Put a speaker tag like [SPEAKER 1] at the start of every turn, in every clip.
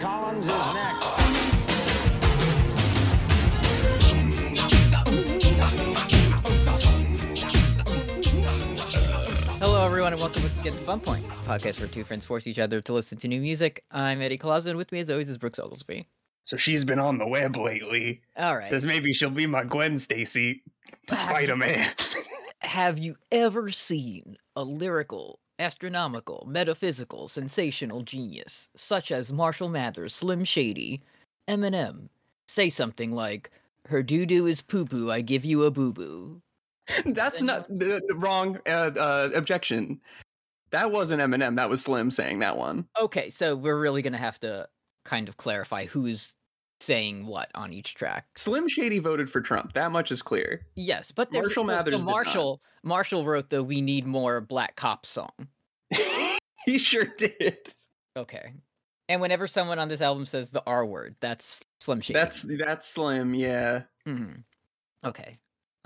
[SPEAKER 1] Collins is next.
[SPEAKER 2] Hello, everyone, and welcome once again to Fun Point, a podcast where two friends force each other to listen to new music. I'm Eddie Colazo, and with me, as always, is Brooks Oglesby.
[SPEAKER 3] So she's been on the web lately.
[SPEAKER 2] All right.
[SPEAKER 3] Says maybe she'll be my Gwen Stacy, Spider Man.
[SPEAKER 2] Have you ever seen a lyrical, astronomical, metaphysical, sensational genius such as Marshall Mathers, Slim Shady, Eminem say something like, Her doo doo is poo poo, I give you a boo boo?
[SPEAKER 3] That's not the the wrong uh, uh, objection. That wasn't Eminem. That was Slim saying that one.
[SPEAKER 2] Okay, so we're really going to have to kind of clarify who's saying what on each track.
[SPEAKER 3] Slim Shady voted for Trump. That much is clear.
[SPEAKER 2] Yes, but there's
[SPEAKER 3] Marshall
[SPEAKER 2] there's the
[SPEAKER 3] Mathers did not.
[SPEAKER 2] Marshall Marshall wrote the "We Need More Black Cop" song.
[SPEAKER 3] he sure did.
[SPEAKER 2] Okay, and whenever someone on this album says the R word, that's Slim Shady.
[SPEAKER 3] That's that's Slim. Yeah,
[SPEAKER 2] Mhm. okay.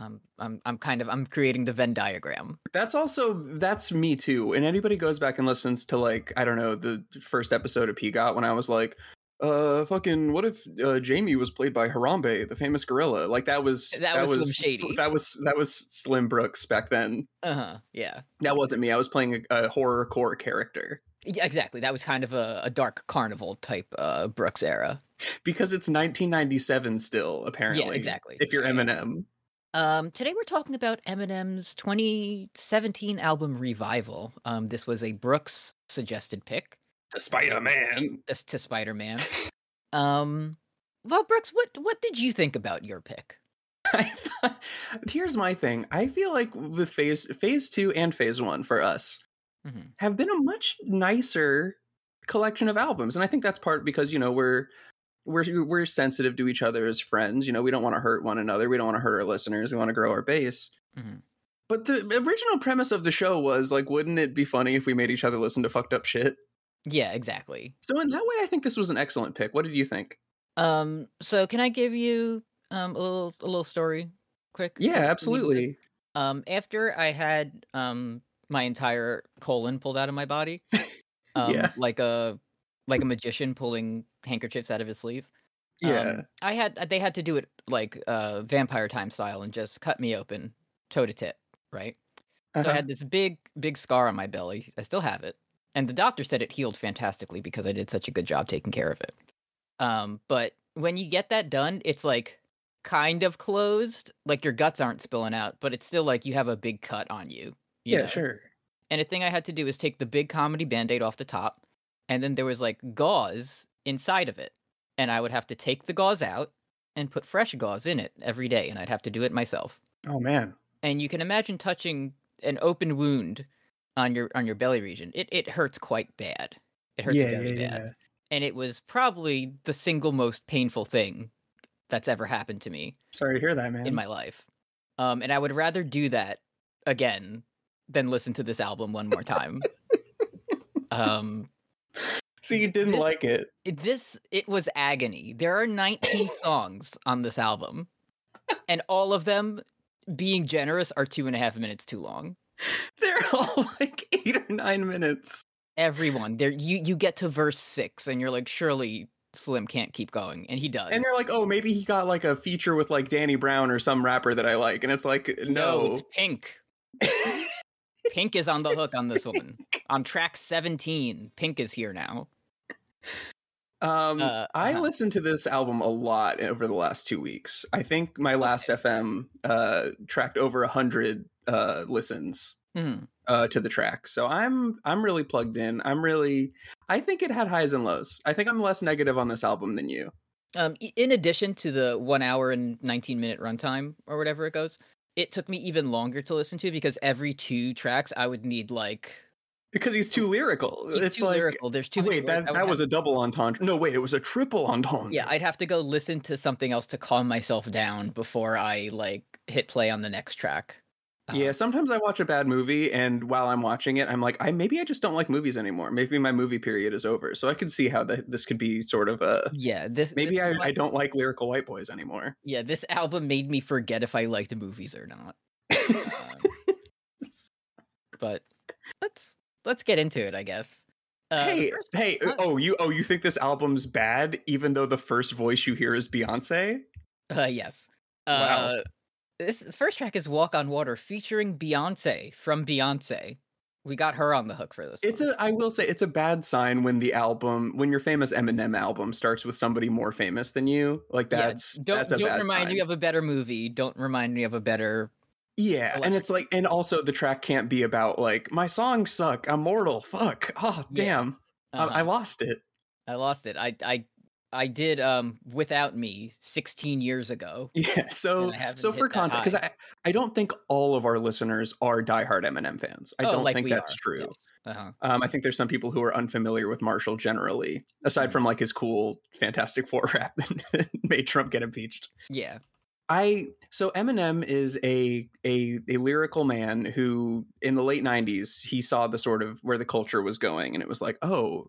[SPEAKER 2] Um, I'm I'm kind of I'm creating the Venn diagram.
[SPEAKER 3] that's also that's me too. And anybody goes back and listens to like I don't know the first episode of Peagot when I was like, uh, fucking, what if uh, Jamie was played by Harambe, the famous gorilla? Like that was
[SPEAKER 2] That was Slim Shady.
[SPEAKER 3] That was that was Slim Brooks back then.
[SPEAKER 2] Uh huh. Yeah.
[SPEAKER 3] That wasn't me. I was playing a, a horror core character
[SPEAKER 2] Yeah. Exactly. That was kind of a, a dark carnival type uh, Brooks era.
[SPEAKER 3] because it's 1997 still. Apparently,
[SPEAKER 2] exactly.
[SPEAKER 3] If you're
[SPEAKER 2] Yeah, yeah.
[SPEAKER 3] Eminem,
[SPEAKER 2] Um, today we're talking about Eminem's 2017 album Revival. Um, this was a Brooks suggested pick.
[SPEAKER 3] the Spider Man.
[SPEAKER 2] this to Spider Man. um, well, Brooks, what what did you think about your pick?
[SPEAKER 3] I thought, here's my thing. I feel like the phase phase two and phase one for us
[SPEAKER 2] Mhm.
[SPEAKER 3] have been a much nicer collection of albums, and I think that's part because you know we're we're we're sensitive to each other as friends. You know, we don't want to hurt one another. We don't want to hurt our listeners. We want to grow our base.
[SPEAKER 2] Mhm.
[SPEAKER 3] But the original premise of the show was like, wouldn't it be funny if we made each other listen to fucked up shit?
[SPEAKER 2] Yeah, exactly.
[SPEAKER 3] So in that way, I think this was an excellent pick. What did you think?
[SPEAKER 2] Um, so can I give you um a little a little story, quick?
[SPEAKER 3] Yeah,
[SPEAKER 2] about me doing this?
[SPEAKER 3] absolutely.
[SPEAKER 2] Um, after I had um my entire colon pulled out of my body, um,
[SPEAKER 3] Yeah.
[SPEAKER 2] like a like a magician pulling handkerchiefs out of his sleeve.
[SPEAKER 3] Yeah.
[SPEAKER 2] Um, I had they had to do it like uh vampire time style and just cut me open toe to tip, right? So I
[SPEAKER 3] Uh-huh.
[SPEAKER 2] had this big, big scar on my belly. I still have it. And the doctor said it healed fantastically because I did such a good job taking care of it. Um, but when you get that done, it's like kind of closed. Like your guts aren't spilling out, but it's still like you have a big cut on you. you
[SPEAKER 3] yeah,
[SPEAKER 2] know?
[SPEAKER 3] sure.
[SPEAKER 2] And a thing I had to do is take the big comedy band aid off the top, and then there was like gauze inside of it. And I would have to take the gauze out and put fresh gauze in it every day, and I'd have to do it myself
[SPEAKER 3] Oh man.
[SPEAKER 2] and you can imagine touching an open wound on your on your belly region. It it hurts quite bad. It hurts very bad. And it was probably the single most painful thing that's ever happened to me
[SPEAKER 3] Sorry to hear that, man.
[SPEAKER 2] in my life. Um and I would rather do that again than listen to this album one more time. um
[SPEAKER 3] so you didn't
[SPEAKER 2] This-
[SPEAKER 3] like it.
[SPEAKER 2] it- this it was agony. There are 19 songs on this album, and all of them, being generous, are two and a half minutes too long.
[SPEAKER 3] They're all like eight or nine minutes.
[SPEAKER 2] everyone there you you get to verse six and you're like surely slim can't keep going and he does
[SPEAKER 3] And you're like, oh, maybe he got like a feature with like Danny Brown or some rapper that I like. And it's like, no.
[SPEAKER 2] it's pink pink is on the hook on this one on track 17 pink is here now
[SPEAKER 3] um,
[SPEAKER 2] Uh,
[SPEAKER 3] I
[SPEAKER 2] uh-huh.
[SPEAKER 3] listened to this album a lot over the last two weeks. I think my last FM uh, tracked over a hundred uh, listens.
[SPEAKER 2] Mhm.
[SPEAKER 3] uh, to the track. So I'm I'm really plugged in. I'm really I think it had highs and lows. I think I'm less negative on this album than you.
[SPEAKER 2] um i- in addition to the one hour and 19 minute runtime or whatever it goes it took me even longer to listen to because every two tracks i would need like
[SPEAKER 3] Because he's too lyrical.
[SPEAKER 2] it's,
[SPEAKER 3] Uh, it's
[SPEAKER 2] too
[SPEAKER 3] like oh,
[SPEAKER 2] lyrical there's too many
[SPEAKER 3] wait,
[SPEAKER 2] words.
[SPEAKER 3] that,
[SPEAKER 2] I would
[SPEAKER 3] that
[SPEAKER 2] have
[SPEAKER 3] was a double entendre. No, wait, it was a triple entendre.
[SPEAKER 2] Yeah, I'd have to go listen to something else to calm myself down before I like hit play on the next track. Uh,
[SPEAKER 3] yeah, sometimes I watch a bad movie and while I'm watching it, I'm like, I maybe I just don't like movies anymore. Maybe my movie period is over. So I could see how the, this could be sort of a
[SPEAKER 2] yeah. This
[SPEAKER 3] maybe
[SPEAKER 2] this
[SPEAKER 3] I,
[SPEAKER 2] is why-
[SPEAKER 3] I don't like lyrical white boys anymore.
[SPEAKER 2] Yeah, this album made me forget if I liked movies or not. Um, but let's let's get into it, I guess. Uh,
[SPEAKER 3] hey,
[SPEAKER 2] first-
[SPEAKER 3] hey,
[SPEAKER 2] uh,
[SPEAKER 3] oh you oh you think this album's bad even though the first voice you hear is Beyonce?
[SPEAKER 2] Uh, yes. Uh,
[SPEAKER 3] Wow.
[SPEAKER 2] this this first track is "Walk on Water" featuring Beyonce from Beyonce. We got her on the hook for this.
[SPEAKER 3] It's
[SPEAKER 2] one.
[SPEAKER 3] a I will say it's a bad sign when the album when your famous Eminem album starts with somebody more famous than you. Like
[SPEAKER 2] Yeah,
[SPEAKER 3] that's
[SPEAKER 2] don't
[SPEAKER 3] that's a
[SPEAKER 2] don't
[SPEAKER 3] bad
[SPEAKER 2] remind
[SPEAKER 3] sign.
[SPEAKER 2] me of a better movie. Don't remind me of a better.
[SPEAKER 3] yeah, and
[SPEAKER 2] Electric
[SPEAKER 3] it's like and also the track can't be about like my songs suck, I'm mortal, fuck. Oh
[SPEAKER 2] Yeah.
[SPEAKER 3] damn.
[SPEAKER 2] uh,
[SPEAKER 3] Um, I, I lost it.
[SPEAKER 2] I lost it. I I I did um without me 16 years ago.
[SPEAKER 3] Yeah. So
[SPEAKER 2] I haven't
[SPEAKER 3] so
[SPEAKER 2] hit
[SPEAKER 3] for
[SPEAKER 2] that
[SPEAKER 3] context, because
[SPEAKER 2] high.
[SPEAKER 3] I I don't think all of our listeners are diehard Eminem fans. I
[SPEAKER 2] Oh,
[SPEAKER 3] don't
[SPEAKER 2] like
[SPEAKER 3] think
[SPEAKER 2] we
[SPEAKER 3] that's
[SPEAKER 2] are.
[SPEAKER 3] true.
[SPEAKER 2] Yes. Uh-huh.
[SPEAKER 3] Um, I think there's some people who are unfamiliar with Marshall generally, aside
[SPEAKER 2] Mhm.
[SPEAKER 3] from like his cool Fantastic Four rap that made Trump get impeached.
[SPEAKER 2] Yeah.
[SPEAKER 3] I so Eminem is a a a lyrical man who in the late 90s he saw the sort of where the culture was going and it was like, "Oh,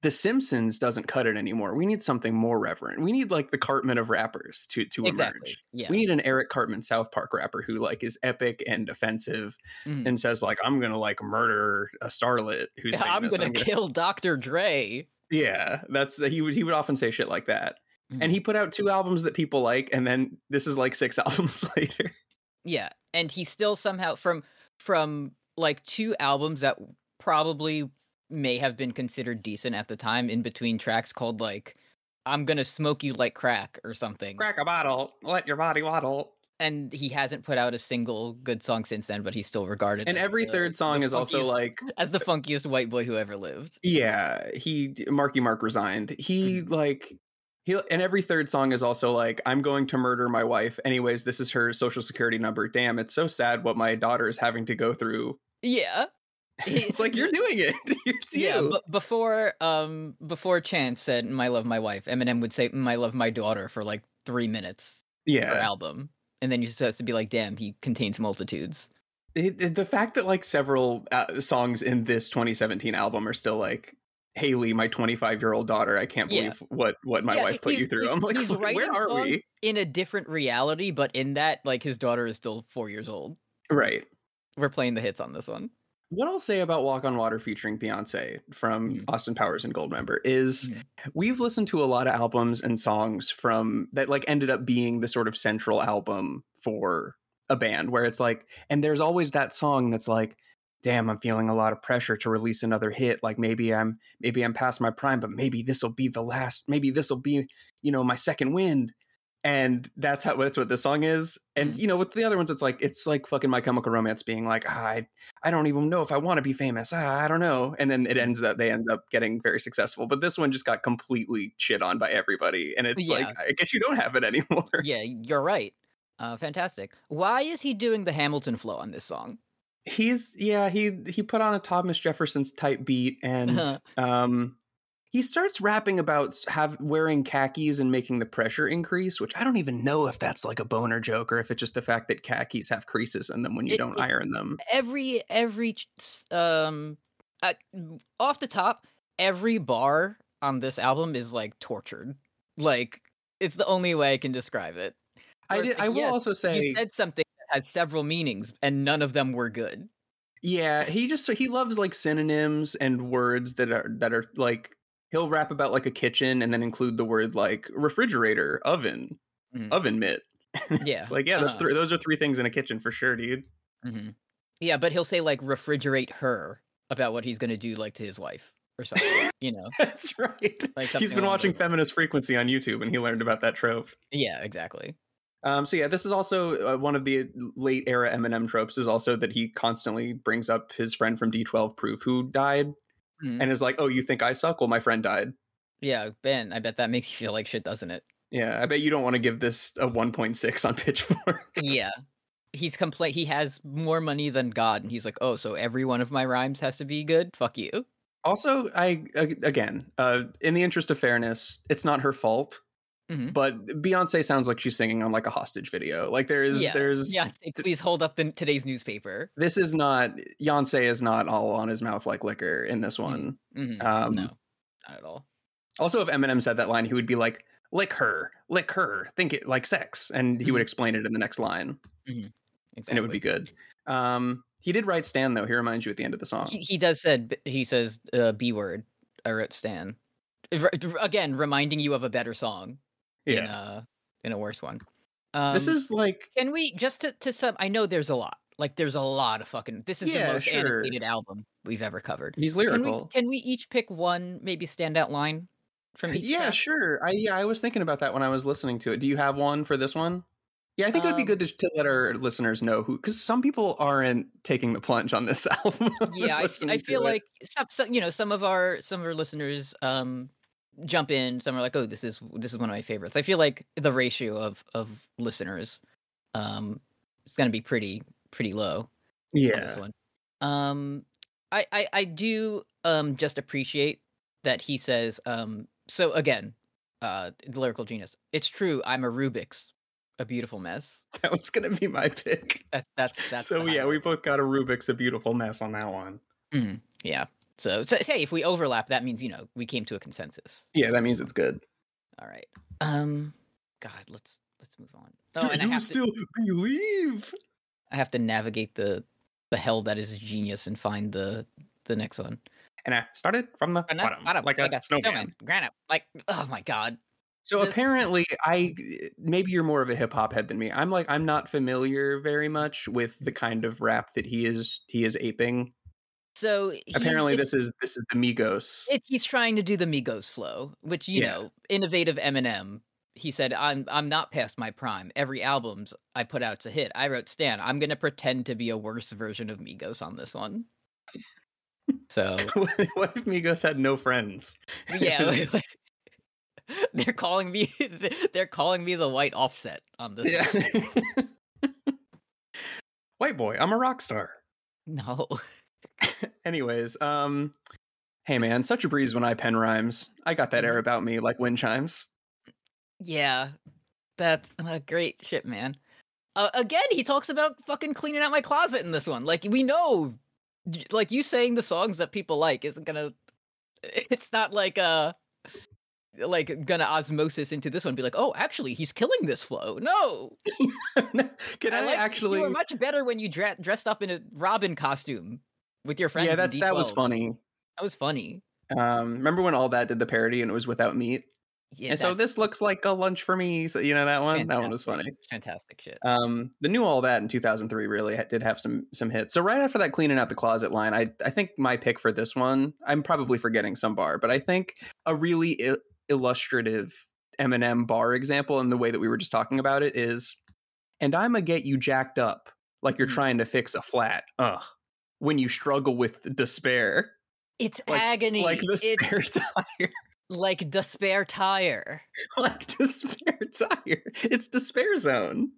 [SPEAKER 3] the Simpsons doesn't cut it anymore. We need something more reverent. We need like the Cartman of rappers to to
[SPEAKER 2] Exactly.
[SPEAKER 3] emerge.
[SPEAKER 2] Yeah.
[SPEAKER 3] We need an Eric Cartman South Park rapper who like is epic and offensive
[SPEAKER 2] Mhm.
[SPEAKER 3] and says like I'm going to like murder a starlet who's famous.
[SPEAKER 2] I'm gonna
[SPEAKER 3] I'm gonna
[SPEAKER 2] kill Dr. Dre.
[SPEAKER 3] yeah, that's the, he would he would often say shit like that.
[SPEAKER 2] Mm.
[SPEAKER 3] And he put out two albums that people like, and then this is like six albums later.
[SPEAKER 2] Yeah, and he still somehow from from like two albums that probably may have been considered decent at the time in between tracks called like I'm going to smoke you like crack or something.
[SPEAKER 3] Crack a bottle, let your body waddle.
[SPEAKER 2] And he hasn't put out a single good song since then, but he's still regarded
[SPEAKER 3] And
[SPEAKER 2] as
[SPEAKER 3] every
[SPEAKER 2] the-
[SPEAKER 3] third song
[SPEAKER 2] the
[SPEAKER 3] is also
[SPEAKER 2] funkiest-
[SPEAKER 3] like,
[SPEAKER 2] as the funkiest white boy who ever lived.
[SPEAKER 3] yeah, he Marky Mark resigned. He
[SPEAKER 2] Mm-hmm.
[SPEAKER 3] like he and every third song is also like, I'm going to murder my wife. Anyways, this is her social security number. Damn, it's so sad what my daughter is having to go through.
[SPEAKER 2] Yeah.
[SPEAKER 3] It's like you're doing it. it's you.
[SPEAKER 2] yeah, but before um before Chance said "Mm, "I love my wife," Eminem would say "Mm, "I love my daughter" for like three minutes per
[SPEAKER 3] yeah.
[SPEAKER 2] album, and then you're supposed to be like, "Damn, he contains multitudes."
[SPEAKER 3] it, it- the fact that like several uh, songs in this 2017 album are still like Haley, my 25 year old daughter, I can't
[SPEAKER 2] Yeah.
[SPEAKER 3] believe what what my
[SPEAKER 2] Yeah,
[SPEAKER 3] wife put
[SPEAKER 2] he's-
[SPEAKER 3] you through.
[SPEAKER 2] he's-
[SPEAKER 3] I'm like,
[SPEAKER 2] he's
[SPEAKER 3] "Wh- where
[SPEAKER 2] writing
[SPEAKER 3] are we?
[SPEAKER 2] In a different reality, but in that, like his daughter is still four years old.
[SPEAKER 3] Right.
[SPEAKER 2] We're playing the hits on this one.
[SPEAKER 3] What I'll say about Walk on Water featuring Beyonce from
[SPEAKER 2] Mhm.
[SPEAKER 3] Austin Powers and Goldmember is
[SPEAKER 2] Mhm.
[SPEAKER 3] we've listened to a lot of albums and songs from that like ended up being the sort of central album for a band where it's like, and there's always that song that's like, damn, I'm feeling a lot of pressure to release another hit. Like maybe I'm maybe I'm past my prime, but maybe this will be the last, maybe this will be, you know, my second wind. And that's how that's what this song is. And
[SPEAKER 2] Mhm.
[SPEAKER 3] you know, with the other ones, it's like it's like fucking my chemical romance being like, ah, I I don't even know if I want to be famous. Ah, I don't know. And then it ends that they end up getting very successful. But this one just got completely shit on by everybody. And it's like, I guess you don't have it anymore.
[SPEAKER 2] yeah, you're right. Uh, fantastic. Why is he doing the Hamilton flow on this song?
[SPEAKER 3] He's yeah, he he put on a Thomas Jefferson's type beat
[SPEAKER 2] Uh-huh.
[SPEAKER 3] and um he starts rapping about s- have wearing khakis and making the pressure increase, which I don't even know if that's like a boner joke or if it's just the fact that khakis have creases in them when you
[SPEAKER 2] It-
[SPEAKER 3] don't
[SPEAKER 2] it-
[SPEAKER 3] iron them.
[SPEAKER 2] Every every ch- s- um, uh, off the top, every bar on this album is like tortured. Like it's the only way I can describe it.
[SPEAKER 3] I
[SPEAKER 2] Or
[SPEAKER 3] did,
[SPEAKER 2] it's like,
[SPEAKER 3] I will
[SPEAKER 2] yes,
[SPEAKER 3] also say
[SPEAKER 2] you said something that has several meanings, and none of them were good.
[SPEAKER 3] Yeah, he just so he loves like synonyms and words that are that are like he'll rap about like a kitchen and then include the word like refrigerator, oven,
[SPEAKER 2] Mhm.
[SPEAKER 3] oven mitt.
[SPEAKER 2] Yeah.
[SPEAKER 3] It's like yeah, those
[SPEAKER 2] Uh-huh.
[SPEAKER 3] three those are three things in a kitchen for sure, dude.
[SPEAKER 2] hmm Yeah, but he'll say like refrigerate her about what he's gonna do like to his wife or something. you know?
[SPEAKER 3] That's right.
[SPEAKER 2] Like
[SPEAKER 3] He's
[SPEAKER 2] something
[SPEAKER 3] been
[SPEAKER 2] along
[SPEAKER 3] watching
[SPEAKER 2] those lines.
[SPEAKER 3] Feminist Frequency on YouTube and he learned about that trope.
[SPEAKER 2] Yeah, exactly.
[SPEAKER 3] Um, so yeah, this is also uh, one of the late era Eminem tropes is also that he constantly brings up his friend from D12 Proof who died
[SPEAKER 2] Mhm.
[SPEAKER 3] and is like, "Oh, you think I suck? Well, my friend died."
[SPEAKER 2] Yeah, Ben, I bet that makes you feel like shit, doesn't it?
[SPEAKER 3] Yeah, I bet you don't want to give this a 1.6 on Pitchfork.
[SPEAKER 2] Yeah. He's complain he has more money than God, and he's like, Oh, so every one of my rhymes has to be good? Fuck you.
[SPEAKER 3] also, I ag- again, uh, in the interest of fairness, it's not her fault,
[SPEAKER 2] Mhm.
[SPEAKER 3] but Beyonce sounds like she's singing on like a hostage video. Like there is,
[SPEAKER 2] Yeah,
[SPEAKER 3] there's,
[SPEAKER 2] Yeah, say, please hold up the, today's newspaper.
[SPEAKER 3] this is not Beyonce is not all on his mouth like liquor in this one.
[SPEAKER 2] Mhm.
[SPEAKER 3] Um,
[SPEAKER 2] no, not at all.
[SPEAKER 3] Also, if Eminem said that line, he would be like, "Lick her, lick her, think it like sex," and he would
[SPEAKER 2] Mhm.
[SPEAKER 3] explain it in the next line,
[SPEAKER 2] Exactly.
[SPEAKER 3] and it would be good. Um, he did write "Stan" though. He reminds you at the end of the song.
[SPEAKER 2] He, he does said he says uh, B word I wrote Stan. Re- Again, reminding you of a better song in
[SPEAKER 3] Yeah.
[SPEAKER 2] a in a worse one. Um,
[SPEAKER 3] this is like
[SPEAKER 2] can we just to to some? I know there's a lot. Like there's a lot of fucking. This is
[SPEAKER 3] Yeah,
[SPEAKER 2] the most
[SPEAKER 3] sure.
[SPEAKER 2] annotated album we've ever covered.
[SPEAKER 3] he's
[SPEAKER 2] Can we,
[SPEAKER 3] lyrical.
[SPEAKER 2] can we each pick one maybe standout line from each?
[SPEAKER 3] Yeah,
[SPEAKER 2] track?
[SPEAKER 3] sure. I yeah, I was thinking about that when I was listening to it. Do you have one for this one? Yeah, I think it would be
[SPEAKER 2] Um,
[SPEAKER 3] good to, to let our listeners know who, because some people aren't taking the plunge on this album.
[SPEAKER 2] yeah I, f-
[SPEAKER 3] listening
[SPEAKER 2] I
[SPEAKER 3] to
[SPEAKER 2] feel
[SPEAKER 3] it.
[SPEAKER 2] like some, some you know some of our some of our listeners um jump in some are like oh this is this is one of my favorites i feel like the ratio of of listeners um it's gonna be pretty pretty low on
[SPEAKER 3] yeah,
[SPEAKER 2] this one um I, I i do um just appreciate that he says um so again uh the lyrical genius it's true i'm a rubik's a beautiful mess
[SPEAKER 3] that was gonna be my pick.
[SPEAKER 2] that's that's that's
[SPEAKER 3] so
[SPEAKER 2] the
[SPEAKER 3] yeah,
[SPEAKER 2] highlight.
[SPEAKER 3] we both got a Rubik's a beautiful mess on that one.
[SPEAKER 2] Mm, yeah. So, so hey, if we overlap, that means you know we came to a consensus.
[SPEAKER 3] Yeah, that means it's good.
[SPEAKER 2] All right. Um, God, let's let's move on. Oh, and I
[SPEAKER 3] Do you
[SPEAKER 2] have to
[SPEAKER 3] still believe?
[SPEAKER 2] I have to navigate the the hell that is genius and find the the next one.
[SPEAKER 3] And I started from the
[SPEAKER 2] Bottom,
[SPEAKER 3] bottom,
[SPEAKER 2] bottom,
[SPEAKER 3] like, a, snowman.
[SPEAKER 2] Granite. Like, oh my God.
[SPEAKER 3] So
[SPEAKER 2] This-
[SPEAKER 3] apparently, I maybe you're more of a hip hop head than me. I'm like I'm not familiar very much with the kind of rap that he is he is aping.
[SPEAKER 2] So he's-
[SPEAKER 3] apparently,
[SPEAKER 2] it's-
[SPEAKER 3] this is this is the Migos.
[SPEAKER 2] it, he's trying to do the Migos flow, which you
[SPEAKER 3] Yeah.
[SPEAKER 2] know, innovative Eminem. He said, "I'm I'm not past my prime. Every album's I put out's a hit. I wrote Stan. I'm gonna pretend to be a worse version of Migos on this one." So
[SPEAKER 3] what if Migos had no friends?
[SPEAKER 2] yeah, they're calling me they're calling me the white offset on this.
[SPEAKER 3] Yeah.
[SPEAKER 2] one.
[SPEAKER 3] White boy, I'm a rock star.
[SPEAKER 2] No,
[SPEAKER 3] Anyways, um, hey man, such a breeze when I pen rhymes. I got that
[SPEAKER 2] Mm-hmm.
[SPEAKER 3] air about me like wind chimes.
[SPEAKER 2] yeah, that's uh, great shit, man. Uh, again, he talks about fucking cleaning out my closet in this one. Like we know, j- like you saying the songs that people like isn't gonna. It's not like uh like gonna osmosis into this one. Be like, oh, actually, he's killing this flow. No,
[SPEAKER 3] Can I,
[SPEAKER 2] like-
[SPEAKER 3] actually?
[SPEAKER 2] you were much better when you dra- dressed up in a Robin costume with your friends.
[SPEAKER 3] yeah,
[SPEAKER 2] in
[SPEAKER 3] that's that was
[SPEAKER 2] D12.
[SPEAKER 3] funny.
[SPEAKER 2] That was funny.
[SPEAKER 3] Um, remember when all that did the parody and it was without meat?
[SPEAKER 2] Yeah,
[SPEAKER 3] and so
[SPEAKER 2] that's
[SPEAKER 3] this looks like a lunch for me. So you know that one. That one was funny.
[SPEAKER 2] fantastic- Fantastic shit.
[SPEAKER 3] Um, the new all that in 2003 really ha- did have some some hits. So right after that cleaning out the closet line, I I think my pick for this one. I'm probably forgetting some bar, but I think a really I- illustrative Eminem bar example and the way that we were just talking about it is, and I'm gonna get you jacked up like you're
[SPEAKER 2] Mm.
[SPEAKER 3] trying to fix a flat. Ugh. When you struggle with despair,
[SPEAKER 2] It's
[SPEAKER 3] Like-
[SPEAKER 2] agony.
[SPEAKER 3] like the
[SPEAKER 2] it's
[SPEAKER 3] spare tire,
[SPEAKER 2] like despair tire.
[SPEAKER 3] like despair tire, it's despair zone.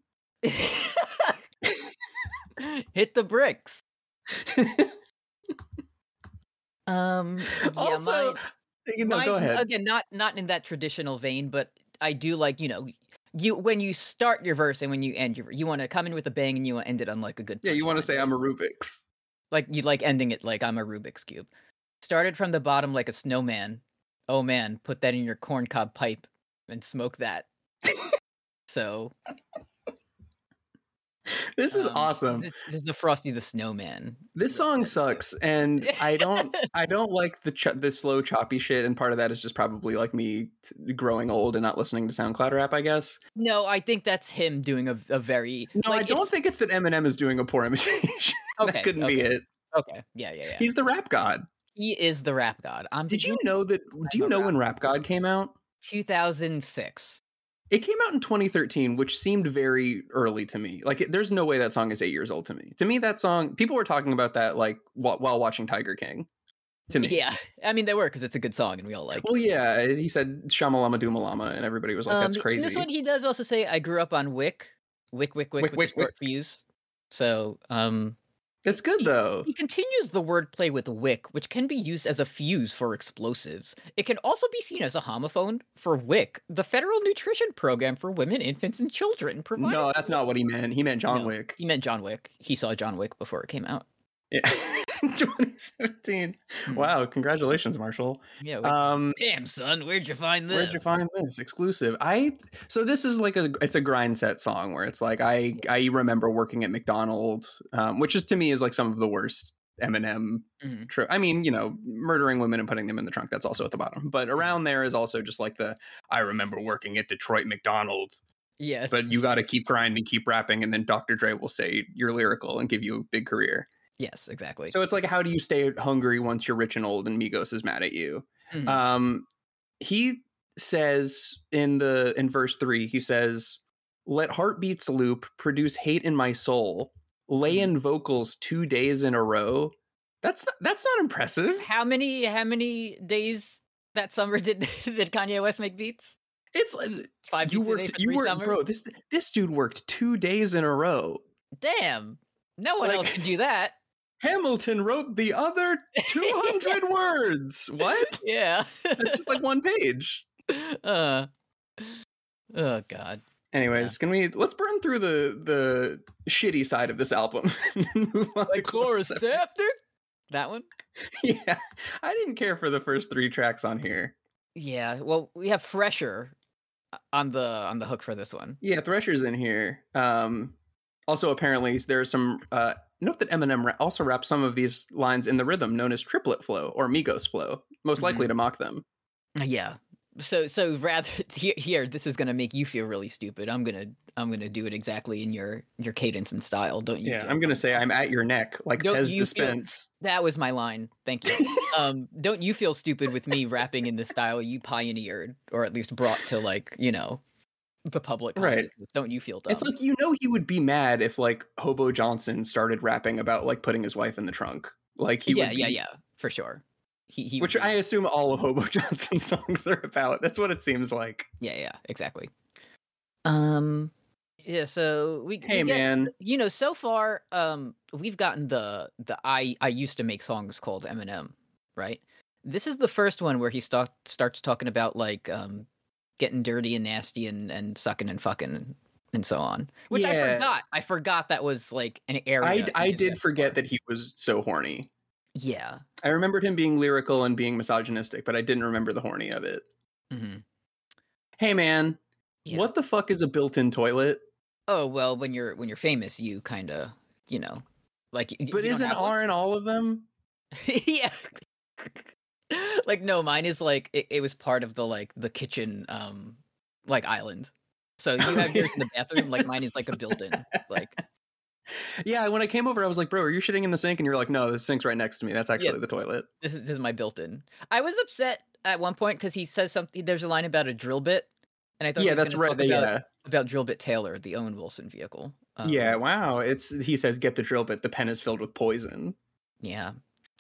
[SPEAKER 2] Hit the bricks. Um. yeah,
[SPEAKER 3] also,
[SPEAKER 2] mine-
[SPEAKER 3] no, go
[SPEAKER 2] Mine,
[SPEAKER 3] ahead.
[SPEAKER 2] Again, not not in that traditional vein, but I do like you know you when you start your verse and when you end your you want to come in with a bang and you want to end it on like a good.
[SPEAKER 3] yeah, you want to
[SPEAKER 2] punchline,
[SPEAKER 3] say
[SPEAKER 2] right?
[SPEAKER 3] I'm a Rubik's.
[SPEAKER 2] like you like ending it like I'm a Rubik's cube. Started from the bottom like a snowman. Oh man, put that in your corncob pipe and smoke that. so
[SPEAKER 3] This is
[SPEAKER 2] um,
[SPEAKER 3] awesome.
[SPEAKER 2] This, this is a Frosty the Snowman.
[SPEAKER 3] This song sucks, and I don't, I don't like the ch- the slow choppy shit. And part of that is just probably like me t- growing old and not listening to SoundCloud rap. I guess.
[SPEAKER 2] No, I think that's him doing a, a very
[SPEAKER 3] No, I
[SPEAKER 2] like,
[SPEAKER 3] don't
[SPEAKER 2] it's-
[SPEAKER 3] think it's that Eminem is doing a poor imitation.
[SPEAKER 2] okay,
[SPEAKER 3] that couldn't
[SPEAKER 2] okay,
[SPEAKER 3] be it.
[SPEAKER 2] Okay, yeah, yeah, yeah.
[SPEAKER 3] He's the rap god.
[SPEAKER 2] He is the rap god. Um, I'm
[SPEAKER 3] Did you know that? Do you
[SPEAKER 2] a
[SPEAKER 3] know
[SPEAKER 2] rap
[SPEAKER 3] when Rap God came out?
[SPEAKER 2] 2006?
[SPEAKER 3] It came out in 2013, which seemed very early to me. Like, it, there's no way that song is eight years old to me. To me, that song, people were talking about that like while, while watching Tiger King. To me,
[SPEAKER 2] Yeah, I mean they were because it's a good song and we all like.
[SPEAKER 3] Well, yeah, eh, he said Shamalama Doomalama, and everybody was like,
[SPEAKER 2] Um,
[SPEAKER 3] "That's
[SPEAKER 2] in
[SPEAKER 3] crazy."
[SPEAKER 2] This one he does also say, "I grew up on Wick, Wick, Wick, Wick,
[SPEAKER 3] Wick,
[SPEAKER 2] with
[SPEAKER 3] Wick,
[SPEAKER 2] the short fuse." So um,
[SPEAKER 3] it's good though.
[SPEAKER 2] he continues the wordplay with Wick, which can be used as a fuse for explosives. It can also be seen as a homophone for Wick, the federal nutrition program for women, infants, and children. Provided
[SPEAKER 3] No, that's not what he meant. He meant John
[SPEAKER 2] No.
[SPEAKER 3] Wick.
[SPEAKER 2] He meant John Wick. He saw John Wick before it came out.
[SPEAKER 3] Yeah. 2017.
[SPEAKER 2] Hmm.
[SPEAKER 3] Wow, congratulations, Marshall.
[SPEAKER 2] Yeah. Wick-
[SPEAKER 3] Um,
[SPEAKER 2] Damn, son, where'd you find this?
[SPEAKER 3] where'd you find this exclusive? I so this is like a it's a grind set song where it's like I I remember working at McDonald's, um, which is to me is like some of the worst Eminem.
[SPEAKER 2] Mhm.
[SPEAKER 3] True. I mean, you know, murdering women and putting them in the trunk. That's also at the bottom.
[SPEAKER 2] Mm-hmm.
[SPEAKER 3] But around there is also just like the I remember working at Detroit McDonald's.
[SPEAKER 2] Yeah.
[SPEAKER 3] But you got to keep grinding, keep rapping, and then Dr. Dre will say you're lyrical and give you a big career.
[SPEAKER 2] Yes, exactly.
[SPEAKER 3] So it's like, how do you stay hungry once you're rich and old and Migos is mad at you?
[SPEAKER 2] Mhm.
[SPEAKER 3] Um, he says in the in verse three, he says, "Let heartbeats loop, produce hate in my soul, lay
[SPEAKER 2] Mm-hmm.
[SPEAKER 3] in vocals two days in a row." That's not, that's not impressive.
[SPEAKER 2] how many how many days that summer did did Kanye West make beats?
[SPEAKER 3] It's like-
[SPEAKER 2] Five.
[SPEAKER 3] you
[SPEAKER 2] beats a day
[SPEAKER 3] worked
[SPEAKER 2] for
[SPEAKER 3] you
[SPEAKER 2] three
[SPEAKER 3] were
[SPEAKER 2] summers?
[SPEAKER 3] bro. This this dude worked two days in a row.
[SPEAKER 2] Damn. No one
[SPEAKER 3] Like-
[SPEAKER 2] else can do that.
[SPEAKER 3] Hamilton wrote the other two hundred words. What?
[SPEAKER 2] Yeah.
[SPEAKER 3] That's just like one page.
[SPEAKER 2] uh, oh God.
[SPEAKER 3] Anyways, can we let's burn through the the shitty side of this album and move on to Chorus. Seven.
[SPEAKER 2] after that one.
[SPEAKER 3] Yeah. I didn't care for the first three tracks on here.
[SPEAKER 2] Yeah. Well, we have fresher uh, on the on the hook for this one.
[SPEAKER 3] Yeah, Thresher's in here. Um also apparently there's some uh note that Eminem ra- also wraps some of these lines in the rhythm known as triplet flow or Migos flow, most likely
[SPEAKER 2] Mm-hmm.
[SPEAKER 3] to mock them.
[SPEAKER 2] Uh, Yeah. So so rather here, here this is gonna make you feel really stupid. I'm gonna I'm gonna do it exactly in your your cadence and style. Don't you?
[SPEAKER 3] Yeah,
[SPEAKER 2] feel
[SPEAKER 3] I'm going to say I'm at your neck like
[SPEAKER 2] Don't
[SPEAKER 3] Pez
[SPEAKER 2] you feel-
[SPEAKER 3] Dispense.
[SPEAKER 2] That was my line. Thank you. um, don't you feel stupid with me rapping in the style you pioneered, or at least brought to like you know, the public
[SPEAKER 3] Right.
[SPEAKER 2] consciousness? Don't you feel dumb?
[SPEAKER 3] It's like you know he would be mad if like Hobo Johnson started rapping about like putting his wife in the trunk. Like he
[SPEAKER 2] yeah,
[SPEAKER 3] would be
[SPEAKER 2] yeah, yeah, for sure. He, he
[SPEAKER 3] which
[SPEAKER 2] would be-
[SPEAKER 3] I assume all of Hobo Johnson's songs are about. That's what it seems like.
[SPEAKER 2] yeah, yeah, exactly. Um, yeah. So we
[SPEAKER 3] Hey
[SPEAKER 2] we get-
[SPEAKER 3] man,
[SPEAKER 2] you know, so far, um, we've gotten the the I I used to make songs called Eminem, right? This is the first one where he sta- starts talking about like um, getting dirty and nasty and and sucking and fucking and, and so on. Which I
[SPEAKER 3] Yeah.
[SPEAKER 2] forgot. I forgot that was like an area.
[SPEAKER 3] I
[SPEAKER 2] in
[SPEAKER 3] I
[SPEAKER 2] his
[SPEAKER 3] did
[SPEAKER 2] rap.
[SPEAKER 3] forget that he was so horny.
[SPEAKER 2] Yeah.
[SPEAKER 3] I remembered him being lyrical and being misogynistic, but I didn't remember the horny of it.
[SPEAKER 2] hmm
[SPEAKER 3] Hey man,
[SPEAKER 2] Yeah.
[SPEAKER 3] what the fuck is a built-in toilet?
[SPEAKER 2] Oh well, when you're when you're famous, you kind of you know like. y-
[SPEAKER 3] But
[SPEAKER 2] you don't
[SPEAKER 3] isn't
[SPEAKER 2] have one.
[SPEAKER 3] R in all of them?
[SPEAKER 2] yeah. like no, mine is like it, it was part of the like the kitchen um like island. So you have yours in the bathroom, like mine is like a built-in. Like
[SPEAKER 3] Yeah, when I came over, I was like, "Bro, are you shitting in the sink?" And you're like, "No, the sink's right next to me. That's actually the toilet."
[SPEAKER 2] this is, this is my built-in. I was upset at one point because he says something. There's a line about a drill bit, and I thought he
[SPEAKER 3] Yeah,
[SPEAKER 2] was
[SPEAKER 3] that's
[SPEAKER 2] gonna
[SPEAKER 3] right.
[SPEAKER 2] talk About,
[SPEAKER 3] yeah,
[SPEAKER 2] about drill bit Taylor, the Owen Wilson vehicle. Um,
[SPEAKER 3] yeah. Wow, it's he says, "Get the drill bit. The pen is filled with poison."
[SPEAKER 2] yeah.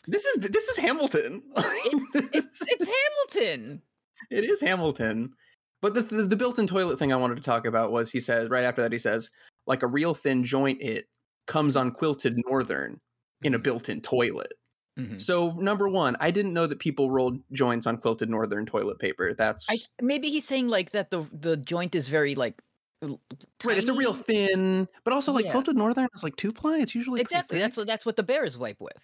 [SPEAKER 3] This is this is Hamilton.
[SPEAKER 2] It's it's Hamilton.
[SPEAKER 3] It is Hamilton. But the, the the built-in toilet thing I wanted to talk about was he says right after that he says like a real thin joint it comes on quilted northern in a
[SPEAKER 2] Mhm,
[SPEAKER 3] built-in toilet.
[SPEAKER 2] mhm.
[SPEAKER 3] So number 1, I didn't know that people rolled joints on quilted northern toilet paper. That's
[SPEAKER 2] I, maybe he's saying like that the the joint is very like l-
[SPEAKER 3] right, it's a real
[SPEAKER 2] tiny.
[SPEAKER 3] thin, but also like
[SPEAKER 2] Yeah.
[SPEAKER 3] quilted northern is like two ply, it's usually pretty
[SPEAKER 2] Exactly. That's
[SPEAKER 3] thick.
[SPEAKER 2] that's what the Bears wipe with.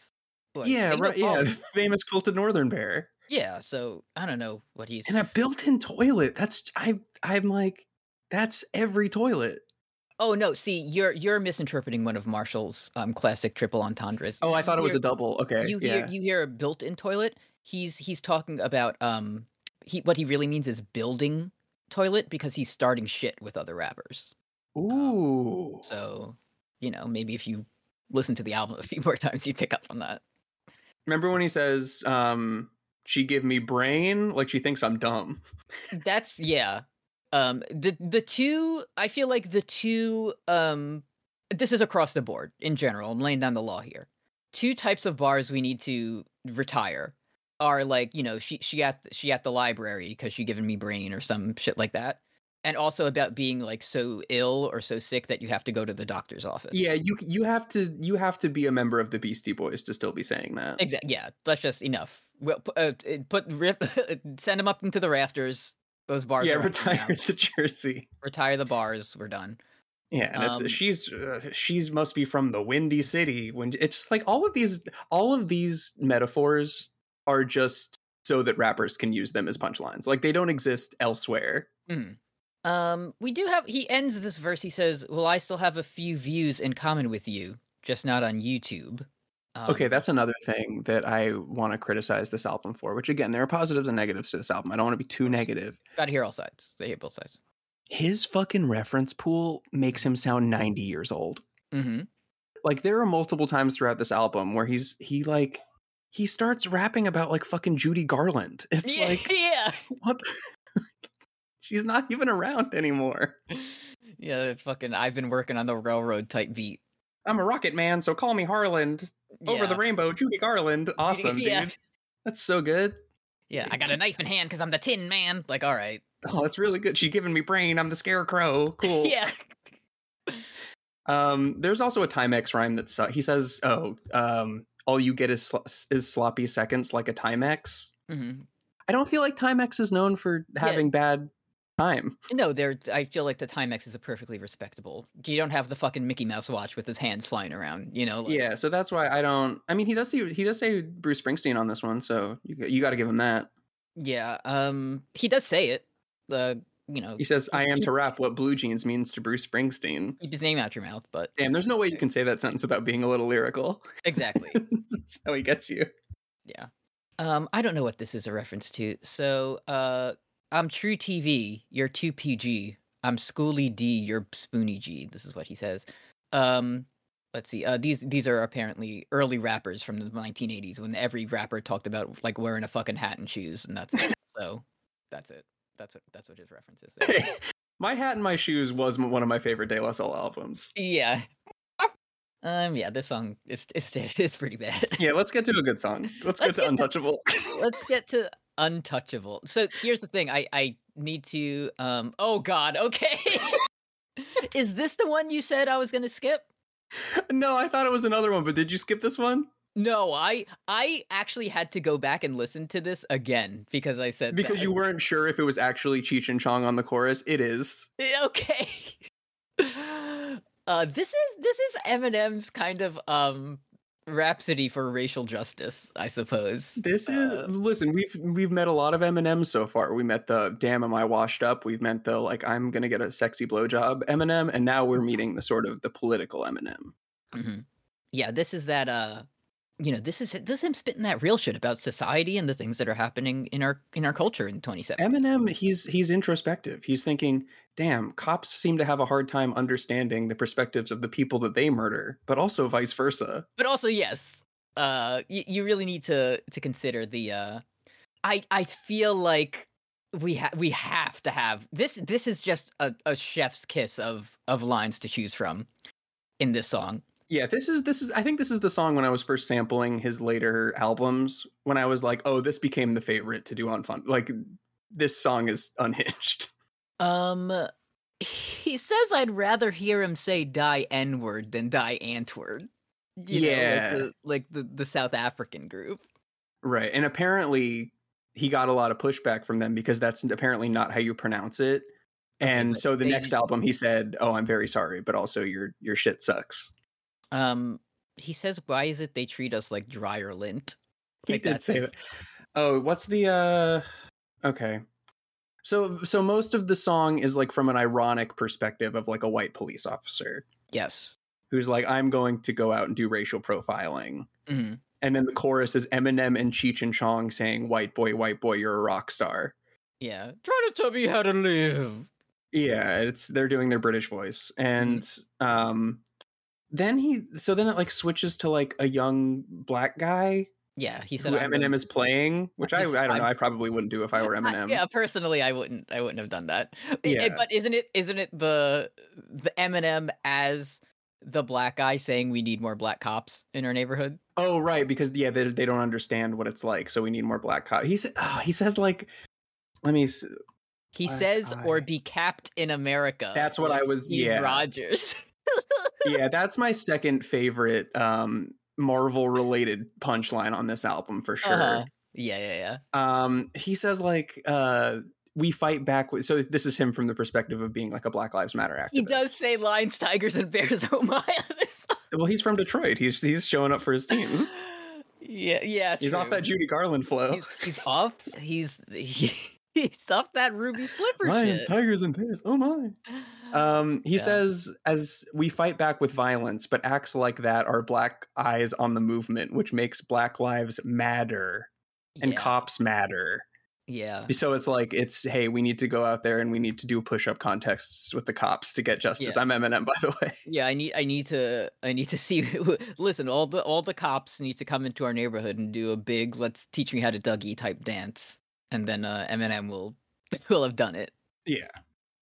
[SPEAKER 2] Like,
[SPEAKER 3] yeah,
[SPEAKER 2] ain't no
[SPEAKER 3] right. Yeah, the
[SPEAKER 2] problem.
[SPEAKER 3] famous quilted northern bear.
[SPEAKER 2] yeah. So I don't know what he's.
[SPEAKER 3] And a built-in toilet. That's I I'm like that's every toilet.
[SPEAKER 2] Oh no, see, you're you're misinterpreting one of Marshall's um, classic triple entendres.
[SPEAKER 3] Oh, I thought it was
[SPEAKER 2] hear-
[SPEAKER 3] a double. Okay.
[SPEAKER 2] You
[SPEAKER 3] yeah.
[SPEAKER 2] hear you hear a built-in toilet. He's he's talking about um he what he really means is building toilet because he's starting shit with other rappers.
[SPEAKER 3] Ooh.
[SPEAKER 2] So you know maybe if you listen to the album a few more times, you pick up on that.
[SPEAKER 3] Remember when he says, um, she give me brain? Like she thinks I'm dumb.
[SPEAKER 2] That's yeah. Um the the two I feel like the two um this is across the board in general. I'm laying down the law here. Two types of bars we need to retire are like, you know, she she at she at the library cuz she giving me brain or some shit like that. And also about being like so ill or so sick that you have to go to the doctor's office.
[SPEAKER 3] Yeah, you you have to you have to be a member of the Beastie Boys to still be saying that.
[SPEAKER 2] Exactly. Yeah, that's just enough. Well, pu- uh, uh, put rip, send them up into the rafters. Those bars.
[SPEAKER 3] Yeah,
[SPEAKER 2] are up for now.
[SPEAKER 3] retire to Jersey.
[SPEAKER 2] Retire the bars. We're done.
[SPEAKER 3] Yeah, and
[SPEAKER 2] Um,
[SPEAKER 3] it's, she's uh, she's must be from the Windy City. When it's just like all of these all of these metaphors are just so that rappers can use them as punchlines. Like they don't exist elsewhere.
[SPEAKER 2] Mm. Um, we do have. He ends this verse. He says, "Well, I still have a few views in common with you, just not on YouTube." Um,
[SPEAKER 3] Okay, that's another thing that I want to criticize this album for, which again, there are positives and negatives to this album. I don't want to be too negative.
[SPEAKER 2] gotta hear all sides. They hate both sides.
[SPEAKER 3] His fucking reference pool makes him sound 90 years old.
[SPEAKER 2] Mm-hmm.
[SPEAKER 3] Like there are multiple times throughout this album where he's he like he starts rapping about like fucking Judy Garland. It's
[SPEAKER 2] yeah,
[SPEAKER 3] like
[SPEAKER 2] yeah,
[SPEAKER 3] what the- She's not even around anymore.
[SPEAKER 2] yeah. It's fucking. I've been working on the railroad type beat
[SPEAKER 3] I'm a rocket man, so call me Harland. Over
[SPEAKER 2] Yeah.
[SPEAKER 3] the rainbow, Judy Garland. Awesome,
[SPEAKER 2] Yeah.
[SPEAKER 3] dude. That's so good.
[SPEAKER 2] Yeah, I got a knife in hand because I'm the Tin Man. Like, all right,
[SPEAKER 3] Oh, that's really good. She giving me brain. I'm the scarecrow. Cool.
[SPEAKER 2] yeah,
[SPEAKER 3] Um, there's also a Timex rhyme that su- he says, "Oh, um, all you get is sl- is sloppy seconds like a Timex."
[SPEAKER 2] hmm
[SPEAKER 3] I don't feel like Timex is known for having bad time.
[SPEAKER 2] no, there. I feel like the Timex is a perfectly respectable. You don't have the fucking Mickey Mouse watch with his hands flying around. You know, like,
[SPEAKER 3] yeah, so that's why I don't. I mean, he does see he does say Bruce Springsteen on this one, so you g- you got to give him that.
[SPEAKER 2] yeah. Um, he does say it. The you know,
[SPEAKER 3] He says, "I am to rap what blue jeans means to Bruce Springsteen."
[SPEAKER 2] keep his name out your mouth, but
[SPEAKER 3] Damn, there's no way you can say that sentence without being a little lyrical.
[SPEAKER 2] exactly.
[SPEAKER 3] that's how he gets you.
[SPEAKER 2] Yeah. Um, I don't know what this is a reference to. So, uh, I'm True TV. You're two PG. I'm Schooly D. You're Spoony G. This is what he says. Um, let's see. Uh, these these are apparently early rappers from the 1980s when every rapper talked about like wearing a fucking hat and shoes, and that's it. so. That's it. That's what that's what his reference is. There.
[SPEAKER 3] my hat and my shoes was m- one of my favorite De La Soul albums.
[SPEAKER 2] yeah. Um. Yeah. This song is is is pretty bad.
[SPEAKER 3] Yeah, let's get to a good song. Let's,
[SPEAKER 2] Let's
[SPEAKER 3] get to
[SPEAKER 2] get to-
[SPEAKER 3] Untouchable.
[SPEAKER 2] let's get to untouchable so here's the thing i i need to um oh god okay is this the one you said i was gonna skip
[SPEAKER 3] no, I thought it was another one, but did you skip this one?
[SPEAKER 2] no i i actually had to go back and listen to this again because i said
[SPEAKER 3] Because
[SPEAKER 2] that.
[SPEAKER 3] you weren't sure if it was actually Cheech and Chong on the chorus. It is.
[SPEAKER 2] okay uh this is this is eminem's kind of um rhapsody for racial justice i suppose
[SPEAKER 3] This is.
[SPEAKER 2] Uh,
[SPEAKER 3] listen, we've we've met a lot of Eminem so far. We met the "Damn, am I washed up?" We've met the like "I'm gonna get a sexy blowjob" Eminem, and now we're meeting the sort of the political Eminem.
[SPEAKER 2] hmm Yeah, this is that. Uh, you know, this is this is him spitting that real shit about society and the things that are happening in our in our culture in 27.
[SPEAKER 3] Eminem, he's he's introspective. He's thinking, "Damn, cops seem to have a hard time understanding the perspectives of the people that they murder, but also vice versa."
[SPEAKER 2] But also, yes, uh, y- you really need to to consider the. Uh, I I feel like we ha- we have to have this. This is just a, a chef's kiss of of lines to choose from in this song.
[SPEAKER 3] Yeah, this is this is I think this is the song when I was first sampling his later albums when I was like, "Oh, this became the favorite to do on fun." Like this song is unhinged.
[SPEAKER 2] Um. He says I'd rather hear him say die N word than die Ant word. You
[SPEAKER 3] Yeah.
[SPEAKER 2] Know, like, the, like the, the South African group.
[SPEAKER 3] Right. And apparently he got a lot of pushback from them because that's apparently not how you pronounce it.
[SPEAKER 2] Okay,
[SPEAKER 3] and
[SPEAKER 2] but
[SPEAKER 3] so the
[SPEAKER 2] they-
[SPEAKER 3] next album he said, "Oh, I'm very sorry, but also your your shit sucks."
[SPEAKER 2] Um, he says, "Why is it they treat us like dryer lint?"
[SPEAKER 3] He
[SPEAKER 2] Like,
[SPEAKER 3] did
[SPEAKER 2] that's
[SPEAKER 3] say
[SPEAKER 2] his-
[SPEAKER 3] that. Oh, what's the uh okay. So so most of the song is like from an ironic perspective of like a white police officer.
[SPEAKER 2] Yes.
[SPEAKER 3] who's like, I'm going to go out and do racial profiling.
[SPEAKER 2] hmm
[SPEAKER 3] And then the chorus is Eminem and Cheech and Chong saying, White boy, white boy, you're a rock star.
[SPEAKER 2] Yeah. Try to tell me how to live.
[SPEAKER 3] Yeah, it's they're doing their British voice. And
[SPEAKER 2] Mm-hmm.
[SPEAKER 3] um then he so then it like switches to like a young black guy
[SPEAKER 2] Yeah. He said,
[SPEAKER 3] who
[SPEAKER 2] "I'm going
[SPEAKER 3] Eminem
[SPEAKER 2] to-
[SPEAKER 3] is playing, which I, I
[SPEAKER 2] He's-
[SPEAKER 3] don't know,
[SPEAKER 2] I'm-
[SPEAKER 3] I probably wouldn't do if I were
[SPEAKER 2] I-
[SPEAKER 3] Eminem.
[SPEAKER 2] yeah, personally, I wouldn't. I wouldn't have done that. I- I-
[SPEAKER 3] Yeah.
[SPEAKER 2] but isn't it? Isn't it the the Eminem as the black guy saying we need more black cops in our neighborhood?
[SPEAKER 3] Oh right, because yeah, they, they don't understand what it's like, so we need more black cops. He sa- oh, he says like, let me. s-
[SPEAKER 2] He
[SPEAKER 3] Black
[SPEAKER 2] says, or
[SPEAKER 3] guy.
[SPEAKER 2] be capped in America.
[SPEAKER 3] That's what
[SPEAKER 2] like
[SPEAKER 3] I was-
[SPEAKER 2] Steve
[SPEAKER 3] yeah.
[SPEAKER 2] Rogers.
[SPEAKER 3] yeah, that's my second favorite um Marvel related punchline on this album for sure.
[SPEAKER 2] Uh-huh. Yeah, yeah, yeah.
[SPEAKER 3] Um he says like uh we fight back with so this is him from the perspective of being like a Black Lives Matter activist.
[SPEAKER 2] He does say lions, tigers, and bears. Oh my! this-
[SPEAKER 3] Well, he's from Detroit. He's he's showing up for his teams.
[SPEAKER 2] yeah, yeah.
[SPEAKER 3] He's off
[SPEAKER 2] true.
[SPEAKER 3] that Judy Garland flow.
[SPEAKER 2] He's, he's off. He's he's off that ruby slipper
[SPEAKER 3] Lions,
[SPEAKER 2] shit.
[SPEAKER 3] tigers, and bears. Oh my! Um, he
[SPEAKER 2] Yeah.
[SPEAKER 3] says, as we fight back with violence, but acts like that are black eyes on the movement, which makes black lives matter and
[SPEAKER 2] yeah.
[SPEAKER 3] cops matter.
[SPEAKER 2] yeah.
[SPEAKER 3] So it's like, it's, hey, we need to go out there and we need to do push up contests with the cops to get justice.
[SPEAKER 2] Yeah.
[SPEAKER 3] I'm Eminem, by the way.
[SPEAKER 2] Yeah, I need I need to I need to see listen, all the all the cops need to come into our neighborhood and do a big let's teach me how to Dougie type dance and then uh Eminem will will have done it.
[SPEAKER 3] Yeah.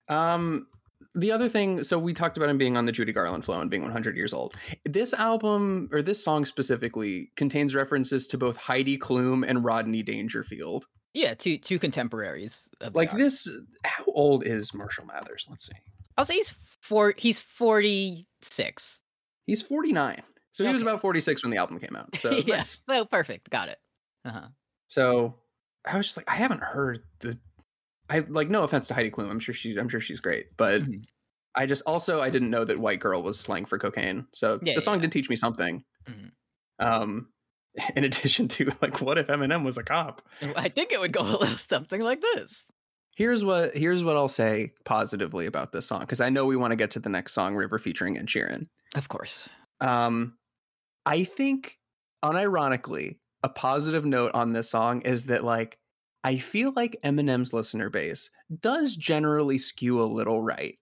[SPEAKER 3] Um, the other thing, so we talked about him being on the Judy Garland flow and being 100 years old. This album, or this song specifically, contains references to both Heidi Klum and Rodney Dangerfield.
[SPEAKER 2] Yeah, two two contemporaries of the
[SPEAKER 3] like
[SPEAKER 2] art.
[SPEAKER 3] this how old is marshall mathers let's see
[SPEAKER 2] I'll say he's four he's 46.
[SPEAKER 3] he's 49 so he was
[SPEAKER 2] Okay.
[SPEAKER 3] about 46 when the album came out so
[SPEAKER 2] yes.
[SPEAKER 3] yes
[SPEAKER 2] So perfect. Got it. Uh-huh.
[SPEAKER 3] so i was just like i haven't heard the i like no offense to heidi klum i'm sure she's i'm sure she's great but
[SPEAKER 2] Mhm.
[SPEAKER 3] i just also i didn't know that white girl was slang for cocaine so
[SPEAKER 2] Yeah, yeah,
[SPEAKER 3] the song
[SPEAKER 2] yeah.
[SPEAKER 3] did teach me something
[SPEAKER 2] Mhm.
[SPEAKER 3] um in addition to like what if eminem was a cop
[SPEAKER 2] I think it would go a little something like this.
[SPEAKER 3] Here's what here's what I'll say positively about this song because I know we want to get to the next song, River featuring Ed Sheeran.
[SPEAKER 2] Of course.
[SPEAKER 3] Um, I think, unironically, a positive note on this song is that, like, I feel like Eminem's listener base does generally skew a little right.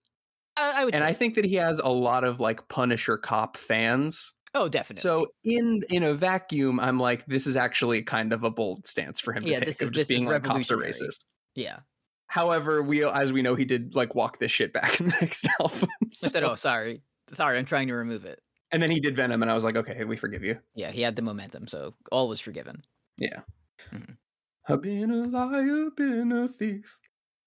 [SPEAKER 2] I, I would
[SPEAKER 3] And
[SPEAKER 2] say
[SPEAKER 3] I
[SPEAKER 2] so.
[SPEAKER 3] think that he has a lot of like Punisher cop fans.
[SPEAKER 2] Oh, definitely.
[SPEAKER 3] So in in a vacuum, I'm like, this is actually kind of a bold stance for him
[SPEAKER 2] Yeah,
[SPEAKER 3] to take
[SPEAKER 2] this is-
[SPEAKER 3] of just
[SPEAKER 2] this is
[SPEAKER 3] being like cops are
[SPEAKER 2] revolutionary.
[SPEAKER 3] racist.
[SPEAKER 2] yeah.
[SPEAKER 3] However, we as we know, he did like walk this shit back in the next album.
[SPEAKER 2] I said,
[SPEAKER 3] So-
[SPEAKER 2] "Oh, sorry. Sorry, I'm trying to remove it."
[SPEAKER 3] and then he did Venom, and I was like, okay, we forgive you.
[SPEAKER 2] Yeah, he had the momentum, so all was forgiven.
[SPEAKER 3] Yeah.
[SPEAKER 2] Mhm.
[SPEAKER 3] I've been a liar, been a thief,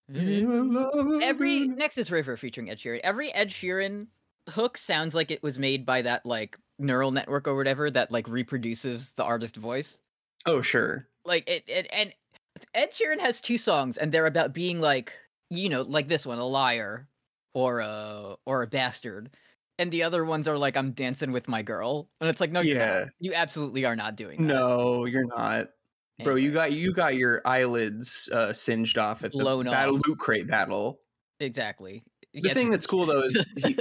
[SPEAKER 3] been a lover.
[SPEAKER 2] Mm-hmm. Every
[SPEAKER 3] been a-
[SPEAKER 2] Nexus River featuring Ed Sheeran. Every Ed Sheeran hook sounds like it was made by that like neural network or whatever that like reproduces the artist voice.
[SPEAKER 3] Oh, sure.
[SPEAKER 2] Like it, it and Ed Sheeran has two songs and they're about being like, you know, like this one, a liar or a or a bastard. And the other ones are like I'm dancing with my girl. And it's like no you're
[SPEAKER 3] Yeah.
[SPEAKER 2] not. You absolutely are not doing that.
[SPEAKER 3] No, you're not, bro. You
[SPEAKER 2] Oh Anyway,
[SPEAKER 3] got you got your eyelids uh, singed off at the
[SPEAKER 2] Blown
[SPEAKER 3] battle
[SPEAKER 2] off.
[SPEAKER 3] loot crate battle.
[SPEAKER 2] exactly.
[SPEAKER 3] The
[SPEAKER 2] Yeah,
[SPEAKER 3] thing that's cool though is he,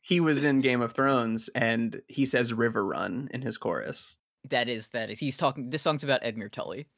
[SPEAKER 3] he was in Game of Thrones and he says River Run in his chorus.
[SPEAKER 2] That is that is. He's talking. This song's about Edmure Tully.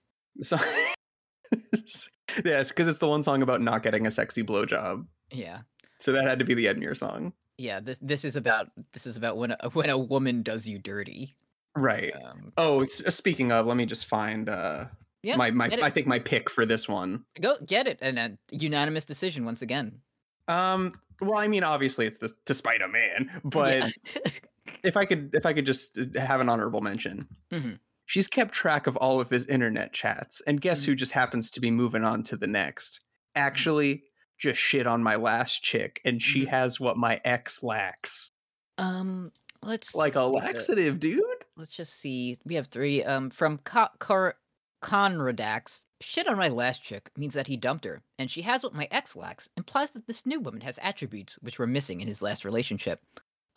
[SPEAKER 3] So yeah, it's because it's the one song about not getting a sexy blowjob.
[SPEAKER 2] Yeah,
[SPEAKER 3] So that had to be the Edmure song,
[SPEAKER 2] yeah. This this is about this is about when a, when a woman does you dirty.
[SPEAKER 3] right?
[SPEAKER 2] Um,
[SPEAKER 3] Oh, s- uh, speaking of, let me just find uh
[SPEAKER 2] Yeah,
[SPEAKER 3] my my
[SPEAKER 2] get it.
[SPEAKER 3] I think my pick for this one.
[SPEAKER 2] go get it, and a unanimous decision once again.
[SPEAKER 3] Um well, I mean obviously it's this despite a man, but
[SPEAKER 2] Yeah.
[SPEAKER 3] if I could if I could just uh, have an honorable mention.
[SPEAKER 2] Mhm.
[SPEAKER 3] She's kept track of all of his internet chats, and guess
[SPEAKER 2] Mhm.
[SPEAKER 3] who just happens to be moving on to the next?
[SPEAKER 2] Mm-hmm.
[SPEAKER 3] Actually, just shit on my last chick, and she
[SPEAKER 2] Mhm.
[SPEAKER 3] has what my ex lacks.
[SPEAKER 2] um, let's
[SPEAKER 3] Like a
[SPEAKER 2] let's look at-
[SPEAKER 3] laxative, dude.
[SPEAKER 2] Let's just see. We have three. Um, from Co- Cor- Conradax. Shit on my last chick means that he dumped her, and she has what my ex lacks. Implies that this new woman has attributes which were missing in his last relationship.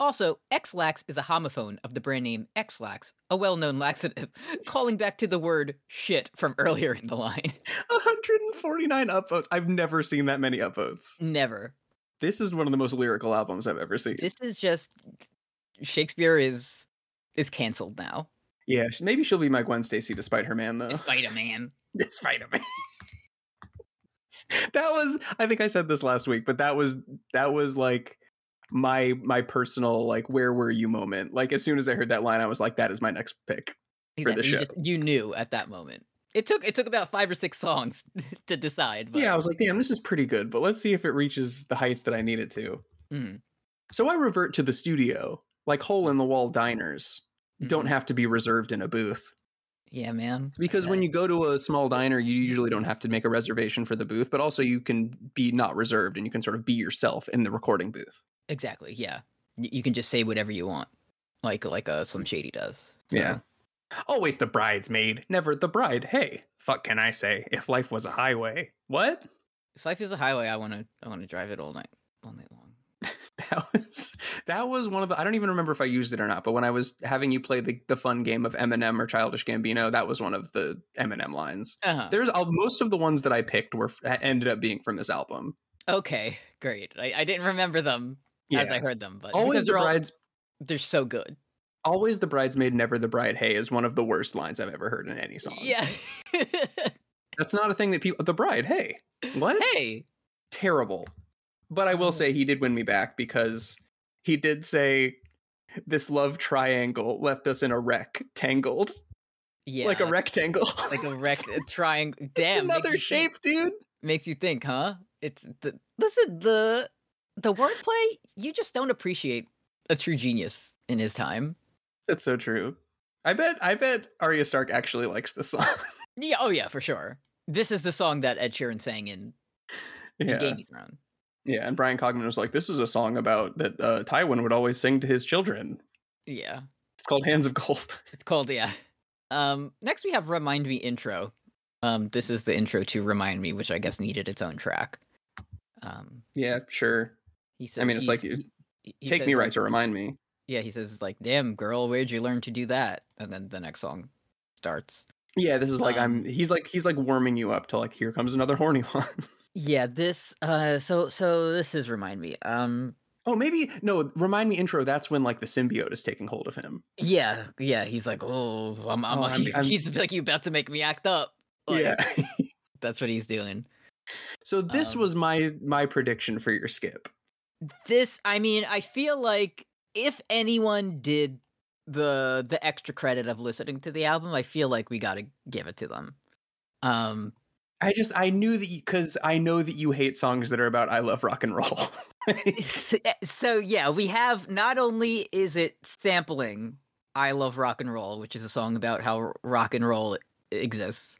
[SPEAKER 2] Also, Xlax is a homophone of the brand name Xlax, a well-known laxative, calling back to the word shit from earlier in the line.
[SPEAKER 3] 149 upvotes. I've never seen that many upvotes.
[SPEAKER 2] Mm. Never.
[SPEAKER 3] This is one of the most lyrical albums I've ever seen.
[SPEAKER 2] This is just Shakespeare is is canceled now.
[SPEAKER 3] Yeah, sh- maybe she'll be my Gwen Stacy despite her man though.
[SPEAKER 2] Spider Man.
[SPEAKER 3] Despite a man. that was I think I said this last week, but that was that was like my my personal like where were you moment. Like as soon as I heard that line, I was like, that is my next pick. the
[SPEAKER 2] Exactly. You,
[SPEAKER 3] show.
[SPEAKER 2] just, you knew at that moment. It took it took about five or six songs to decide. But,
[SPEAKER 3] Yeah, I was like, damn, this is pretty good, but let's see if it reaches the heights that I need it to.
[SPEAKER 2] Mhm,
[SPEAKER 3] So I revert to the studio, like hole in the wall diners. Don't
[SPEAKER 2] mhm.
[SPEAKER 3] have to be reserved in a booth.
[SPEAKER 2] Yeah, man.
[SPEAKER 3] Because when you go to a small diner, you usually don't have to make a reservation for the booth, but also you can be not reserved and you can sort of be yourself in the recording booth.
[SPEAKER 2] exactly yeah, Y- you can just say whatever you want, like like uh, Slim Shady does.
[SPEAKER 3] Yeah. Always the bridesmaid, never the bride. Hey, fuck can I say? If life was a highway. What?
[SPEAKER 2] If life is a highway, I want to I want to drive it all night all night long.
[SPEAKER 3] That was that was one of the I don't even remember if I used it or not, but when I was having you play the, the fun game of Eminem or Childish Gambino, that was one of the Eminem lines.
[SPEAKER 2] Uh-huh.
[SPEAKER 3] There's uh, most of the ones that I picked were ended up being from this album.
[SPEAKER 2] Okay, great. I, I didn't remember them as I heard them, but
[SPEAKER 3] always
[SPEAKER 2] because
[SPEAKER 3] the
[SPEAKER 2] they're all-
[SPEAKER 3] bride's
[SPEAKER 2] they're so good.
[SPEAKER 3] always the bridesmaid, never the bride. Hey is one of the worst lines I've ever heard in any song.
[SPEAKER 2] Yeah.
[SPEAKER 3] that's not a thing that people. The bride. Hey, what?
[SPEAKER 2] hey,
[SPEAKER 3] Terrible. But I will
[SPEAKER 2] Mm-hmm.
[SPEAKER 3] say he did win me back because he did say this love triangle left us in a wreck, tangled
[SPEAKER 2] yeah,
[SPEAKER 3] like a rectangle,
[SPEAKER 2] like a wreck, a triangle.
[SPEAKER 3] it's
[SPEAKER 2] Damn, makes
[SPEAKER 3] another
[SPEAKER 2] you think-
[SPEAKER 3] shape, dude.
[SPEAKER 2] makes you think, huh? It's the listen the the wordplay. You just don't appreciate a true genius in his time.
[SPEAKER 3] That's so true. I bet I bet Arya Stark actually likes this song.
[SPEAKER 2] Yeah, oh yeah, for sure. This is the song that Ed Sheeran sang in, in
[SPEAKER 3] yeah.
[SPEAKER 2] Game of Thrones.
[SPEAKER 3] Yeah, and Brian Cogman was like, this is a song about that uh, Tywin would always sing to his children.
[SPEAKER 2] Yeah,
[SPEAKER 3] It's called Hands of Gold.
[SPEAKER 2] it's called yeah. Um, next we have "Remind Me" intro. Um, this is the intro to "Remind Me," which I guess needed its own track. Um,
[SPEAKER 3] yeah, sure.
[SPEAKER 2] he says,
[SPEAKER 3] I mean, it's
[SPEAKER 2] he's-
[SPEAKER 3] like you
[SPEAKER 2] he- he
[SPEAKER 3] take
[SPEAKER 2] says,
[SPEAKER 3] me
[SPEAKER 2] like-
[SPEAKER 3] right to remind me.
[SPEAKER 2] Yeah, he says like, "Damn girl, where'd you learn to do that?" And then the next song starts.
[SPEAKER 3] Yeah, this is like I'm
[SPEAKER 2] Um,
[SPEAKER 3] he's like he's like warming you up to like here comes another horny one.
[SPEAKER 2] Yeah, this uh so so this is remind me. Um
[SPEAKER 3] oh, maybe no, remind me intro, that's when like the symbiote is taking hold of him.
[SPEAKER 2] yeah, yeah, he's like, "Oh, I'm I'm,
[SPEAKER 3] Oh, I'm- I'm-
[SPEAKER 2] he's like you about to make me act up." Like,
[SPEAKER 3] yeah.
[SPEAKER 2] That's what he's doing.
[SPEAKER 3] so this
[SPEAKER 2] um,
[SPEAKER 3] was my my prediction for your skip.
[SPEAKER 2] This I mean, I feel like if anyone did the the extra credit of listening to the album, I feel like we got to give it to them. Um
[SPEAKER 3] I just I knew that you cuz I know that you hate songs that are about I love rock and roll.
[SPEAKER 2] so, eh, so yeah, we have not only is it sampling I Love Rock and Roll, which is a song about how r- rock and roll e-, exists.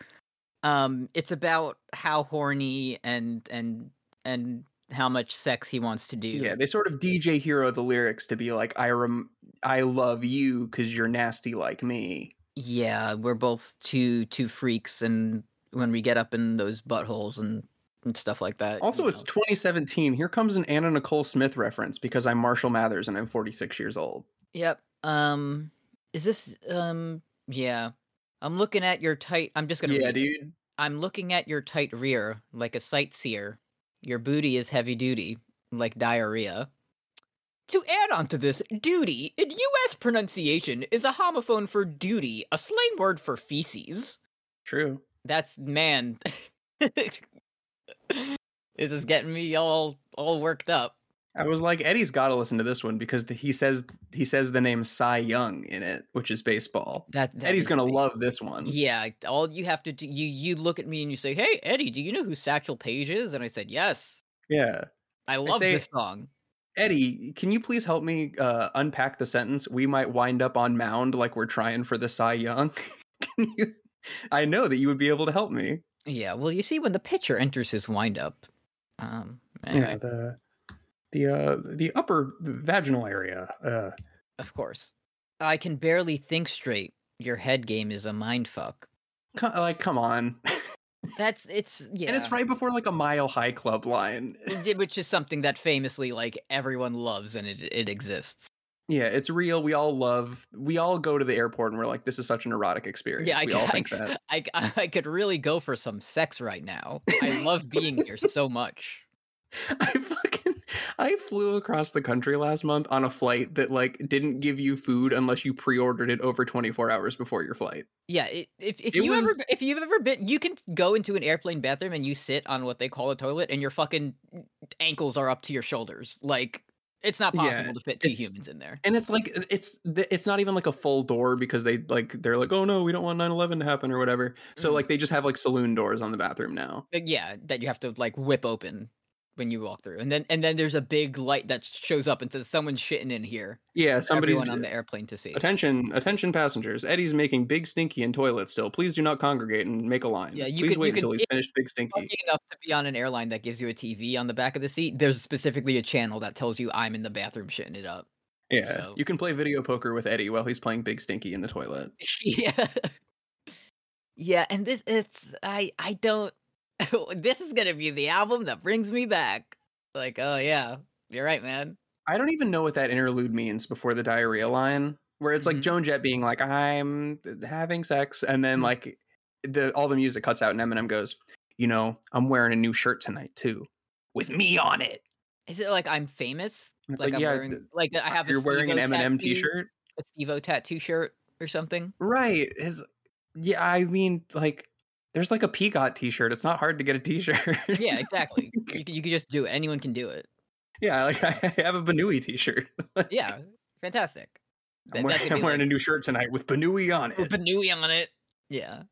[SPEAKER 2] Um it's about how horny and and and how much sex he wants to do.
[SPEAKER 3] Yeah, they sort of DJ hero the lyrics to be like, I rem- I love you because you're nasty like me.
[SPEAKER 2] Yeah, we're both two two freaks and when we get up in those buttholes and and stuff like that.
[SPEAKER 3] Also,
[SPEAKER 2] you
[SPEAKER 3] it's
[SPEAKER 2] know.
[SPEAKER 3] 2017. Here comes an Anna Nicole Smith reference because I'm Marshall Mathers and I'm 46 years old.
[SPEAKER 2] Yep. Um is this um yeah. I'm looking at your tight I'm just going to
[SPEAKER 3] Yeah, dude.
[SPEAKER 2] I'm looking at your tight rear like a sightseer. Your booty is heavy duty, like diarrhea. To add on to this, duty in US pronunciation is a homophone for duty, a slang word for feces.
[SPEAKER 3] True.
[SPEAKER 2] That's man. this is getting me all all worked up.
[SPEAKER 3] I was like, Eddie's got to listen to this one because the, he says he says the name Cy Young in it, which is baseball.
[SPEAKER 2] That, that
[SPEAKER 3] Eddie's
[SPEAKER 2] is
[SPEAKER 3] gonna
[SPEAKER 2] me.
[SPEAKER 3] love this one.
[SPEAKER 2] Yeah, all you have to do you you look at me and you say, "Hey, Eddie, do you know who Satchel Paige is?" And I said, "Yes,
[SPEAKER 3] Yeah.
[SPEAKER 2] I love
[SPEAKER 3] say-
[SPEAKER 2] this song."
[SPEAKER 3] Eddie, can you please help me uh, unpack the sentence? We might wind up on mound like we're trying for the Cy Young. can you? I know that you would be able to help me.
[SPEAKER 2] Yeah, well, you see, when the pitcher enters his windup, um, anyway,
[SPEAKER 1] Yeah, the
[SPEAKER 3] The uh, the upper
[SPEAKER 1] vaginal area. Uh,
[SPEAKER 2] of course, I can barely think straight. Your head game is a mind fuck.
[SPEAKER 3] co- like, come on,
[SPEAKER 2] That's it's yeah,
[SPEAKER 3] and it's right before like a mile high club line.
[SPEAKER 2] right. which is something that famously like everyone loves and it it exists.
[SPEAKER 3] yeah, it's real. We all love. We all go to the airport and we're like, this is such an erotic experience.
[SPEAKER 2] Yeah, I,
[SPEAKER 3] we
[SPEAKER 2] c-
[SPEAKER 3] all
[SPEAKER 2] I
[SPEAKER 3] think
[SPEAKER 2] c-
[SPEAKER 3] that.
[SPEAKER 2] I c- I could really go for some sex right now. I love being here so much.
[SPEAKER 3] I fucking I flew across the country last month on a flight that like didn't give you food unless you pre-ordered it over 24 hours before your flight.
[SPEAKER 2] Yeah, it, if if
[SPEAKER 3] It
[SPEAKER 2] you
[SPEAKER 3] was-
[SPEAKER 2] ever if you've ever been, you can go into an airplane bathroom and you sit on what they call a toilet, and your fucking ankles are up to your shoulders. Like it's not
[SPEAKER 3] Yeah,
[SPEAKER 2] possible to fit two
[SPEAKER 3] it's-
[SPEAKER 2] humans in there.
[SPEAKER 3] and it's like uh, it's it's not even like a full door because they like they're like oh no we don't want 9-11 to happen or whatever so
[SPEAKER 2] Mhm.
[SPEAKER 3] like they just have like saloon doors on the bathroom now
[SPEAKER 2] But yeah, that you have to like whip open when you walk through, and then and then there's a big light that shows up and says someone's shitting in here.
[SPEAKER 3] yeah
[SPEAKER 2] for
[SPEAKER 3] somebody's
[SPEAKER 2] everyone on the airplane to see.
[SPEAKER 3] attention attention passengers eddie's making big stinky in toilet still please do not congregate and make a line
[SPEAKER 2] Yeah, you
[SPEAKER 3] please
[SPEAKER 2] could-
[SPEAKER 3] wait
[SPEAKER 2] you could-
[SPEAKER 3] until he's
[SPEAKER 2] if-
[SPEAKER 3] finished big stinky
[SPEAKER 2] Lucky enough to be on an airline that gives you a TV on the back of the seat, there's specifically a channel that tells you I'm in the bathroom shitting it up.
[SPEAKER 3] yeah
[SPEAKER 2] so-
[SPEAKER 3] you can play video poker with eddie while he's playing big stinky in the toilet
[SPEAKER 2] yeah yeah and this it's i i don't this is gonna be the album that brings me back like oh yeah you're right man
[SPEAKER 3] i don't even know what that interlude means before the diarrhea line where it's
[SPEAKER 2] Mhm.
[SPEAKER 3] like joan jett being like i'm having sex and then
[SPEAKER 2] Mhm.
[SPEAKER 3] like the all the music cuts out and eminem goes you know i'm wearing a new shirt tonight too with me on it.
[SPEAKER 2] Is it like I'm famous?
[SPEAKER 3] And it's
[SPEAKER 2] like,
[SPEAKER 3] like,
[SPEAKER 2] I'm
[SPEAKER 3] yeah,
[SPEAKER 2] wearing
[SPEAKER 3] th- uh,
[SPEAKER 2] like I have a
[SPEAKER 3] you're wearing an
[SPEAKER 2] Steve-O
[SPEAKER 3] Eminem
[SPEAKER 2] tattoo,
[SPEAKER 3] T-shirt,
[SPEAKER 2] a Steve-O tattoo shirt or something.
[SPEAKER 3] right? Is yeah, I mean, like, there's like a Peacock T-shirt. It's not hard to get a T-shirt.
[SPEAKER 2] Yeah, exactly. you c- you could just do it. Anyone can do it.
[SPEAKER 3] yeah. Like I have a Benui T-shirt.
[SPEAKER 2] Yeah, fantastic.
[SPEAKER 3] I'm wearing, I'm wearing a new shirt tonight with Benui on it.
[SPEAKER 2] Benui on it. Yeah.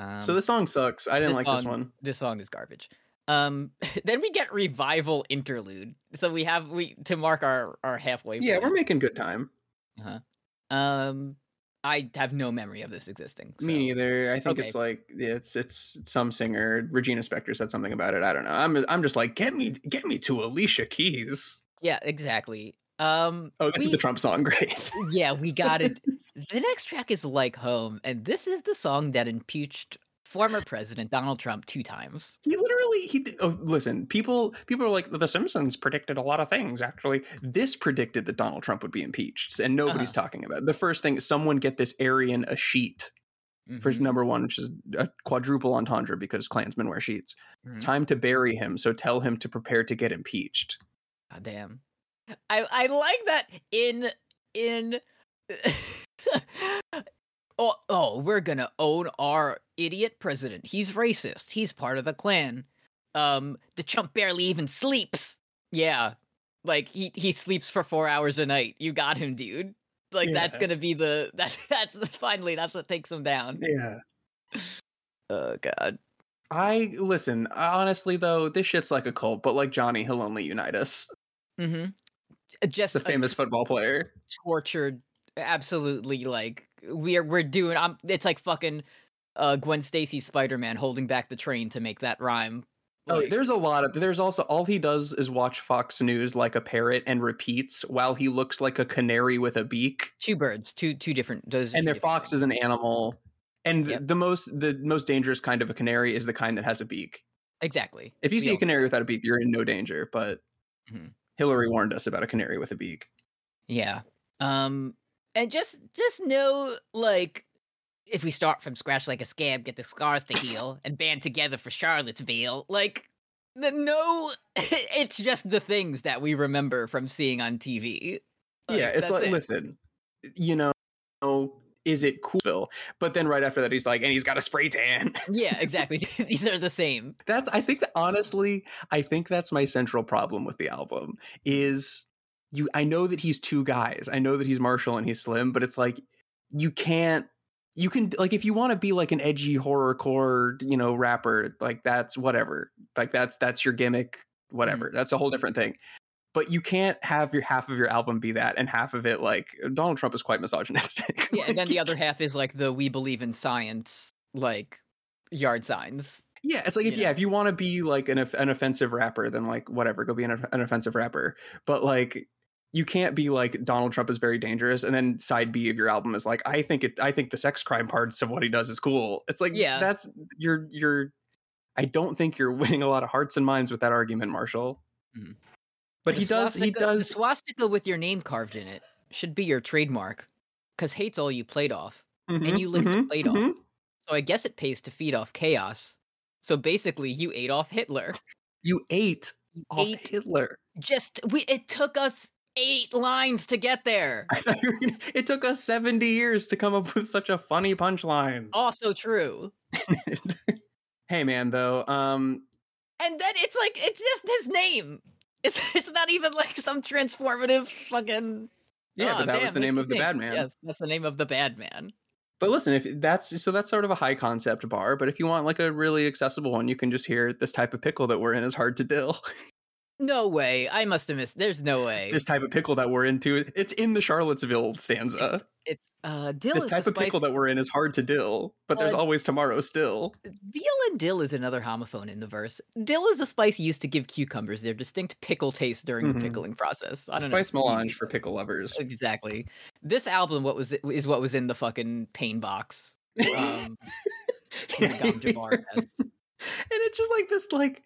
[SPEAKER 2] Um,
[SPEAKER 3] so this song sucks. I didn't
[SPEAKER 2] this
[SPEAKER 3] like this
[SPEAKER 2] song-
[SPEAKER 3] one.
[SPEAKER 2] this song is garbage. Um, then we get revival interlude. So we have we to mark our our halfway.
[SPEAKER 3] Yeah,
[SPEAKER 2] point.
[SPEAKER 3] we're making good time.
[SPEAKER 2] Um, I have no memory of this existing.
[SPEAKER 3] Me
[SPEAKER 2] so-
[SPEAKER 3] neither. I think
[SPEAKER 2] Okay.
[SPEAKER 3] it's like it's it's some singer Regina Spektor said something about it. I don't know. I'm I'm just like get me get me to Alicia Keys.
[SPEAKER 2] Yeah, exactly. Um,
[SPEAKER 3] Oh, this is
[SPEAKER 2] we-
[SPEAKER 3] the Trump song. Great.
[SPEAKER 2] Yeah, we got it. The next track is Like Home, and this is the song that impeached former President Donald Trump two times.
[SPEAKER 3] he literally he did- oh, listen. People people are like the Simpsons predicted a lot of things. Actually, this predicted that Donald Trump would be impeached, and nobody's
[SPEAKER 2] Uh-huh.
[SPEAKER 3] talking about it. the first thing. Someone get this Aryan a sheet for
[SPEAKER 2] Mhm.
[SPEAKER 3] number one, which is a quadruple entendre because Klansmen wear sheets.
[SPEAKER 2] Mhm.
[SPEAKER 3] Time to bury him, so tell him to prepare to get impeached.
[SPEAKER 2] God Ah, damn. I I like that in in Oh, oh, we're gonna own our idiot president. He's racist. He's part of the clan. Um, the chump barely even sleeps. Yeah, like he he sleeps for four hours a night. You got him, dude. Like that's
[SPEAKER 3] Yeah.
[SPEAKER 2] gonna be the that's that's the, finally that's what takes him down.
[SPEAKER 1] Yeah.
[SPEAKER 2] Oh god.
[SPEAKER 3] I listen, honestly though, this shit's like a cult, but like Johnny, he'll only unite us.
[SPEAKER 2] Mm-hmm. Just
[SPEAKER 3] It's a famous football player.
[SPEAKER 2] tortured absolutely like we're we're doing i'm it's like fucking uh gwen stacy spider-man holding back the train to make that rhyme
[SPEAKER 3] oh,
[SPEAKER 2] Like,
[SPEAKER 3] there's a lot of there's also all he does is watch Fox News like a parrot and repeats while he looks like a canary with a beak.
[SPEAKER 2] two birds two two different those are
[SPEAKER 3] And
[SPEAKER 2] two
[SPEAKER 3] their
[SPEAKER 2] different
[SPEAKER 3] fox is an animal. And
[SPEAKER 2] Yep.
[SPEAKER 3] the most the most dangerous kind of a canary is the kind that has a beak.
[SPEAKER 2] things. exactly
[SPEAKER 3] If you
[SPEAKER 2] We
[SPEAKER 3] see a
[SPEAKER 2] all-
[SPEAKER 3] canary without a beak, you're in no danger, but
[SPEAKER 2] Mhm.
[SPEAKER 3] Hillary warned us about a canary with a beak.
[SPEAKER 2] yeah um and just just know like if we start from scratch like a scab get the scars to heal and band together for charlottesville like the, no it's just the things that we remember from seeing on tv
[SPEAKER 3] yeah, it's
[SPEAKER 2] that's
[SPEAKER 3] like
[SPEAKER 2] it.
[SPEAKER 3] listen, you know, oh, is it cool? But then right after that, he's like, and he's got a spray tan.
[SPEAKER 2] yeah exactly these are the same
[SPEAKER 3] That's I think that honestly, I think that's my central problem with the album is you. I know that he's two guys. I know that he's Marshall and he's Slim, but it's like you can't. You can like if you want to be like an edgy horrorcore, you know, rapper, like that's whatever. Like that's that's your gimmick, whatever.
[SPEAKER 2] Mm.
[SPEAKER 3] That's a whole different thing. But you can't have your half of your album be that and half of it like Donald Trump is quite misogynistic.
[SPEAKER 2] Yeah, and then the
[SPEAKER 3] Like,
[SPEAKER 2] other half is like the we believe in science like yard signs.
[SPEAKER 3] Yeah, it's like if
[SPEAKER 2] you know?
[SPEAKER 3] yeah, if you want to be like an off- an offensive rapper, then like whatever, go be an, off- an offensive rapper. But like, you can't be like Donald Trump is very dangerous, and then side B of your album is like, I think it, I think the sex crime parts of what he does is cool. It's like
[SPEAKER 2] Yeah.
[SPEAKER 3] that's you're you're. I don't think you're winning a lot of hearts and minds with that argument, Marshall.
[SPEAKER 2] Mhm.
[SPEAKER 3] But
[SPEAKER 2] The
[SPEAKER 3] he does. He
[SPEAKER 2] swastika- the
[SPEAKER 3] does.
[SPEAKER 2] swastika with your name carved in it should be your trademark cuz hate's all you played off.
[SPEAKER 3] Mhm,
[SPEAKER 2] you licked the
[SPEAKER 3] mhm,
[SPEAKER 2] plate off.
[SPEAKER 3] mhm.
[SPEAKER 2] So I guess it pays to feed off chaos. So basically you ate off Hitler.
[SPEAKER 3] You ate off
[SPEAKER 2] Ate-
[SPEAKER 3] Hitler.
[SPEAKER 2] Just we it took us 8 lines to get there.
[SPEAKER 3] it took us seventy years to come up with such a funny punchline.
[SPEAKER 2] Also true.
[SPEAKER 3] hey man though um
[SPEAKER 2] And then it's like it's just his name. It's it's not even like some transformative fucking
[SPEAKER 3] yeah
[SPEAKER 2] Ah,
[SPEAKER 3] but that was the
[SPEAKER 2] damn, that's
[SPEAKER 3] name of the
[SPEAKER 2] thing.
[SPEAKER 3] bad man
[SPEAKER 2] Yes, that's the name of the bad man.
[SPEAKER 3] but listen if that's so that's sort of a high concept bar but if you want like a really accessible one you can just hear this type of pickle that we're in is hard to dill
[SPEAKER 2] No way. I must have missed. There's no way.
[SPEAKER 3] this type of pickle that we're into it's in the charlottesville
[SPEAKER 2] it's,
[SPEAKER 3] stanza
[SPEAKER 2] it's uh Dill
[SPEAKER 3] this
[SPEAKER 2] is
[SPEAKER 3] type
[SPEAKER 2] the
[SPEAKER 3] of pickle
[SPEAKER 2] spice-
[SPEAKER 3] that we're in is hard to dill but there's
[SPEAKER 2] Uh,
[SPEAKER 3] always tomorrow still
[SPEAKER 2] Dill and dill is another homophone in the verse. Dill is the spice used to give cucumbers their distinct pickle taste during
[SPEAKER 3] Mhm.
[SPEAKER 2] the pickling process. I don't know.
[SPEAKER 3] spice melange for pickle lovers
[SPEAKER 2] Exactly. This album what was is what was in the fucking pain box. Um from the Gom Jabbar test.
[SPEAKER 3] and it's just like this like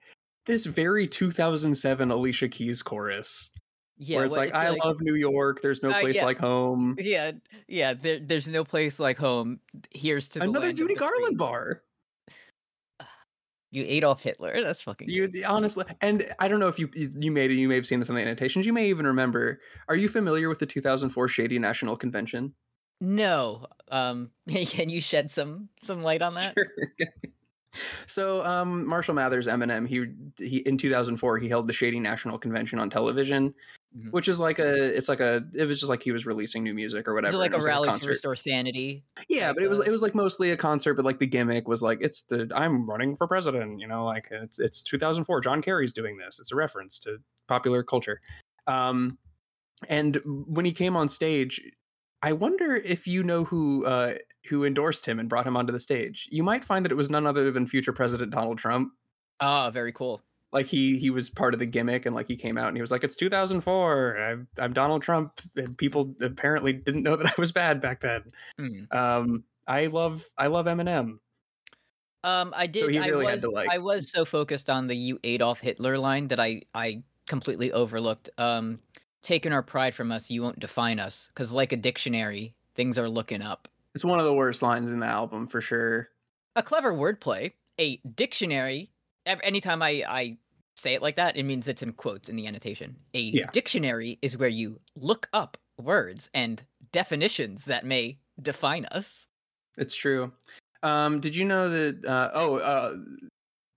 [SPEAKER 3] this very 2007 alicia keys chorus
[SPEAKER 2] Yeah,
[SPEAKER 3] where it's
[SPEAKER 2] what-
[SPEAKER 3] like i love new york there's no
[SPEAKER 2] Uh,
[SPEAKER 3] place
[SPEAKER 2] yeah.
[SPEAKER 3] like home
[SPEAKER 2] Yeah, yeah. There, there's no place like home. Here's to the
[SPEAKER 3] another
[SPEAKER 2] land of
[SPEAKER 3] judy
[SPEAKER 2] the free.
[SPEAKER 3] garland bar
[SPEAKER 2] You Adolf Hitler. That's fucking.
[SPEAKER 3] You honestly, and I don't know if you you made it. You may have seen this in the annotations. You may even remember. Are you familiar with the 2004 Shady National Convention?
[SPEAKER 2] No. Um. Can you shed some some light on that?
[SPEAKER 3] Sure. so, um, Marshall Mathers, Eminem, he he in 2004 he held the Shady National Convention on television,
[SPEAKER 2] Mhm.
[SPEAKER 3] which is like a it's like a it was just like he was releasing new music or whatever.
[SPEAKER 2] Is it
[SPEAKER 3] and
[SPEAKER 2] like
[SPEAKER 3] it
[SPEAKER 2] a
[SPEAKER 3] was
[SPEAKER 2] rally to
[SPEAKER 3] concert.
[SPEAKER 2] restore sanity?
[SPEAKER 3] Yeah,
[SPEAKER 2] like
[SPEAKER 3] but it was
[SPEAKER 2] a-
[SPEAKER 3] it was like mostly a concert, but like the gimmick was like it's the I'm running for president, you know, like it's it's 2004. John Kerry's doing this. It's a reference to popular culture. Um, and when he came on stage, I wonder if you know who uh, who endorsed him and brought him onto the stage. You might find that it was none other than future President Donald Trump.
[SPEAKER 2] Ah, very cool.
[SPEAKER 3] Like he he was part of the gimmick, and like he came out and he was like, "It's 2004. I'm I'm Donald Trump." And people apparently didn't know that I was bad back then.
[SPEAKER 2] Hmm.
[SPEAKER 3] Um, I love I love Eminem.
[SPEAKER 2] Um, I did.
[SPEAKER 3] So he really
[SPEAKER 2] I
[SPEAKER 3] had
[SPEAKER 2] was,
[SPEAKER 3] to, like-
[SPEAKER 2] I was so focused on the "you Adolf Hitler" line that I I completely overlooked. Um, taking our pride from us, you won't define us, because like a dictionary, things are looking up.
[SPEAKER 3] It's one of the worst lines in the album for sure.
[SPEAKER 2] A clever wordplay, a dictionary. ev- Anytime I I say it like that, it means it's in quotes in the annotation. A
[SPEAKER 3] Yeah.
[SPEAKER 2] dictionary is where you look up words and definitions that may define us.
[SPEAKER 3] It's true. Um, did you know that? Uh, oh, uh,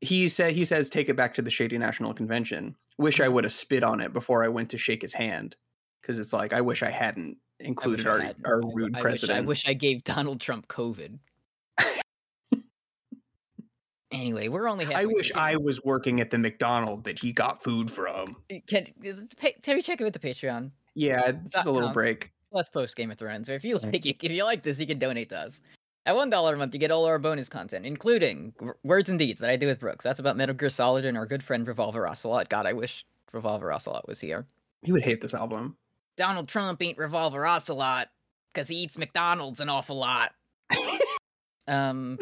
[SPEAKER 3] he said he says take it back to the Shady National Convention. Wish I would have spit on it before I went to shake his hand, because it's like I wish I hadn't
[SPEAKER 2] I wish
[SPEAKER 3] included
[SPEAKER 2] I
[SPEAKER 3] our
[SPEAKER 2] hadn't. I
[SPEAKER 3] our
[SPEAKER 2] w-
[SPEAKER 3] rude
[SPEAKER 2] I wish-
[SPEAKER 3] president.
[SPEAKER 2] I wish I gave Donald Trump COVID. anyway, we're only.
[SPEAKER 3] I
[SPEAKER 2] Halfway
[SPEAKER 3] wish
[SPEAKER 2] through.
[SPEAKER 3] I was working at the McDonald that he got food from.
[SPEAKER 2] can. is it pa- Terry, check it with the Patreon.
[SPEAKER 3] Yeah, just a
[SPEAKER 2] That
[SPEAKER 3] little
[SPEAKER 2] counts.
[SPEAKER 3] break.
[SPEAKER 2] Plus, post Game of Thrones. Or if you like, if you like this, you can donate to us. At one dollar a month, you get all our bonus content, including w- words and deeds that I do with Brooks. That's about Metal Gear Solid and our good friend Revolver Ocelot. God, I wish Revolver Ocelot was here.
[SPEAKER 3] He would hate this album.
[SPEAKER 2] Donald Trump ain't Revolver Ocelot because he eats McDonald's an awful lot. um,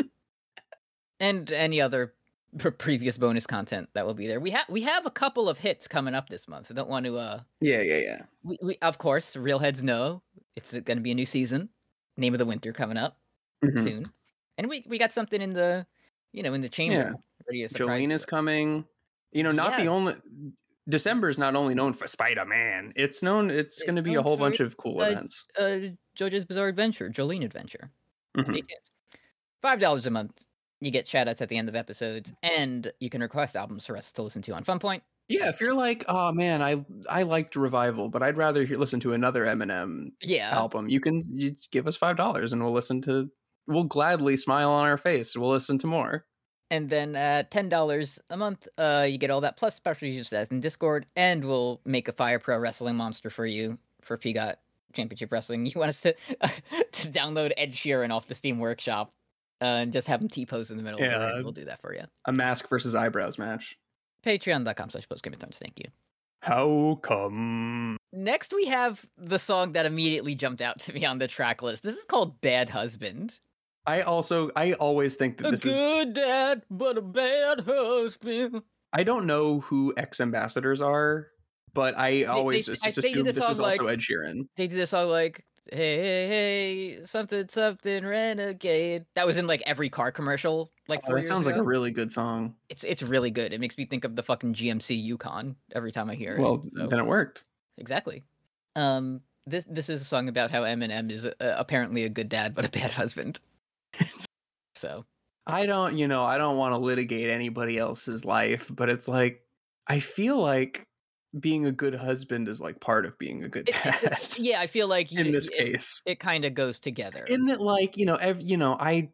[SPEAKER 2] and any other pre- previous bonus content that will be there. We have we have a couple of hits coming up this month. I don't want to. Uh,
[SPEAKER 3] Yeah, yeah, yeah.
[SPEAKER 2] we, we of course, real heads know it's going to be a new season. Name of the winter coming up
[SPEAKER 3] Mhm.
[SPEAKER 2] soon, and we we got something in the you know in the chamber.
[SPEAKER 3] Yeah.
[SPEAKER 2] ready to surprise
[SPEAKER 3] Jolene
[SPEAKER 2] you
[SPEAKER 3] is
[SPEAKER 2] with.
[SPEAKER 3] coming. You know, not the
[SPEAKER 2] Yeah.
[SPEAKER 3] only December is not only known for Spider Man. It's known. It's,
[SPEAKER 2] It's
[SPEAKER 3] going to be a
[SPEAKER 2] known
[SPEAKER 3] whole
[SPEAKER 2] for
[SPEAKER 3] bunch
[SPEAKER 2] it,
[SPEAKER 3] of cool
[SPEAKER 2] uh,
[SPEAKER 3] events.
[SPEAKER 2] uh, JoJo's Bizarre Adventure, Jolene Adventure.
[SPEAKER 3] Mhm.
[SPEAKER 2] Stay tuned. Five dollars a month. You get shout outs at the end of episodes, and you can request albums for us to listen to on Funpoint.
[SPEAKER 3] Yeah, if you're like, oh man, I I liked Revival, but I'd rather hear, listen to another Eminem
[SPEAKER 2] Yeah.
[SPEAKER 3] album. You can you just give us five dollars, and we'll listen to. We'll gladly smile on our face. We'll listen to more.
[SPEAKER 2] And then uh, ten dollars a month, uh, you get all that plus special user status in Discord, and we'll make a Fire Pro Wrestling monster for you for PGOT Championship Wrestling. You want us to to download Ed Sheeran off the Steam Workshop uh, and just have him T pose in the middle of the
[SPEAKER 3] Yeah.
[SPEAKER 2] ring. We'll do that for you.
[SPEAKER 3] A mask versus eyebrows match.
[SPEAKER 2] Patreon.com slash postgame of Thrones. Thank you.
[SPEAKER 3] How come?
[SPEAKER 2] Next, we have the song that immediately jumped out to me on the track list. This is called "Bad Husband."
[SPEAKER 3] I also I always think that this is
[SPEAKER 2] good dad, but a bad husband.
[SPEAKER 3] I don't know who ex ambassadors are, but I always
[SPEAKER 2] they-
[SPEAKER 3] just
[SPEAKER 2] I- they did
[SPEAKER 3] assume
[SPEAKER 2] the
[SPEAKER 3] this is
[SPEAKER 2] song, like-
[SPEAKER 3] also Ed Sheeran.
[SPEAKER 2] They do this all like, "Hey, hey, hey, something, something, renegade." That was in like every car commercial. Like,
[SPEAKER 3] Oh,
[SPEAKER 2] four
[SPEAKER 3] that
[SPEAKER 2] years
[SPEAKER 3] sounds like a
[SPEAKER 2] ago.
[SPEAKER 3] really good song.
[SPEAKER 2] It's it's really good. It makes me think of the fucking GMC Yukon every time I hear it.
[SPEAKER 3] Well,
[SPEAKER 2] so-
[SPEAKER 3] then it worked.
[SPEAKER 2] exactly. Um, this this is a song about how Eminem is uh, apparently a good dad but a bad husband. so
[SPEAKER 3] I don't, you know, I don't want to litigate anybody else's life, but it's like I feel like being a good husband is like part of being a good
[SPEAKER 2] it- it-
[SPEAKER 3] dad
[SPEAKER 2] it- yeah, I feel like
[SPEAKER 3] in
[SPEAKER 2] you-
[SPEAKER 3] this
[SPEAKER 2] it-
[SPEAKER 3] case.
[SPEAKER 2] it kind of goes together.
[SPEAKER 3] Isn't it like, you know, ev- you know, I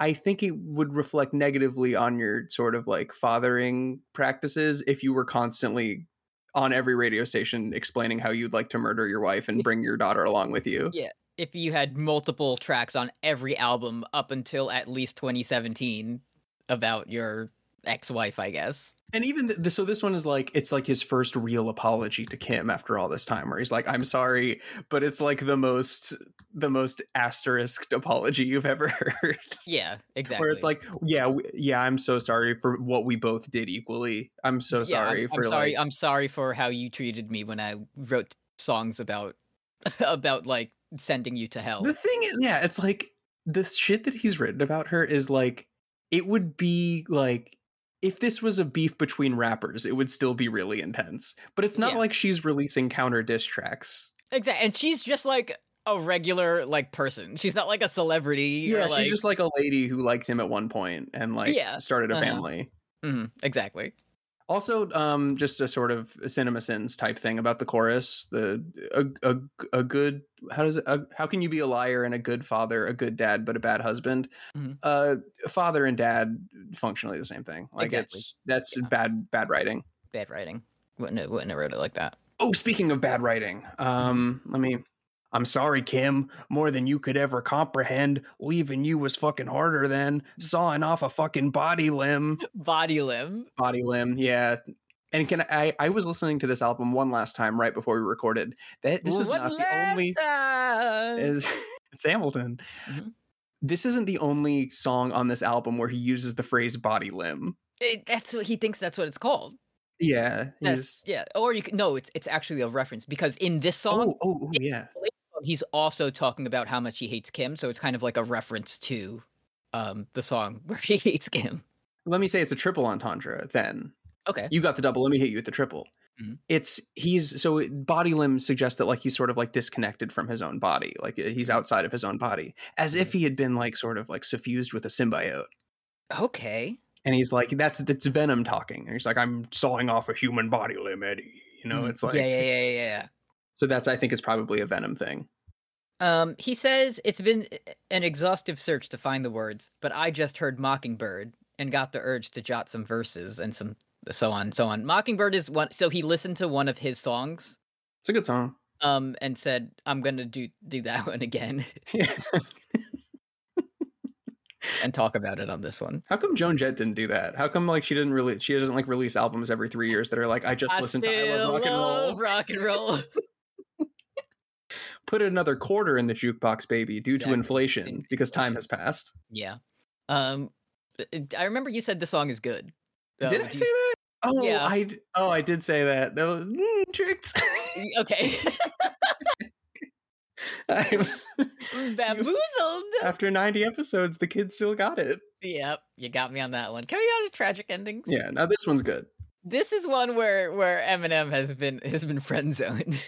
[SPEAKER 3] I think it would reflect negatively on your sort of like fathering practices if you were constantly on every radio station explaining how you'd like to murder your wife and bring your daughter along with you.
[SPEAKER 2] Yeah. if you had multiple tracks on every album up until at least 2017 about your ex-wife, I guess.
[SPEAKER 3] And even th- th- so, this one is like it's like his first real apology to Kim after all this time, where he's like, "I'm sorry," but it's like the most the most asterisked apology you've ever heard,
[SPEAKER 2] Yeah, exactly.
[SPEAKER 3] where it's like, "Yeah, w- yeah, I'm so sorry for what we both did equally. I'm so
[SPEAKER 2] Yeah, I'm-
[SPEAKER 3] sorry
[SPEAKER 2] I'm,
[SPEAKER 3] for
[SPEAKER 2] sorry.
[SPEAKER 3] like."
[SPEAKER 2] I'm sorry for how you treated me when I wrote songs about about like sending you to hell.
[SPEAKER 3] The thing is, yeah, it's like the shit that he's written about her is like it would be like if this was a beef between rappers, it would still be really intense. But it's not
[SPEAKER 2] Yeah.
[SPEAKER 3] like she's releasing counter diss tracks.
[SPEAKER 2] Exactly. And she's just like a regular like person. She's not like a celebrity
[SPEAKER 3] Yeah,
[SPEAKER 2] or like
[SPEAKER 3] she's just like a lady who liked him at one point and like
[SPEAKER 2] Yeah,
[SPEAKER 3] started a
[SPEAKER 2] uh-huh.
[SPEAKER 3] family.
[SPEAKER 2] Mhm, exactly.
[SPEAKER 3] Also, um, just a sort of cinema sins type thing about the chorus. The a a, a good how does it, a, how can you be a liar and a good father, a good dad, but a bad husband?
[SPEAKER 2] Mhm.
[SPEAKER 3] Uh, father and dad functionally the same thing. Like
[SPEAKER 2] Exactly.
[SPEAKER 3] it's that's
[SPEAKER 2] Yeah.
[SPEAKER 3] bad bad writing.
[SPEAKER 2] Bad writing. Wouldn't have, wouldn't have wrote it like that.
[SPEAKER 3] Oh, speaking of bad writing,
[SPEAKER 2] Mm-hmm.
[SPEAKER 3] um, let me. I'm sorry, Kim. More than you could ever comprehend. Leaving you was fucking harder than
[SPEAKER 2] Mm.
[SPEAKER 3] sawing off a fucking body limb.
[SPEAKER 2] Body limb.
[SPEAKER 3] Body limb, yeah. And can I? I was listening to this album one last time right before we recorded. That this is
[SPEAKER 2] One
[SPEAKER 3] not the
[SPEAKER 2] last
[SPEAKER 3] only.
[SPEAKER 2] time.
[SPEAKER 3] Is, it's Hamilton.
[SPEAKER 2] Mhm.
[SPEAKER 3] This isn't the only song on this album where he uses the phrase "body limb."
[SPEAKER 2] It- that's what he thinks that's what it's called.
[SPEAKER 3] Yeah, he's.
[SPEAKER 2] That's, yeah. Or you can, no, it's it's actually a reference because in this song
[SPEAKER 3] Oh, oh, oh, yeah.
[SPEAKER 2] he's also talking about how much he hates Kim, so it's kind of like a reference to um the song where he hates Kim.
[SPEAKER 3] Let me say it's a triple entendre then.
[SPEAKER 2] Okay.
[SPEAKER 3] you got the double let me hit you with the triple
[SPEAKER 2] Mhm.
[SPEAKER 3] it's he's so it- body limb suggests that like he's sort of like disconnected from his own body like uh, he's outside of his own body as
[SPEAKER 2] Mm-hmm.
[SPEAKER 3] if he had been like sort of like suffused with a symbiote
[SPEAKER 2] Okay.
[SPEAKER 3] and he's like that's that's venom talking and he's like i'm sawing off a human body limb eddie you know
[SPEAKER 2] Mhm.
[SPEAKER 3] it's like
[SPEAKER 2] Yeah, yeah, yeah, yeah, yeah.
[SPEAKER 3] so that's i think it's probably a venom thing
[SPEAKER 2] Um, he says it's been an exhaustive search to find the words, but I just heard Mockingbird and got the urge to jot some verses and some so on so on. Mockingbird is one. So he listened to one of his songs,
[SPEAKER 3] it's a good song
[SPEAKER 2] um, and said, "I'm gonna do do that one again and talk about it on this one."
[SPEAKER 3] how come joan jett didn't do that how come like she didn't really she doesn't like release albums every three years that are like i just listened to i love rock and roll
[SPEAKER 2] love rock and roll.
[SPEAKER 3] put another quarter in the jukebox baby due
[SPEAKER 2] Exactly.
[SPEAKER 3] to inflation because time has passed
[SPEAKER 2] yeah. Um, it- I remember you said the song is good. Uh,
[SPEAKER 3] did i
[SPEAKER 2] would you
[SPEAKER 3] say that oh
[SPEAKER 2] Yeah.
[SPEAKER 3] i d- oh i did say that that was mm, tricked
[SPEAKER 2] s- Okay,
[SPEAKER 3] I'm-
[SPEAKER 2] bamboozled.
[SPEAKER 3] after 90 episodes the kids still got it
[SPEAKER 2] Yep, you got me on that one. Can we go to tragic endings?
[SPEAKER 3] yeah now this one's good
[SPEAKER 2] This is one where where Eminem has been has been friend zoned.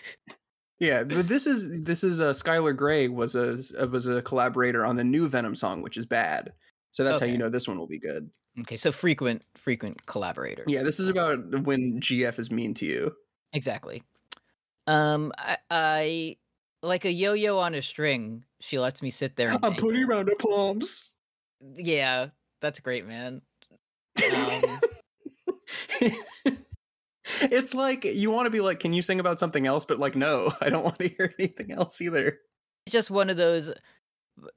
[SPEAKER 3] yeah but this is this is uh skylar gray was a s- uh, was a collaborator on the new venom song which is bad so that's how you
[SPEAKER 2] Okay.
[SPEAKER 3] know this one will be good
[SPEAKER 2] okay, so frequent frequent collaborator.
[SPEAKER 3] yeah this is about when gf is mean to you
[SPEAKER 2] exactly. Um, I, I like a yo-yo on a string. She lets me sit there. And
[SPEAKER 3] i'm putting
[SPEAKER 2] dangle.
[SPEAKER 3] around the palms
[SPEAKER 2] Yeah, that's great, man. Um,
[SPEAKER 3] it's like you want to be like, can you sing about something else? But like, no, I don't want to hear anything else either.
[SPEAKER 2] it's just one of those.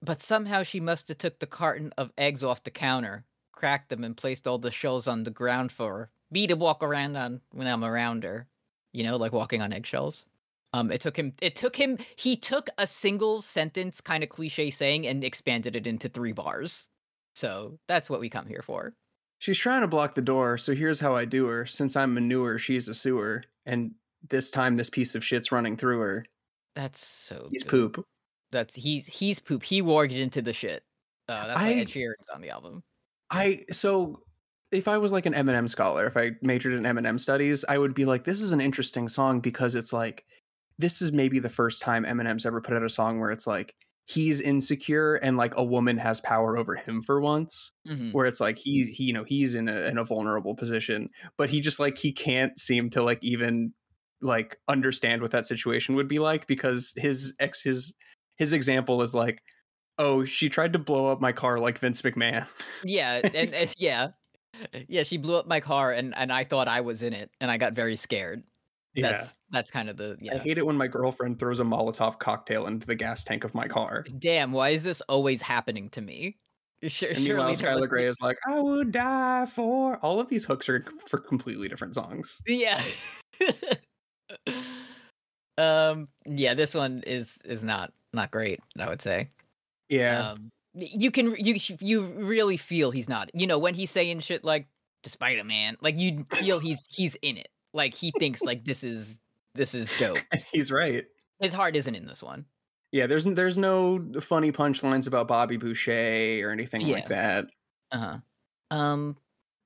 [SPEAKER 2] But somehow she must have took the carton of eggs off the counter, cracked them, and placed all the shells on the ground for her. me to walk around on when I'm around her. You know, like walking on eggshells. Um, it took him. It took him. He took a single sentence, kind of cliche saying, and expanded it into three bars. So that's what we come here for.
[SPEAKER 3] She's trying to block the door, so here's how I do her. Since I'm manure, she's a sewer, and this time this piece of shit's running through her.
[SPEAKER 2] That's so.
[SPEAKER 3] He's
[SPEAKER 2] good.
[SPEAKER 3] poop.
[SPEAKER 2] That's he's he's poop. He warged into the shit. Uh, that's why
[SPEAKER 3] I-
[SPEAKER 2] Ed Sheeran's on the album.
[SPEAKER 3] I so if I was like an Eminem scholar, if I majored in Eminem studies, I would be like, this is an interesting song because it's like this is maybe the first time Eminem's ever put out a song where it's like he's insecure and like a woman has power over him for once.
[SPEAKER 2] Mhm.
[SPEAKER 3] where it's like he, he you know he's in a, in a vulnerable position but he just like he can't seem to like even like understand what that situation would be like because his ex his his example is like oh she tried to blow up my car like vince mcmahon
[SPEAKER 2] Yeah, and, and yeah, yeah. She blew up my car, and and I thought I was in it, and I got very scared. That's that's kind of the
[SPEAKER 3] i
[SPEAKER 2] yeah.
[SPEAKER 3] hate it when my girlfriend throws a molotov cocktail into the gas tank of my car
[SPEAKER 2] Damn, why is this always happening to me? Sure,
[SPEAKER 3] and meanwhile
[SPEAKER 2] surely there
[SPEAKER 3] skylar
[SPEAKER 2] was-
[SPEAKER 3] gray is like i would die for all of these hooks are for completely different songs
[SPEAKER 2] Yeah. um. Yeah, this one is is not not great. I would say.
[SPEAKER 3] yeah
[SPEAKER 2] Um, y- you can you you really feel he's not. You know when he's saying shit like "to Spider Man," like you feel he's he's in it. Like he thinks like this is this is dope.
[SPEAKER 3] he's right
[SPEAKER 2] His heart isn't in this one.
[SPEAKER 3] Yeah, there's n- there's no funny punchlines about Bobby Boucher or anything
[SPEAKER 2] Yeah.
[SPEAKER 3] like that.
[SPEAKER 2] Uh huh. Uh-huh. Um,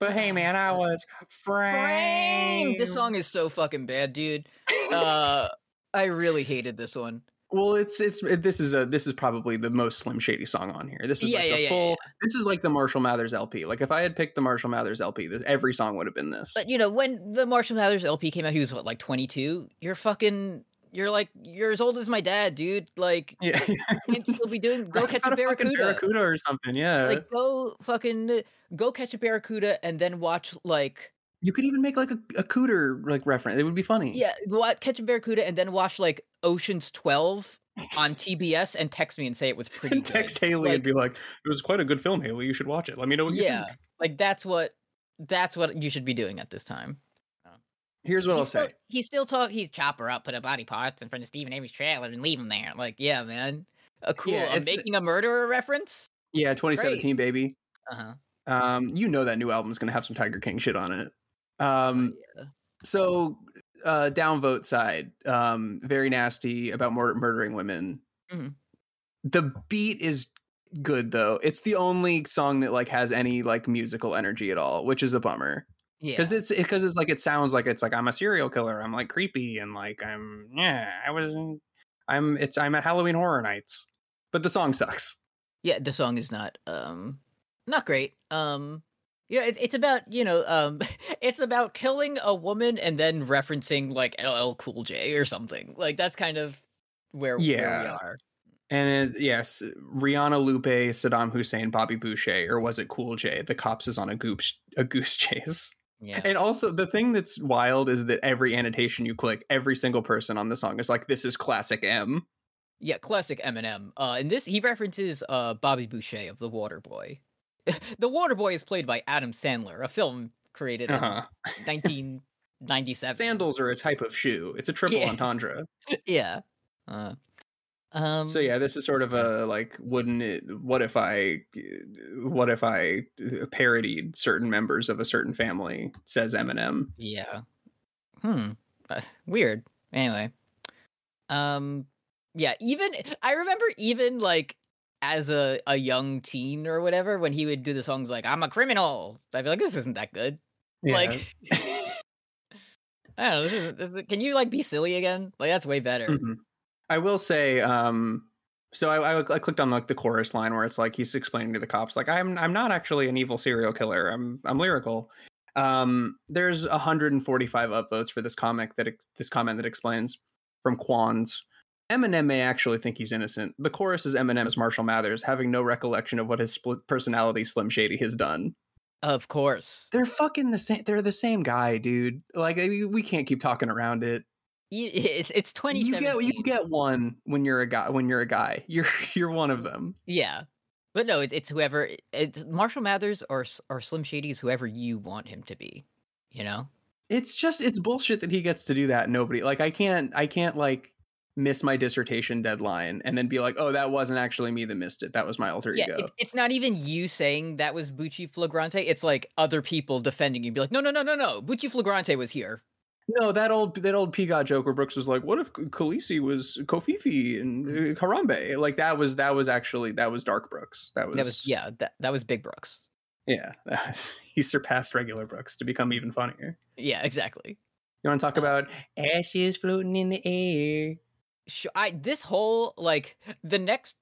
[SPEAKER 3] But hey, man, I was framed.
[SPEAKER 2] This song is so fucking bad, dude. Uh, I really hated this one.
[SPEAKER 3] Well, it's it's this is a this is probably the most Slim Shady song on here. This is
[SPEAKER 2] Yeah,
[SPEAKER 3] like
[SPEAKER 2] yeah,
[SPEAKER 3] the
[SPEAKER 2] yeah,
[SPEAKER 3] full. This is like the Marshall Mathers LP. Like if I had picked the Marshall Mathers LP, this, every song would have been this.
[SPEAKER 2] But you know, when the Marshall Mathers LP came out, he was what, like 22? You're fucking. You're like you're as old as my dad, dude. Like
[SPEAKER 3] yeah,
[SPEAKER 2] you can still be doing go catch a
[SPEAKER 3] About fucking
[SPEAKER 2] barracuda.
[SPEAKER 3] barracuda or something. Yeah,
[SPEAKER 2] Like go fucking go catch a barracuda and then watch like
[SPEAKER 3] you could even make like a, a cooter like reference. It would be funny.
[SPEAKER 2] yeah wa- catch a barracuda and then watch like Ocean's Twelve on TBS and text me and say it was pretty.
[SPEAKER 3] And text
[SPEAKER 2] good.
[SPEAKER 3] Haley
[SPEAKER 2] Like,
[SPEAKER 3] and be like, "It was quite a good film, Haley. You should watch it. Let me know what you
[SPEAKER 2] yeah,
[SPEAKER 3] think."
[SPEAKER 2] like that's what that's what you should be doing at this time.
[SPEAKER 3] Here's what
[SPEAKER 2] he
[SPEAKER 3] I'll
[SPEAKER 2] still,
[SPEAKER 3] say.
[SPEAKER 2] He still talk. He's chop her up, put her body parts in front of Stephen Avery's trailer, and leave him there. Like, yeah, man, a cool.
[SPEAKER 3] Yeah,
[SPEAKER 2] I'm
[SPEAKER 3] it's-
[SPEAKER 2] making a murderer reference.
[SPEAKER 3] Yeah, 2017, baby.
[SPEAKER 2] Uh huh.
[SPEAKER 3] Um, you know that new album's gonna have some Tiger King shit on it. Um, so uh downvote side um very nasty about mur- murdering women
[SPEAKER 2] Mhm.
[SPEAKER 3] the beat is good though it's the only song that like has any like musical energy at all which is a bummer
[SPEAKER 2] yeah.
[SPEAKER 3] because it's because it's like it sounds like it's like i'm a serial killer i'm like creepy and like i'm yeah i was in, i'm it's i'm at halloween horror nights but the song sucks
[SPEAKER 2] yeah the song is not um not great um yeah it, it's about you know um it's about killing a woman and then referencing like ll cool j or something like that's kind of where, where we
[SPEAKER 3] Yeah.
[SPEAKER 2] are
[SPEAKER 3] and it, yes rihanna lupe saddam hussein bobby boucher or was it cool j the cops is on a goose a goose chase
[SPEAKER 2] yeah
[SPEAKER 3] And also, the thing that's wild is that every annotation you click, every single person on the song is like, "This is classic M."
[SPEAKER 2] yeah classic eminem uh and this he references uh bobby boucher of the Waterboy. the Waterboy is played by adam sandler a film created
[SPEAKER 3] Uh-huh.
[SPEAKER 2] in 1997
[SPEAKER 3] Sandals are a type of shoe. It's a triple
[SPEAKER 2] Yeah.
[SPEAKER 3] entendre.
[SPEAKER 2] yeah uh, um
[SPEAKER 3] So yeah, this is sort of a like, wouldn't it? What if I, uh, what if I uh, parodied certain members of a certain family? Says Eminem.
[SPEAKER 2] Yeah. Hmm. Uh, weird. Anyway. Um. Yeah. Even I remember even like as a a young teen or whatever when he would do the songs like I'm a criminal. I'd be like, this isn't that good. Like. I don't know. Oh, This isn't, this is, can you like be silly again? Like that's way better.
[SPEAKER 3] Mhm. I will say, um, so I, I, I clicked on like the chorus line where it's like he's explaining to the cops, like I'm I'm not actually an evil serial killer. I'm I'm lyrical. Um, there's 145 upvotes for this comic that ex- this comment that explains from Quans. Eminem may actually think he's innocent. The chorus is Eminem as Marshall Mathers, having no recollection of what his split personality Slim Shady has done.
[SPEAKER 2] Of course.
[SPEAKER 3] They're fucking the same. They're the same guy, dude. Like I- we can't keep talking around it
[SPEAKER 2] You- It's it's
[SPEAKER 3] you
[SPEAKER 2] 2017.
[SPEAKER 3] get you get one when you're a guy when you're a guy you're you're one of them
[SPEAKER 2] Yeah. But no, it, it's whoever it's Marshall Mathers or S- or Slim Shady is whoever you want him to be. You know.
[SPEAKER 3] it's just it's bullshit that he gets to do that nobody like i can't i can't like miss my dissertation deadline and then be like oh that wasn't actually me that missed it that was my alter
[SPEAKER 2] yeah,
[SPEAKER 3] ego
[SPEAKER 2] it- it's not even you saying that was Bucci Flagrante. It's like other people defending you. Be like, no, no, no, no, no. Bucci Flagrante was here.
[SPEAKER 3] no that old that old peacock joke where brooks was like what if Khaleesi was kofifi and uh, harambe like that was that was actually that was dark brooks that was,
[SPEAKER 2] That was yeah. That that was Big Brooks.
[SPEAKER 3] yeah he surpassed regular brooks to become even funnier
[SPEAKER 2] Yeah, exactly.
[SPEAKER 3] you want to talk
[SPEAKER 2] Uh,
[SPEAKER 3] about ashes floating in the air
[SPEAKER 2] Sh- I this whole like the next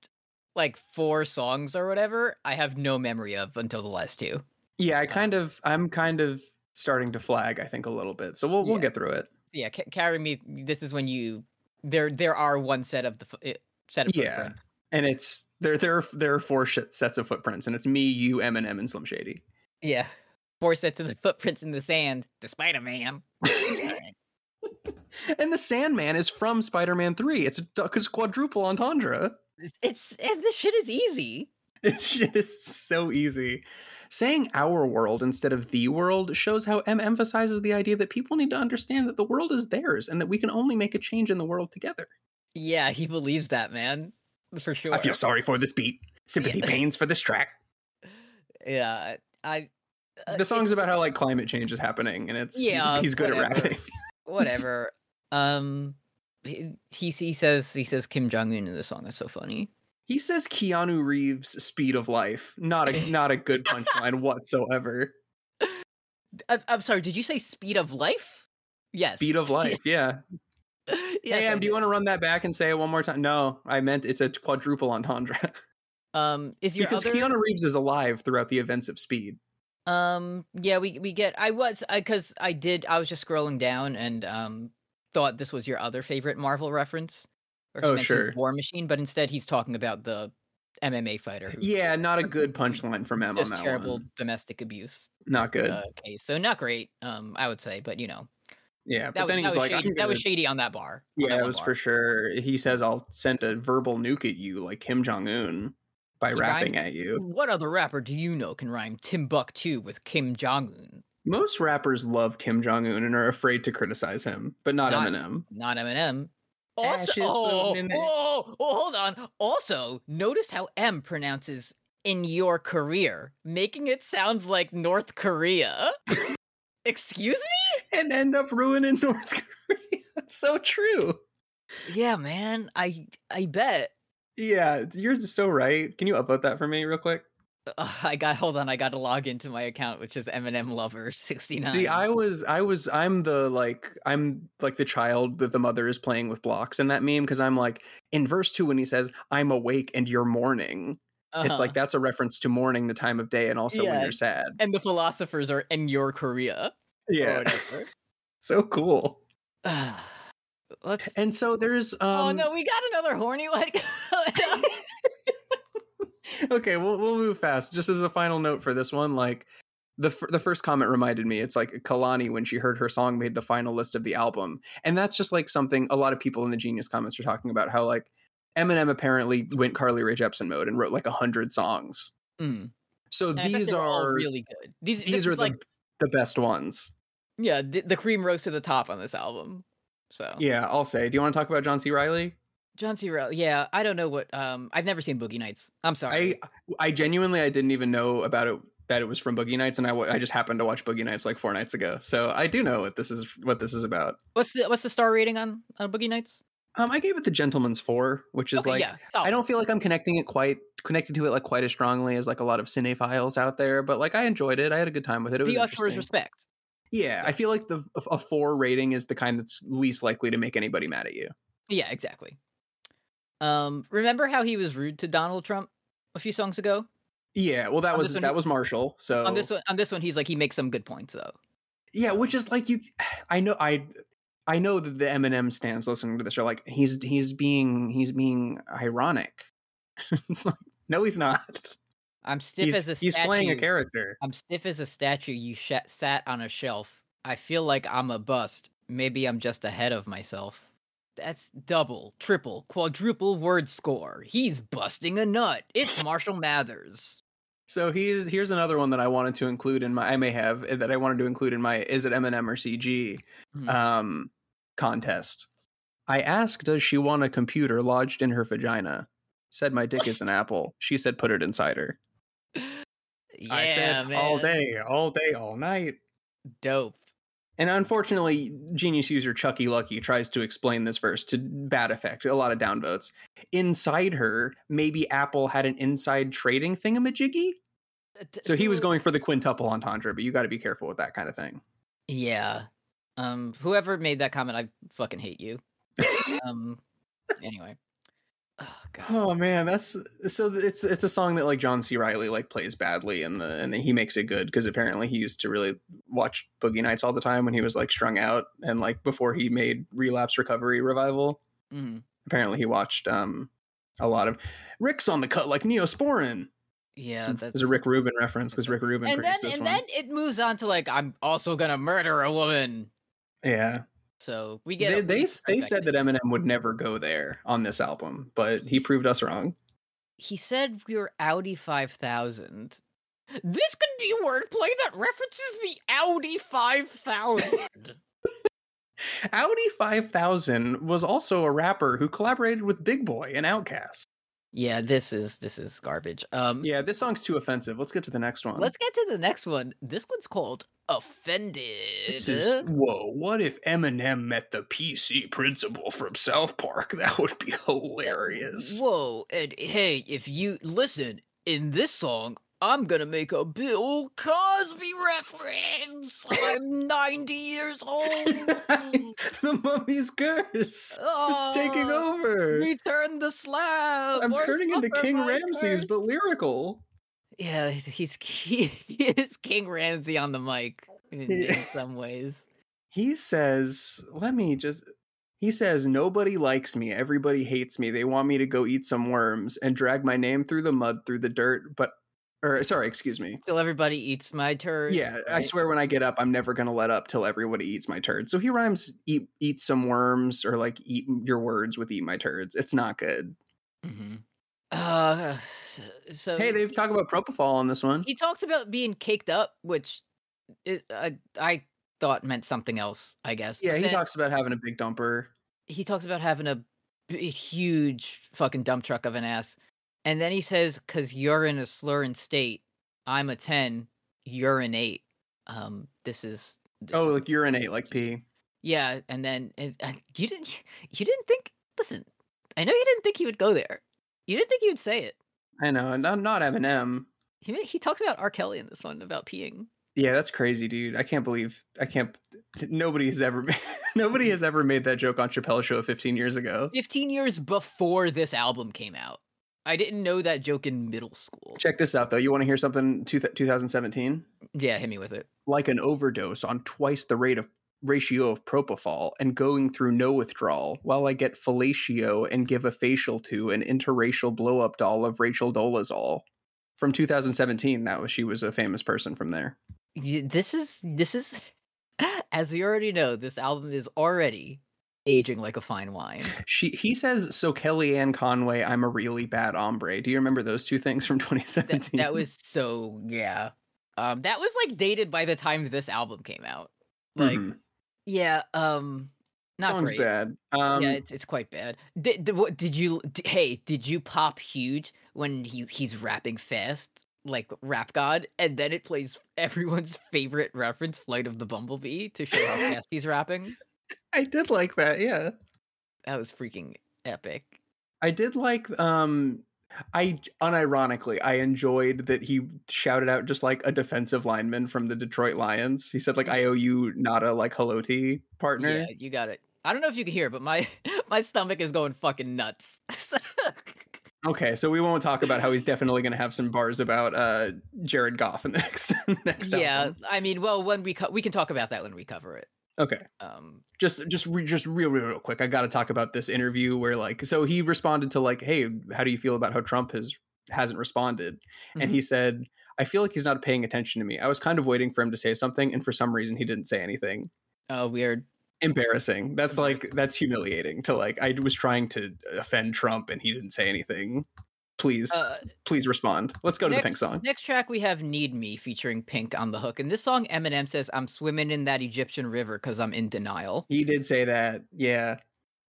[SPEAKER 2] like four songs or whatever I have no memory of until the last two.
[SPEAKER 3] Yeah, I
[SPEAKER 2] Uh,
[SPEAKER 3] kind of I'm kind of starting to flag, I think, a little bit. So we'll we'll
[SPEAKER 2] Yeah.
[SPEAKER 3] get through it.
[SPEAKER 2] Yeah, ca- carry me. This is when you there there are one set of the fo- eh, set of
[SPEAKER 3] Yeah.
[SPEAKER 2] footprints.
[SPEAKER 3] And it's there there are- there are four shit sets of footprints, and it's me, you, Eminem, and Slim Shady.
[SPEAKER 2] Yeah, four sets of the footprints in the sand. Despite a man.
[SPEAKER 3] and the Sandman is from Spider-Man 3. It's a du- it's quadruple entendre.
[SPEAKER 2] It's and this shit is easy.
[SPEAKER 3] It's shit is so easy. Saying our world instead of the world shows how M emphasizes the idea that people need to understand that the world is theirs and that we can only make a change in the world together.
[SPEAKER 2] Yeah, he believes that, man. For sure.
[SPEAKER 3] I feel sorry for this beat. Sympathy pains for this track.
[SPEAKER 2] Yeah, I. uh,
[SPEAKER 3] the song's
[SPEAKER 2] it-
[SPEAKER 3] about how like climate change is happening and it's he's-
[SPEAKER 2] Yeah,
[SPEAKER 3] he's, good
[SPEAKER 2] whatever.
[SPEAKER 3] at rapping
[SPEAKER 2] whatever. um, he he he says he says Kim Jong Un in the song. That's so funny.
[SPEAKER 3] he says keanu reeves speed of life not a not a good punchline whatsoever
[SPEAKER 2] I, I'm sorry. Did you say speed of life? Yes.
[SPEAKER 3] Speed of life. Yeah.
[SPEAKER 2] yes,
[SPEAKER 3] hey,
[SPEAKER 2] I
[SPEAKER 3] Am, do
[SPEAKER 2] did.
[SPEAKER 3] you want to run that back and say it one more time? No, I meant it's a quadruple entendre.
[SPEAKER 2] Um, is your
[SPEAKER 3] because
[SPEAKER 2] other?
[SPEAKER 3] Keanu Reeves is alive throughout the events of Speed.
[SPEAKER 2] Um, yeah, we we get. I was because I did. I was just scrolling down and um thought this was your other favorite Marvel reference. Or he
[SPEAKER 3] Oh,
[SPEAKER 2] mentions
[SPEAKER 3] sure.
[SPEAKER 2] War Machine, but instead he's talking about the MMA fighter. who
[SPEAKER 3] Yeah, not a good punchline from Em on
[SPEAKER 2] Just
[SPEAKER 3] that
[SPEAKER 2] terrible
[SPEAKER 3] one.
[SPEAKER 2] domestic abuse
[SPEAKER 3] Not good.
[SPEAKER 2] uh, case. So not great. Um, I would say, but you know
[SPEAKER 3] yeah, but
[SPEAKER 2] that,
[SPEAKER 3] then he's
[SPEAKER 2] was, that was
[SPEAKER 3] like, I'm
[SPEAKER 2] shady. that was
[SPEAKER 3] gonna-
[SPEAKER 2] shady on that bar. on that
[SPEAKER 3] yeah, it
[SPEAKER 2] one
[SPEAKER 3] was
[SPEAKER 2] bar.
[SPEAKER 3] for sure. He says, "I'll send a verbal nuke at you, like Kim Jong Un, by
[SPEAKER 2] He
[SPEAKER 3] rapping at you."
[SPEAKER 2] What other rapper do you know can rhyme Timbuktu with Kim Jong Un?
[SPEAKER 3] Most rappers love Kim Jong Un and are afraid to criticize him, but not,
[SPEAKER 2] Not-
[SPEAKER 3] Eminem.
[SPEAKER 2] not Eminem. Also,
[SPEAKER 3] Ashes
[SPEAKER 2] oh,
[SPEAKER 3] thrown in the-
[SPEAKER 2] oh, oh, hold on. Also, notice how M pronounces in your career, making it sounds like North Korea. Excuse
[SPEAKER 3] And end up ruining North Korea. That's so true.
[SPEAKER 2] me? Yeah, man. I I bet.
[SPEAKER 3] Yeah, you're so right. Can you upload that for me real quick?
[SPEAKER 2] Ugh, I got hold on. I got to log into my account, which is Eminem Lover sixty nine.
[SPEAKER 3] See, I was, I was, I'm the like, I'm like the child that the mother is playing with blocks in that meme because I'm like in verse two when he says, "I'm awake and you're mourning." It's like that's a reference to mourning, the time of day, and also when
[SPEAKER 2] Yeah.
[SPEAKER 3] you're sad.
[SPEAKER 2] And the philosophers are in your Korea. Or
[SPEAKER 3] Oh, Yeah,
[SPEAKER 2] whatever.
[SPEAKER 3] so cool.
[SPEAKER 2] Ugh. Let's.
[SPEAKER 3] And so there's, um,
[SPEAKER 2] oh no, we got another horny one.
[SPEAKER 3] okay, we'll we'll move fast. Just as a final note for this one, like the f- the first comment reminded me, it's like Kalani when she heard her song made the final list of the album, and that's just like something a lot of people in the Genius comments are talking about how like Eminem apparently went Carly Rae Jepsen mode and wrote like a hundred songs.
[SPEAKER 2] Mm.
[SPEAKER 3] So
[SPEAKER 2] And I bet
[SPEAKER 3] these
[SPEAKER 2] they were all
[SPEAKER 3] are
[SPEAKER 2] really good. These this
[SPEAKER 3] these are
[SPEAKER 2] is
[SPEAKER 3] the,
[SPEAKER 2] like
[SPEAKER 3] the best ones.
[SPEAKER 2] yeah, the, the cream rose to the top on this album. So
[SPEAKER 3] Yeah, I'll say. Do you want to talk about John C. Riley?
[SPEAKER 2] John C. Reilly, yeah, I don't know what um I've never seen Boogie Nights. I'm sorry.
[SPEAKER 3] I I genuinely I didn't even know about it that it was from Boogie Nights, and I wa- I just happened to watch Boogie Nights like four nights ago. So I do know what this is what this is about.
[SPEAKER 2] what's the what's the star rating on, on Boogie Nights?
[SPEAKER 3] Um, I gave it the Gentleman's Four, which is
[SPEAKER 2] Okay,
[SPEAKER 3] like
[SPEAKER 2] yeah, Oh.
[SPEAKER 3] I
[SPEAKER 2] solid.
[SPEAKER 3] don't feel like I'm connecting it quite connected to it like quite as strongly as like a lot of cinephiles out there, but like I enjoyed it. I had a good time with it. It was
[SPEAKER 2] the Usher's
[SPEAKER 3] interesting.
[SPEAKER 2] respect.
[SPEAKER 3] yeah, I feel like the a four rating is the kind that's least likely to make anybody mad at you.
[SPEAKER 2] Yeah, exactly. Um, remember how he was rude to Donald Trump a few songs ago?
[SPEAKER 3] Yeah, well that
[SPEAKER 2] On
[SPEAKER 3] was
[SPEAKER 2] this one-
[SPEAKER 3] that was Marshall. So
[SPEAKER 2] On this one, on this one, he's like he makes some good points though.
[SPEAKER 3] yeah, which is like you, I know I. I know that the Eminem stands listening to this are like he's he's being he's being ironic. it's like no, he's not.
[SPEAKER 2] I'm stiff
[SPEAKER 3] he's
[SPEAKER 2] as a statue.
[SPEAKER 3] he's playing a character.
[SPEAKER 2] I'm stiff as a statue. You sh- sat on a shelf. I feel like I'm a bust. Maybe I'm just ahead of myself. That's double, triple, quadruple word score. He's busting a nut. It's Marshall Mathers.
[SPEAKER 3] So here's here's another one that I wanted to include in my I may have uh, that I wanted to include in my is it Eminem or CG
[SPEAKER 2] Hmm.
[SPEAKER 3] um, contest. I asked, does she want a computer lodged in her vagina? Said my dick is an apple. She said, put it inside her.
[SPEAKER 2] Yeah,
[SPEAKER 1] I said
[SPEAKER 2] man.
[SPEAKER 1] all day, all day, all night.
[SPEAKER 2] Dope.
[SPEAKER 3] And unfortunately, genius user Chucky Lucky tries to explain this verse to bad effect. A lot of downvotes. Inside her, maybe Apple had an inside trading thingamajiggy.
[SPEAKER 2] T-
[SPEAKER 3] So he was
[SPEAKER 2] who-
[SPEAKER 3] going for the quintuple entendre, but you got to be careful with that kind of thing.
[SPEAKER 2] Yeah. Um. Whoever made that comment, I fucking hate you. um. Anyway. Oh god.
[SPEAKER 3] Oh man, that's so th- it's it's a song that like John C. Riley like plays badly and the and he makes it good because apparently he used to really watch Boogie Nights all the time when he was like strung out and like before he made Relapse Recovery Revival.
[SPEAKER 2] Mm.
[SPEAKER 3] Apparently he watched um a lot of Rick's on the cut like Neosporin.
[SPEAKER 2] Yeah. That's
[SPEAKER 3] There's a Rick Rubin reference because Rick Rubin
[SPEAKER 2] and then
[SPEAKER 3] produced this
[SPEAKER 2] and
[SPEAKER 3] one.
[SPEAKER 2] then it moves on to like I'm also gonna murder a woman.
[SPEAKER 3] yeah,
[SPEAKER 2] So we get
[SPEAKER 3] they
[SPEAKER 2] a
[SPEAKER 3] they,
[SPEAKER 2] weird
[SPEAKER 3] s- they
[SPEAKER 2] trifecta.
[SPEAKER 3] said that Eminem would never go there on this album, but he proved us wrong.
[SPEAKER 2] he said we were Audi five thousand. This could be wordplay that references the Audi five thousand.
[SPEAKER 3] Audi 5000 was also a rapper who collaborated with Big Boy and Outkast.
[SPEAKER 2] yeah, this is this is garbage. Um,
[SPEAKER 3] Yeah, this song's too offensive. Let's get to the next one.
[SPEAKER 2] let's get to the next one. This one's called Offended.
[SPEAKER 3] This is whoa. What if Eminem met the PC principal from South Park? That would be hilarious.
[SPEAKER 2] Whoa, and hey, if you listen in this song, I'm gonna make a Bill Cosby reference. I'm 90 years old.
[SPEAKER 3] the mummy's curse.
[SPEAKER 2] Oh,
[SPEAKER 3] it's taking over.
[SPEAKER 2] Return the slab.
[SPEAKER 3] I'm
[SPEAKER 2] or
[SPEAKER 3] turning into
[SPEAKER 2] suffer
[SPEAKER 3] King
[SPEAKER 2] my
[SPEAKER 3] Ramses,
[SPEAKER 2] curse.
[SPEAKER 3] but lyrical.
[SPEAKER 2] Yeah, he's he, he is King Ramsey on the mic in, in
[SPEAKER 3] Yeah.
[SPEAKER 2] some ways.
[SPEAKER 3] He says, let me just. He says, nobody likes me. Everybody hates me. They want me to go eat some worms and drag my name through the mud, through the dirt, but. Or, sorry, excuse me.
[SPEAKER 2] Till everybody eats my turd.
[SPEAKER 3] Yeah, I
[SPEAKER 2] right?
[SPEAKER 3] swear when I get up, I'm never gonna let up till everybody eats my turd. So he rhymes eat eat some worms or like eat your words with eat my turds. It's not good.
[SPEAKER 2] Mhm. Uh, so
[SPEAKER 3] Hey, they've talked about propofol on this one.
[SPEAKER 2] he talks about being caked up, which is, I I thought meant something else. I guess.
[SPEAKER 3] Yeah,
[SPEAKER 2] but
[SPEAKER 3] he
[SPEAKER 2] then
[SPEAKER 3] talks about having a big dumper.
[SPEAKER 2] He talks about having a, b- huge fucking dump truck of an ass, and then he says, "Cause you're in a slurring state, I'm a ten, you're an eight. Um, this is this
[SPEAKER 3] Oh,
[SPEAKER 2] is-
[SPEAKER 3] like urinate like pee.
[SPEAKER 2] yeah, and then and, uh, you didn't you didn't think. Listen, I know you didn't think he would go there. You didn't think he would say it.
[SPEAKER 3] I know, and I'm not Eminem.
[SPEAKER 2] He ma- he talks about R. Kelly in this one about peeing.
[SPEAKER 3] Yeah, that's crazy, dude. I can't believe I can't. Nobody has ever made, nobody has ever made that joke on Chappelle Show 15 years ago.
[SPEAKER 2] 15 years before this album came out. I didn't know that joke in middle school.
[SPEAKER 3] Check this out though. You want to hear something? Two, 2017.
[SPEAKER 2] Yeah, hit me with it.
[SPEAKER 3] like an overdose on twice the rate of ratio of propofol and going through no withdrawal while I get fellatio and give a facial to an interracial blow up doll of Rachel Dolezal. From 2017, that was she was a famous person from there.
[SPEAKER 2] Y- This is this is as we already know, this album is already aging like a fine wine.
[SPEAKER 3] She he says, So Kellyanne Conway, I'm a really bad hombre. Do you remember those two things from
[SPEAKER 2] That,
[SPEAKER 3] 2017?
[SPEAKER 2] that was so yeah. Um that was like dated by the time this album came out. Like
[SPEAKER 3] Mhm.
[SPEAKER 2] yeah, um not
[SPEAKER 3] song's
[SPEAKER 2] great.
[SPEAKER 3] bad. Um
[SPEAKER 2] yeah, it's, it's quite bad. Did, did what did you? d hey, did you pop huge when he he's rapping fast like Rap God, and then it plays everyone's favorite reference, Flight of the Bumblebee, to show how fast he's rapping.
[SPEAKER 3] I did like that, yeah.
[SPEAKER 2] That was freaking epic.
[SPEAKER 3] I did like um I unironically I enjoyed that he shouted out just like a defensive lineman from the Detroit Lions. He said like I owe you not a like hello tea partner.
[SPEAKER 2] Yeah, you got it. I don't know if you can hear, it, but my my stomach is going fucking nuts.
[SPEAKER 3] Okay, so we won't talk about how he's definitely going to have some bars about uh Jared Goff in the next next
[SPEAKER 2] yeah,
[SPEAKER 3] album.
[SPEAKER 2] I mean, well, when we co- we can talk about that when we cover it.
[SPEAKER 3] Okay.
[SPEAKER 2] Um,
[SPEAKER 3] Just just re- just real real real quick. I got to talk about this interview where like so he responded to like hey, how do you feel about how Trump has hasn't responded?
[SPEAKER 2] Mhm.
[SPEAKER 3] And he said I feel like he's not paying attention to me. I was kind of waiting for him to say something, and for some reason, he didn't say anything.
[SPEAKER 2] oh, weird.
[SPEAKER 3] embarrassing. That's
[SPEAKER 2] Mhm.
[SPEAKER 3] like that's humiliating to like I was trying to offend Trump and he didn't say anything. Please,
[SPEAKER 2] Uh,
[SPEAKER 3] please respond. Let's go to the pink song.
[SPEAKER 2] Next track we have Need Me featuring Pink on the hook. And this song Eminem says I'm swimming in that Egyptian river cuz I'm in denial.
[SPEAKER 3] He did say that. Yeah.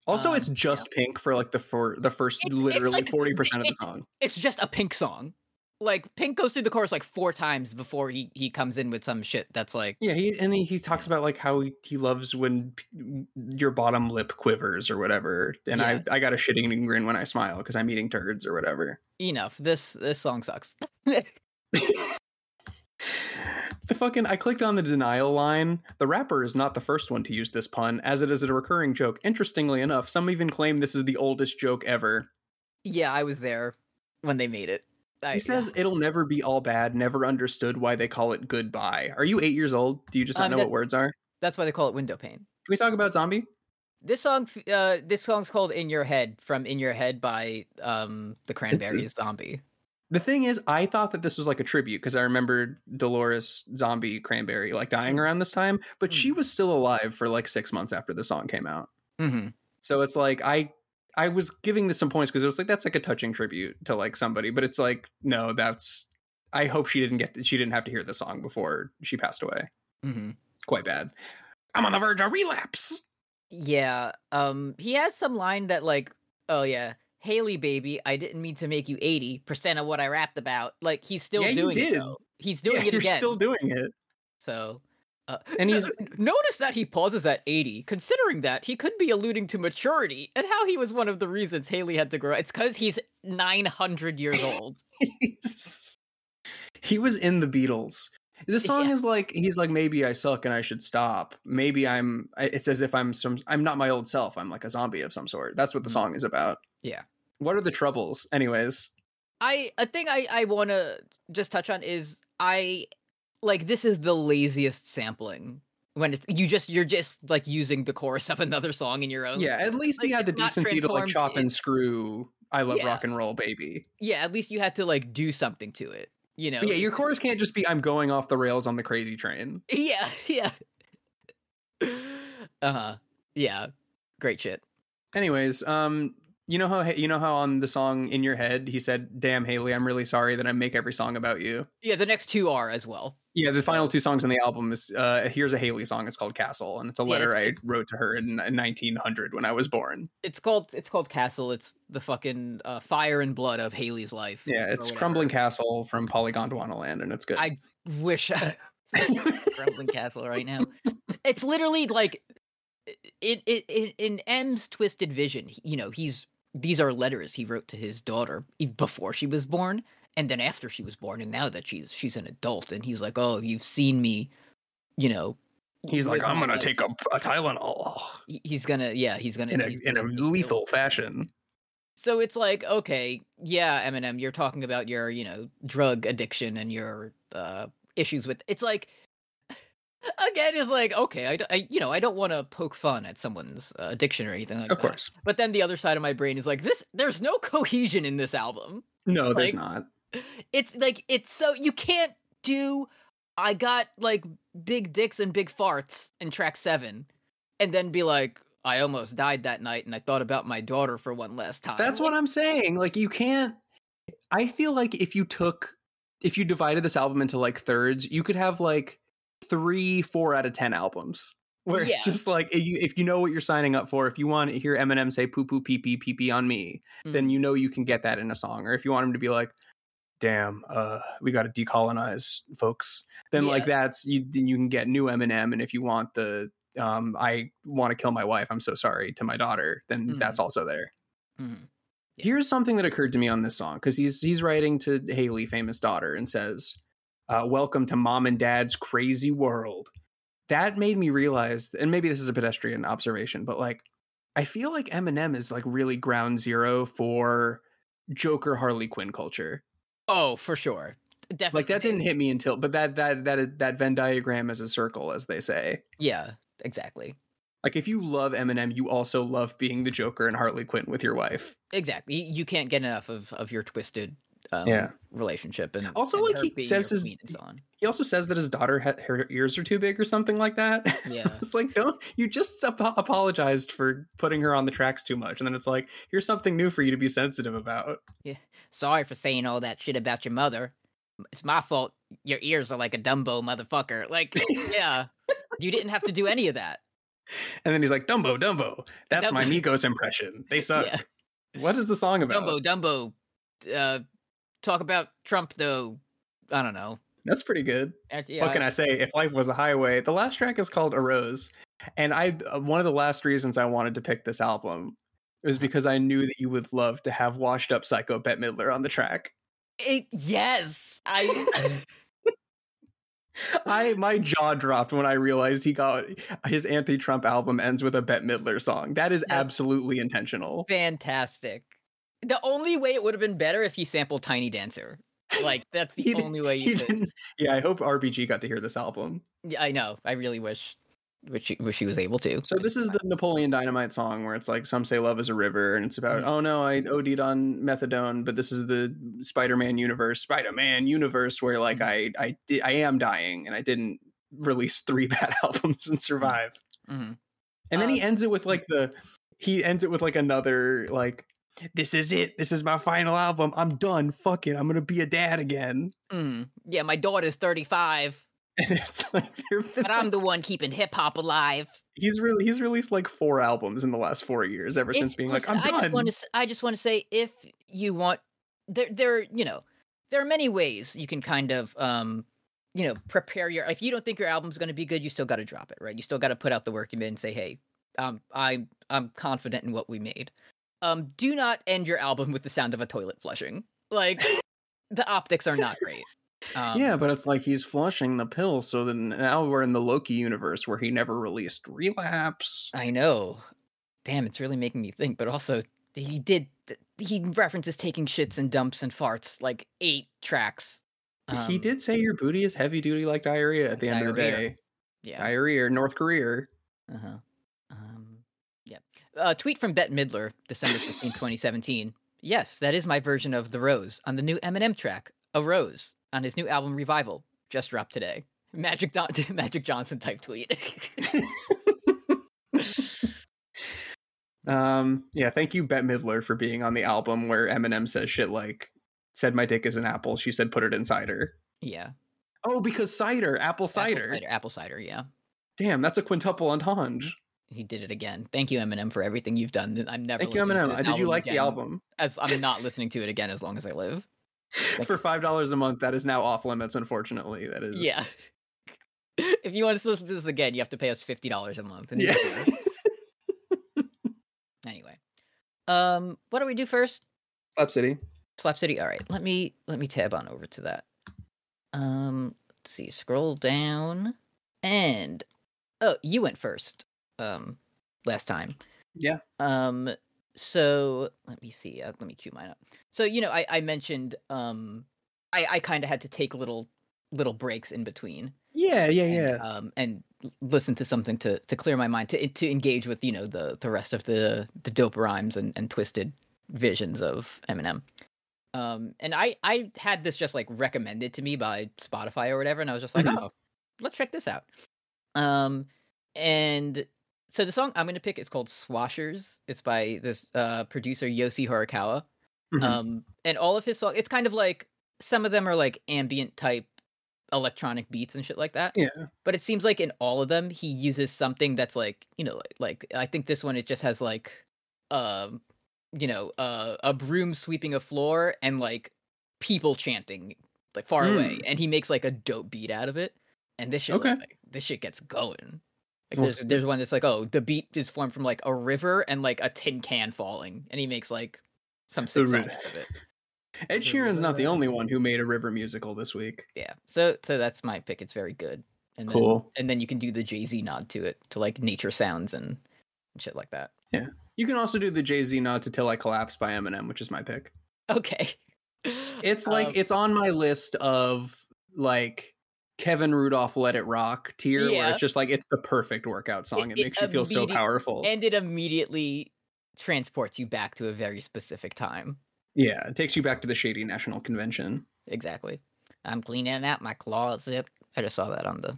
[SPEAKER 3] Also, it's
[SPEAKER 2] Um, yeah.
[SPEAKER 3] just pink for like the for the first
[SPEAKER 2] It's- it's
[SPEAKER 3] literally
[SPEAKER 2] like-
[SPEAKER 3] forty percent of the
[SPEAKER 2] it's-
[SPEAKER 3] song.
[SPEAKER 2] It's just a Pink song. Like Pink goes through the chorus like four times before he he comes in with some shit that's like
[SPEAKER 3] Yeah, he and he, he talks about like how he, he loves when p- your bottom lip quivers or whatever, and
[SPEAKER 2] Yeah.
[SPEAKER 3] I I got a shitting grin when I smile because I'm eating turds or whatever.
[SPEAKER 2] enough. This this song sucks.
[SPEAKER 3] The fucking I clicked on the denial line. The rapper is not the first one to use this pun, as it is a recurring joke. Interestingly enough, some even claim this is the oldest joke ever.
[SPEAKER 2] yeah, I was there when they made it. I,
[SPEAKER 3] He says it'll never be all bad, never understood why they call it goodbye. Are you eight years old? Do you just not
[SPEAKER 2] Um,
[SPEAKER 3] know
[SPEAKER 2] that-
[SPEAKER 3] what words are? Can
[SPEAKER 2] that's why they call it window pane.
[SPEAKER 3] we talk about zombie?
[SPEAKER 2] This song f- uh this song's called In Your Head from In Your Head by um the Cranberries Zombie.
[SPEAKER 3] The thing is, I thought that this was like a tribute because I remembered Dolores Zombie Cranberry like dying
[SPEAKER 2] Mm.
[SPEAKER 3] around this time, but
[SPEAKER 2] Mm.
[SPEAKER 3] she was still alive for like six months after the song came out.
[SPEAKER 2] Mhm.
[SPEAKER 3] So it's like I I was giving this some points because it was like that's like a touching tribute to like somebody, but it's like no, that's I hope she didn't get she didn't have to hear the song before she passed away.
[SPEAKER 2] Mhm.
[SPEAKER 3] Quite bad. I'm on the verge of relapse.
[SPEAKER 2] Yeah. Um he has some line that like, oh yeah, Haley baby, I didn't mean to make you 80% of what I rapped about. Like he's still
[SPEAKER 3] Yeah, you
[SPEAKER 2] doing it
[SPEAKER 3] did.
[SPEAKER 2] though. He's doing
[SPEAKER 3] Yeah,
[SPEAKER 2] it
[SPEAKER 3] you're
[SPEAKER 2] again.
[SPEAKER 3] still doing it.
[SPEAKER 2] So uh,
[SPEAKER 3] And
[SPEAKER 2] no-
[SPEAKER 3] he's-
[SPEAKER 2] notice that he pauses at 80. Considering that, he could be alluding to maturity and how he was one of the reasons Haley had to grow. It's cuz he's 900 years old.
[SPEAKER 3] He's, He was in the Beatles. This song
[SPEAKER 2] Yeah.
[SPEAKER 3] is like he's like maybe I suck and I should stop. Maybe I'm. I- It's as if I'm some. I'm not my old self. I'm like a zombie of some sort. That's what the
[SPEAKER 2] Mhm.
[SPEAKER 3] song is about.
[SPEAKER 2] Yeah.
[SPEAKER 3] What are the troubles? Anyways,
[SPEAKER 2] I a thing I I want to just touch on is I like this is the laziest sampling when it's you just you're just like using the chorus of another song in your own
[SPEAKER 3] yeah. At least he
[SPEAKER 2] like,
[SPEAKER 3] had the
[SPEAKER 2] it's not
[SPEAKER 3] decency to like
[SPEAKER 2] transformed,
[SPEAKER 3] chop and
[SPEAKER 2] it's-
[SPEAKER 3] screw. I love
[SPEAKER 2] Yeah.
[SPEAKER 3] rock and roll, baby.
[SPEAKER 2] yeah at least you had to like do something to it you know
[SPEAKER 3] But yeah, your chorus can't just be I'm going off the rails on the crazy train.
[SPEAKER 2] yeah yeah uh huh yeah great shit
[SPEAKER 3] Anyways, um, you know how you know how on the song in your head he said, "Damn Haley, I'm really sorry that I make every song about you."
[SPEAKER 2] yeah the next two are as well
[SPEAKER 3] Yeah, the final two songs on the album is uh, here's a Haley song. It's called Castle, and it's a
[SPEAKER 2] Yeah,
[SPEAKER 3] letter
[SPEAKER 2] it's-
[SPEAKER 3] I wrote to her in 1900 when I was born.
[SPEAKER 2] it's called it's called castle it's the fucking uh, fire and blood of haley's life
[SPEAKER 3] Yeah,
[SPEAKER 2] or
[SPEAKER 3] it's
[SPEAKER 2] whatever.
[SPEAKER 3] Crumbling Castle from Polygon Duana Land, and it's good.
[SPEAKER 2] I- wish I Crumbling Castle right now. It's literally like in, in in M's twisted vision. he- You know, he's these are letters he wrote to his daughter e- before she was born, and then after she was born, and now that she's she's an adult, and he's like, "Oh, you've seen me," you know.
[SPEAKER 3] He's like,
[SPEAKER 2] with
[SPEAKER 3] I'm
[SPEAKER 2] my
[SPEAKER 3] gonna
[SPEAKER 2] life."
[SPEAKER 3] take a, a Tylenol
[SPEAKER 2] He- He's gonna, yeah, he's gonna
[SPEAKER 3] in a
[SPEAKER 2] he's
[SPEAKER 3] in a
[SPEAKER 2] gonna distill-
[SPEAKER 3] lethal fashion.
[SPEAKER 2] so it's like, okay, yeah, Eminem, you're talking about your, you know, drug addiction and your uh, issues with. It's like, again, it's like, okay, I, d- I- you know, I don't want to poke fun at someone's uh, addiction or anything like
[SPEAKER 3] Of
[SPEAKER 2] that.
[SPEAKER 3] course,
[SPEAKER 2] But then the other side of my brain is like, this, there's no cohesion in this album.
[SPEAKER 3] no,
[SPEAKER 2] Like-
[SPEAKER 3] there's not.
[SPEAKER 2] It's like, it's so, you can't do, I got like big dicks and big farts in track seven and then be like, I almost died that night and I thought about my daughter for one last time.
[SPEAKER 3] That's
[SPEAKER 2] Like,
[SPEAKER 3] what I'm saying. Like you can't I feel like if you took if you divided this album into like thirds, you could have like 3 4 out of 10 albums. Where
[SPEAKER 2] Yeah.
[SPEAKER 3] it's just like if you, if you know what you're signing up for, if you want to hear Eminem say poo poo pee pee pee pee on me, then
[SPEAKER 2] mhm.
[SPEAKER 3] you know you can get that in a song. Or if you want him to be like, "Damn, uh, we got to decolonize, folks," then like that's you. Then you can get new Eminem. And if you want the, um, I want to kill my wife. I'm so sorry to my daughter. Then
[SPEAKER 2] Mm-hmm.
[SPEAKER 3] that's also there.
[SPEAKER 2] Mhm. Yeah.
[SPEAKER 3] Here's something that occurred to me on this song because he's he's writing to Haley, famous daughter, and says, uh, "Welcome to mom and dad's crazy world." That made me realize, and maybe this is a pedestrian observation, but like, I feel like Eminem is like really ground zero for Joker Harley Quinn culture.
[SPEAKER 2] Oh, for sure. Definitely.
[SPEAKER 3] Like that didn't hit me until, but that that that that Venn diagram is a circle, as they say.
[SPEAKER 2] Yeah, exactly.
[SPEAKER 3] Like if you love Eminem, you also love being the Joker and Harley Quinn with your wife.
[SPEAKER 2] Exactly. You you can't get enough of, of your twisted um,
[SPEAKER 3] Yeah.
[SPEAKER 2] relationship. And
[SPEAKER 3] Also,
[SPEAKER 2] and
[SPEAKER 3] like,
[SPEAKER 2] her
[SPEAKER 3] he
[SPEAKER 2] being
[SPEAKER 3] says
[SPEAKER 2] your
[SPEAKER 3] his-
[SPEAKER 2] queen and so on.
[SPEAKER 3] He also says that his daughter ha- her ears are too big or something like that.
[SPEAKER 2] Yeah.
[SPEAKER 3] it's like don't you just ap- apologized for putting her on the tracks too much, and then it's like here's something new for you to be sensitive about.
[SPEAKER 2] Sorry for saying all that shit about your mother. It's my fault. Your ears are like a Dumbo motherfucker. Like, yeah, you didn't have to do any of that.
[SPEAKER 3] And then he's like Dumbo, Dumbo. That's my
[SPEAKER 2] Dumbo.
[SPEAKER 3] Migos impression. They suck.
[SPEAKER 2] Yeah.
[SPEAKER 3] What is the song about?
[SPEAKER 2] Dumbo, Dumbo. Uh, talk about Trump though. I don't know.
[SPEAKER 3] That's pretty good.
[SPEAKER 2] Act- yeah,
[SPEAKER 3] what can I say? If life was a highway, the last track is called "A Rose," and I uh, one of the last reasons I wanted to pick this album was because I knew that you would love to have washed up psycho Bette Midler on the track.
[SPEAKER 2] It, yes, I.
[SPEAKER 3] I my jaw dropped when I realized he got his anti-Trump album ends with a Bette Midler song. That is
[SPEAKER 2] Yes.
[SPEAKER 3] absolutely intentional.
[SPEAKER 2] fantastic. The only way it would have been better if he sampled Tiny Dancer. Like that's the
[SPEAKER 3] He did-
[SPEAKER 2] only way
[SPEAKER 3] He
[SPEAKER 2] you could.
[SPEAKER 3] didn't. Yeah, I hope RBG got to hear this album.
[SPEAKER 2] Yeah, I know. I really wish wish she, wish she was able to.
[SPEAKER 3] So this is the Napoleon Dynamite song where it's like some say love is a river and it's about
[SPEAKER 2] Mhm.
[SPEAKER 3] oh no I OD'd on methadone but this is the Spider-Man universe Spider-Man universe where like I
[SPEAKER 2] Mm-hmm.
[SPEAKER 3] I di- I am dying and I didn't release three bad albums and survive
[SPEAKER 2] Mhm.
[SPEAKER 3] and then he
[SPEAKER 2] Um,
[SPEAKER 3] ends it with like the he ends it with like another like this is it this is my final album I'm done fuck it I'm gonna be a dad again
[SPEAKER 2] Mm. Yeah, my daughter's 35,
[SPEAKER 3] and it's like there have been,
[SPEAKER 2] but I'm
[SPEAKER 3] like-
[SPEAKER 2] the one keeping hip hop alive.
[SPEAKER 3] he's really he's released like four albums in the last four years ever
[SPEAKER 2] If-
[SPEAKER 3] since being
[SPEAKER 2] listen,
[SPEAKER 3] like I'm
[SPEAKER 2] I
[SPEAKER 3] done
[SPEAKER 2] just want to I just want to say if you want there there you know, there are many ways you can kind of um you know, prepare your if you don't think your album's going to be good, you still got to drop it, right? You still got to put out the work you made and say, "Hey, um I'm I'm confident in what we made." Um do not end your album with the sound of a toilet flushing. Like the optics are not great. Um,
[SPEAKER 3] yeah, but it's like he's flushing the pill, so then now we're in the Loki universe where he never released relapse.
[SPEAKER 2] I know. Damn, it's really making me think. But also, he did. He references taking shits and dumps and farts like eight tracks.
[SPEAKER 3] he
[SPEAKER 2] Um,
[SPEAKER 3] did say your booty is heavy duty like diarrhea at the end of the
[SPEAKER 2] Diarrhea.
[SPEAKER 3] day.
[SPEAKER 2] Yeah.
[SPEAKER 3] Diarrhea, North Korea.
[SPEAKER 2] Uh-huh. Um, yeah. A tweet from Bette Midler, December 15, 2017. Yes, that is my version of The Rose on the new Eminem track, A Rose, on his new album Revival, just dropped today. Magic, Don- Magic Johnson type tweet.
[SPEAKER 3] Um, yeah, thank you, Bette Midler, for being on the album where Eminem says shit like, said my dick is an apple. She said, put it in cider.
[SPEAKER 2] yeah.
[SPEAKER 3] Oh, because cider, apple cider.
[SPEAKER 2] Apple cider. Apple cider, yeah.
[SPEAKER 3] Damn, that's a quintuple entendre.
[SPEAKER 2] He did it again. Thank you, Eminem, for everything you've done. I'm never.
[SPEAKER 3] Thank you,
[SPEAKER 2] listening to
[SPEAKER 3] Eminem.
[SPEAKER 2] this
[SPEAKER 3] Uh, Did you like the
[SPEAKER 2] again,
[SPEAKER 3] album?
[SPEAKER 2] As I'm not listening to it again as long as I live. Thank
[SPEAKER 3] For $5 a month, that is now off limits, unfortunately. That is.
[SPEAKER 2] Yeah. if you want us to listen to this again, you have to pay us fifty dollars a month. and
[SPEAKER 3] Yeah.
[SPEAKER 2] anyway, um, what do we do first?
[SPEAKER 3] Slap City.
[SPEAKER 2] Slap City. All right, let me let me tab on over to that. Um, let's see. Scroll down, and oh, you went first. Um, last time.
[SPEAKER 3] Yeah.
[SPEAKER 2] Um. So let me see. Uh, let me cue mine up. So you know, I I mentioned um, I I kind of had to take little little breaks in between
[SPEAKER 3] Yeah, yeah,
[SPEAKER 2] and,
[SPEAKER 3] yeah.
[SPEAKER 2] um, and l- listen to something to to clear my mind to to engage with you know the the rest of the the dope rhymes and, and twisted visions of Eminem. Um, and I I had this just like recommended to me by Spotify or whatever, and I was just like,
[SPEAKER 3] Mhm.
[SPEAKER 2] oh, let's check this out. Um, and so the song I'm gonna pick is called Swashers. It's by this uh producer Yoshi Horikawa.
[SPEAKER 3] Mhm.
[SPEAKER 2] Um, and all of his songs, it's kind of like some of them are like ambient type electronic beats and shit like that.
[SPEAKER 3] Yeah.
[SPEAKER 2] But it seems like in all of them, he uses something that's like, you know, like, like I think this one, it just has like, um, you know, uh, a broom sweeping a floor and like people chanting like far away. And he makes like a dope beat out of it. And this shit, like,
[SPEAKER 3] Hmm. Okay.
[SPEAKER 2] like, this shit gets going. Like
[SPEAKER 3] Well,
[SPEAKER 2] there's, there's one that's like, oh, the beat is formed from like a river and like a tin can falling, and he makes like some six
[SPEAKER 3] ri-
[SPEAKER 2] songs out of it.
[SPEAKER 3] Ed Sheeran's not the only one who made a river musical this week.
[SPEAKER 2] Yeah. So so that's my pick. It's very good. And then,
[SPEAKER 3] Cool.
[SPEAKER 2] And then you can do the Jay Z nod to it, to like nature sounds and and shit like that.
[SPEAKER 3] You can also do the Jay Z nod to Till I Collapse by Eminem, which is my pick.
[SPEAKER 2] Okay.
[SPEAKER 3] It's like
[SPEAKER 2] Um,
[SPEAKER 3] it's on my list of like Kevin Rudolph "Let It Rock" tier, where
[SPEAKER 2] Yeah.
[SPEAKER 3] it's just like it's the perfect workout song. It,
[SPEAKER 2] it
[SPEAKER 3] makes you feel so
[SPEAKER 2] immedi-
[SPEAKER 3] powerful.
[SPEAKER 2] and it immediately transports you back to a very specific time.
[SPEAKER 3] yeah, it takes you back to the Shady National Convention.
[SPEAKER 2] Exactly. I'm cleaning out my closet. I just saw that on the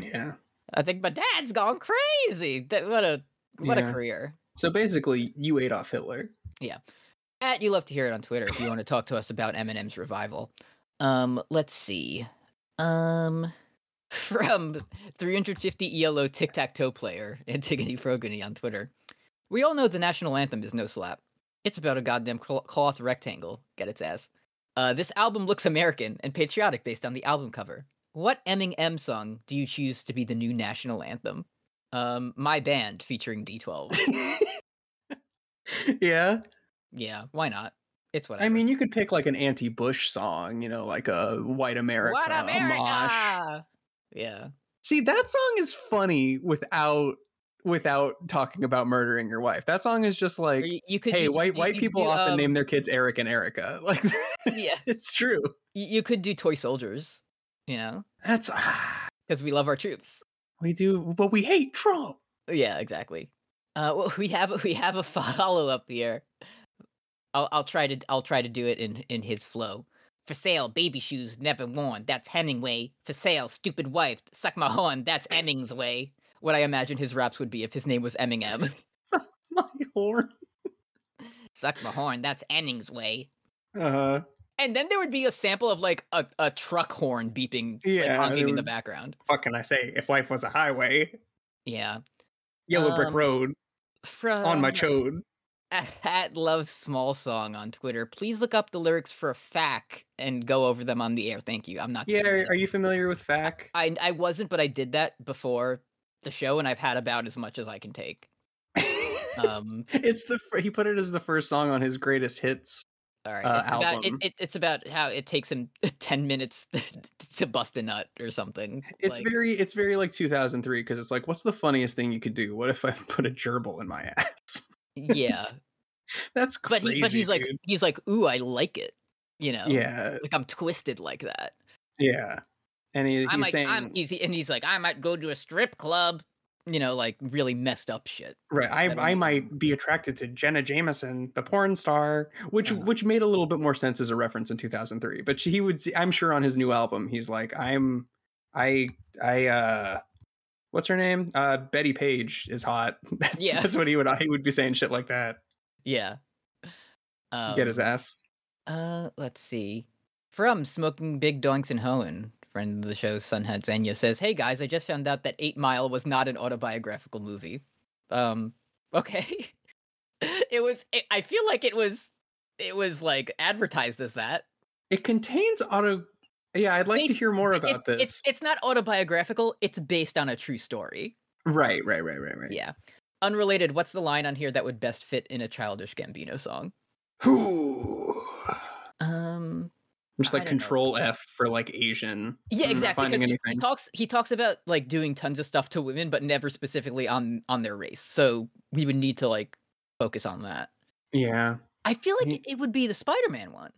[SPEAKER 3] Yeah.
[SPEAKER 2] I think my dad's gone crazy. That, what a what
[SPEAKER 3] Yeah.
[SPEAKER 2] a career.
[SPEAKER 3] So basically, you Adolf Hitler.
[SPEAKER 2] At you love to hear it on Twitter if you want to talk to us about Eminem's revival. Um, let's see. Um, from 350 ELO tic tac toe player Antigone Progony on Twitter. We all know the national anthem is no slap. It's about a goddamn cl- cloth rectangle. Get its ass. Uh, this album looks American and patriotic based on the album cover. What Emming M song do you choose to be the new national anthem? Um, my band featuring D12.
[SPEAKER 3] yeah.
[SPEAKER 2] yeah, why not? It's what
[SPEAKER 3] I mean, you could pick like an anti-Bush song, you know, like a White America,
[SPEAKER 2] What
[SPEAKER 3] a mosh.
[SPEAKER 2] America? Yeah.
[SPEAKER 3] See, that song is funny without without talking about murdering your wife. That song is just
[SPEAKER 2] Or
[SPEAKER 3] like
[SPEAKER 2] you, you could.
[SPEAKER 3] hey,
[SPEAKER 2] you,
[SPEAKER 3] white
[SPEAKER 2] you-
[SPEAKER 3] white
[SPEAKER 2] you
[SPEAKER 3] people
[SPEAKER 2] do,
[SPEAKER 3] often
[SPEAKER 2] um,
[SPEAKER 3] name their kids Eric and Erica. Like
[SPEAKER 2] Yeah,
[SPEAKER 3] it's true.
[SPEAKER 2] you, you could do toy soldiers. You know,
[SPEAKER 3] That's ah,
[SPEAKER 2] because we love our troops.
[SPEAKER 3] we do, but we hate Trump.
[SPEAKER 2] Yeah, exactly. Uh, well, we have we have a follow up here. I'll I'll try to I'll try to do it in in his flow. For sale, baby shoes never worn. That's Hemingway. For sale, stupid wife. Suck my horn. That's Emming's way. What I imagine his raps would be if his name was Emming M.
[SPEAKER 3] My horn.
[SPEAKER 2] Suck my horn. That's Emming's way.
[SPEAKER 3] Uh,
[SPEAKER 2] And then there would be a sample of like a, a truck horn beeping,
[SPEAKER 3] Yeah,
[SPEAKER 2] like honking
[SPEAKER 3] there
[SPEAKER 2] in the
[SPEAKER 3] would-
[SPEAKER 2] background.
[SPEAKER 3] fuck can I say? If life was a highway,
[SPEAKER 2] Yeah.
[SPEAKER 3] yellow brick
[SPEAKER 2] Um,
[SPEAKER 3] road
[SPEAKER 2] From
[SPEAKER 3] on my chode.
[SPEAKER 2] At Love Small Song on Twitter. Please look up the lyrics for FAC and go over them on the air. Thank you. I'm not.
[SPEAKER 3] Yeah,
[SPEAKER 2] doing
[SPEAKER 3] are,
[SPEAKER 2] that.
[SPEAKER 3] are you familiar with FAC?
[SPEAKER 2] I, I wasn't, but I did that before the show, and I've had about as much as I can take. Um,
[SPEAKER 3] uh, it's the fir- he put it as the first song on his greatest hits.
[SPEAKER 2] Sorry,
[SPEAKER 3] uh,
[SPEAKER 2] it's, about, it,
[SPEAKER 3] album.
[SPEAKER 2] it- it's about how it takes him ten minutes to bust a nut or something.
[SPEAKER 3] It's
[SPEAKER 2] like,
[SPEAKER 3] very it's very like 2003 because it's like what's the funniest thing you could do? What if I put a gerbil in my ass?
[SPEAKER 2] yeah,
[SPEAKER 3] That's
[SPEAKER 2] but
[SPEAKER 3] crazy.
[SPEAKER 2] he, but he's like
[SPEAKER 3] dude.
[SPEAKER 2] he's like ooh I like it, you know.
[SPEAKER 3] yeah,
[SPEAKER 2] like I'm twisted like that.
[SPEAKER 3] yeah. And he,
[SPEAKER 2] I'm
[SPEAKER 3] he's
[SPEAKER 2] like
[SPEAKER 3] saying
[SPEAKER 2] I'm he's and he's like I might go to a strip club, you know, like really messed up shit.
[SPEAKER 3] right,
[SPEAKER 2] I don't
[SPEAKER 3] I I
[SPEAKER 2] know.
[SPEAKER 3] might be attracted to Jenna Jameson, the porn star, which
[SPEAKER 2] Uh-huh.
[SPEAKER 3] which made a little bit more sense as a reference in 2003. But he would see, I'm sure on his new album he's like I'm I I uh what's her name? Uh Betty Page is hot. That's,
[SPEAKER 2] Yeah.
[SPEAKER 3] that's what he would he would be saying shit like that.
[SPEAKER 2] Yeah. Um,
[SPEAKER 3] Get his ass.
[SPEAKER 2] Uh, let's see. From Smoking Big Doinks and Hoenn, friend of the show, Sunhead Zenya says, "Hey guys, I just found out that Eight Mile was not an autobiographical movie. Um, okay. it was. It, I feel like it was. It was like advertised as that.
[SPEAKER 3] It contains auto. Yeah, I'd like to
[SPEAKER 2] Basi-
[SPEAKER 3] hear more
[SPEAKER 2] It-
[SPEAKER 3] about this.
[SPEAKER 2] It's it's not autobiographical. It's based on a true story.
[SPEAKER 3] right, right, right, right, right.
[SPEAKER 2] Yeah. Unrelated. What's the line on here that would best fit in a childish Gambino song?
[SPEAKER 3] Ooh.
[SPEAKER 2] Um,
[SPEAKER 3] Just
[SPEAKER 2] I
[SPEAKER 3] like
[SPEAKER 2] don't know.
[SPEAKER 3] Control F for like Asian.
[SPEAKER 2] Yeah,
[SPEAKER 3] I'm not
[SPEAKER 2] exactly.
[SPEAKER 3] finding
[SPEAKER 2] Because he, he
[SPEAKER 3] anything.
[SPEAKER 2] talks he talks about like doing tons of stuff to women, but never specifically on on their race. So we would need to like focus on that.
[SPEAKER 3] Yeah,
[SPEAKER 2] I feel like
[SPEAKER 3] Ye-
[SPEAKER 2] it, it would be the Spider Man one,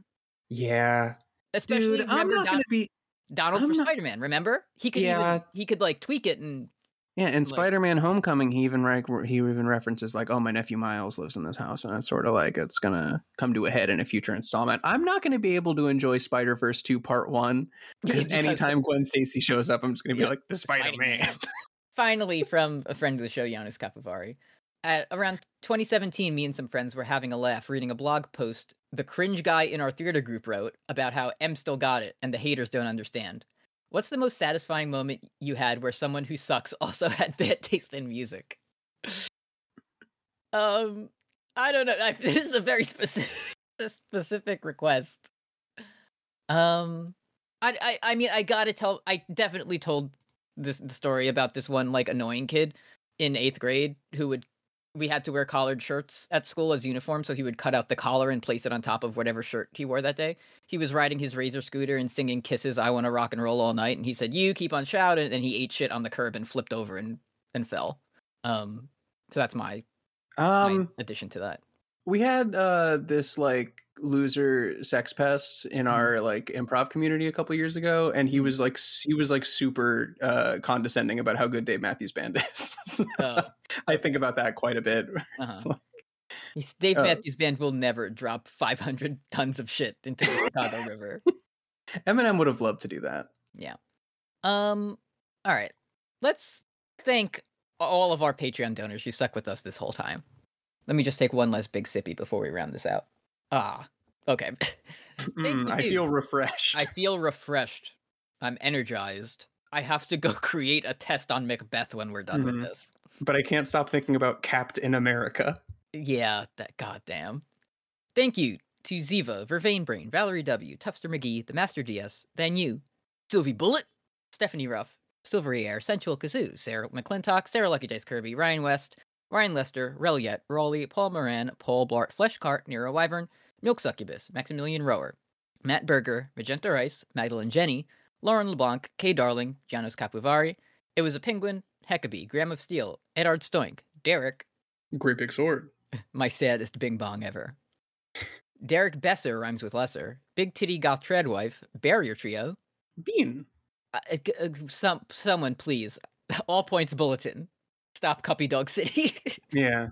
[SPEAKER 3] yeah.
[SPEAKER 2] especially
[SPEAKER 3] Dude, I'm
[SPEAKER 2] remember
[SPEAKER 3] not
[SPEAKER 2] Don-
[SPEAKER 3] gonna be.
[SPEAKER 2] Donald
[SPEAKER 3] I'm
[SPEAKER 2] for
[SPEAKER 3] not-
[SPEAKER 2] Spider Man. Remember he could even-
[SPEAKER 3] Yeah.
[SPEAKER 2] he could like tweak it and
[SPEAKER 3] Yeah, and
[SPEAKER 2] like-
[SPEAKER 3] Spider-Man: Homecoming, he even like re- he even references like, "Oh, my nephew Miles lives in this house," and it's sort of like it's gonna come to a head in a future installment. I'm not gonna be able to enjoy Spider Verse Two Part One because anytime Gwen Stacy shows up, I'm just gonna be
[SPEAKER 2] Yeah,
[SPEAKER 3] like, "The Spider-Man."
[SPEAKER 2] Finally, from a friend of the show, Janus Capivari. At around 2017, me and some friends were having a laugh reading a blog post the cringe guy in our theater group wrote about how M still got it and the haters don't understand. What's the most satisfying moment you had where someone who sucks also had bad taste in music? Um, I don't know. I, this is a very specific specific request. Um, I, I I mean I gotta tell. I definitely told this the story about this one like annoying kid in eighth grade who would we had to wear collared shirts at school as uniform, so he would cut out the collar and place it on top of whatever shirt he wore that day. He was riding his razor scooter and singing "Kisses," "I Want to Rock and Roll All Night," and he said, "You keep on shouting," and he ate shit on the curb and flipped over and and fell. Um, so that's my
[SPEAKER 3] um,
[SPEAKER 2] my addition to that.
[SPEAKER 3] we had uh this like loser sex pest in
[SPEAKER 2] Mhm.
[SPEAKER 3] our like improv community a couple years ago and he
[SPEAKER 2] Mhm.
[SPEAKER 3] was like s- he was like super uh condescending about how good dave matthews band is So
[SPEAKER 2] Oh,
[SPEAKER 3] i think about that quite a bit
[SPEAKER 2] uh-huh.
[SPEAKER 3] like-
[SPEAKER 2] He's- Dave
[SPEAKER 3] Oh.
[SPEAKER 2] Matthews Band will never drop 500 tons of shit into the Chicago River.
[SPEAKER 3] eminem would have loved to do that
[SPEAKER 2] Um, all right, let's thank all of our Patreon donors who stuck with us this whole time. Let me just take one last big sippy before we round this out. Ah, okay. Thank
[SPEAKER 3] Mm,
[SPEAKER 2] you,
[SPEAKER 3] i
[SPEAKER 2] dude.
[SPEAKER 3] feel refreshed
[SPEAKER 2] I feel refreshed. I'm energized. I have to go create a test on Macbeth when we're done
[SPEAKER 3] Mhm.
[SPEAKER 2] with this.
[SPEAKER 3] but i can't stop thinking about capped in america
[SPEAKER 2] Yeah, that goddamn. Thank you to Ziva, Vervain Brain, Valerie W, Tufster McGee, The Master DS, then you, Sylvie Bullet, Stephanie Ruff, Silvery Air, Sensual Kazoo, Sarah McClintock, Sarah Lucky Dice Kirby, Ryan West, Ryan Lester, Reliet, Raleigh, Paul Moran, Paul Blart, Fleshcart, Nero Wyvern, Milk Succubus, Maximilian Rower, Matt Berger, Magenta Rice, Magdalene Jenny, Lauren LeBlanc, Kay Darling, Janos Capuvari, It Was a Penguin, Heckabee, Graham of Steel, Edard Stoink, Derek,
[SPEAKER 3] great big sword
[SPEAKER 2] my saddest bing bong ever. Derek Besser rhymes with lesser. Big titty goth tradwife. Barrier trio.
[SPEAKER 3] bean
[SPEAKER 2] Uh, uh, g- uh, some someone please. All points bulletin. Stop Cuppy Dog City.
[SPEAKER 3] yeah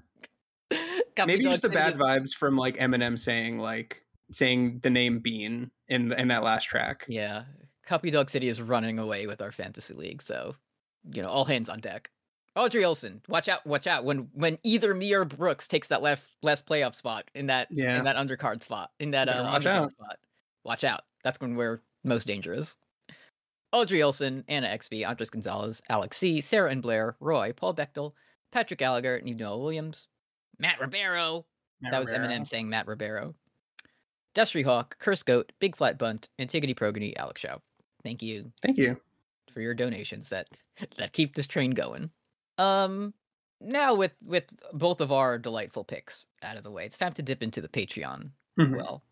[SPEAKER 2] Cuppy
[SPEAKER 3] maybe
[SPEAKER 2] Dog
[SPEAKER 3] just the
[SPEAKER 2] City
[SPEAKER 3] bad
[SPEAKER 2] is-
[SPEAKER 3] vibes from like eminem saying like saying the name bean in in that last track
[SPEAKER 2] Yeah, Cuppy Dog City is running away with our fantasy league. So, you know, all hands on deck. Audrey Olson, watch out! Watch out! When when either me or Brooks takes that last last playoff spot in that
[SPEAKER 3] Yeah.
[SPEAKER 2] in that undercard spot in that
[SPEAKER 3] Better
[SPEAKER 2] uh,
[SPEAKER 3] watch
[SPEAKER 2] underdog
[SPEAKER 3] out.
[SPEAKER 2] spot. Watch out! That's when we're most dangerous. Audrey Olson, Anna XB, Andres Gonzalez, Alex C, Sarah and Blair, Roy, Paul Bechtel, Patrick Gallagher, Noah Williams, Matt Ribeiro, that was
[SPEAKER 3] Marrero.
[SPEAKER 2] Eminem saying Matt Ribeiro. Destry Hawk, Curse Goat, Big Flat Bunt, Antigone Progony, Alex Shaw. Thank you
[SPEAKER 3] thank you
[SPEAKER 2] for your donations that that keep this train going. Um now with with both of our delightful picks out of the way, it's time to dip into the Patreon
[SPEAKER 3] Mhm.
[SPEAKER 2] well.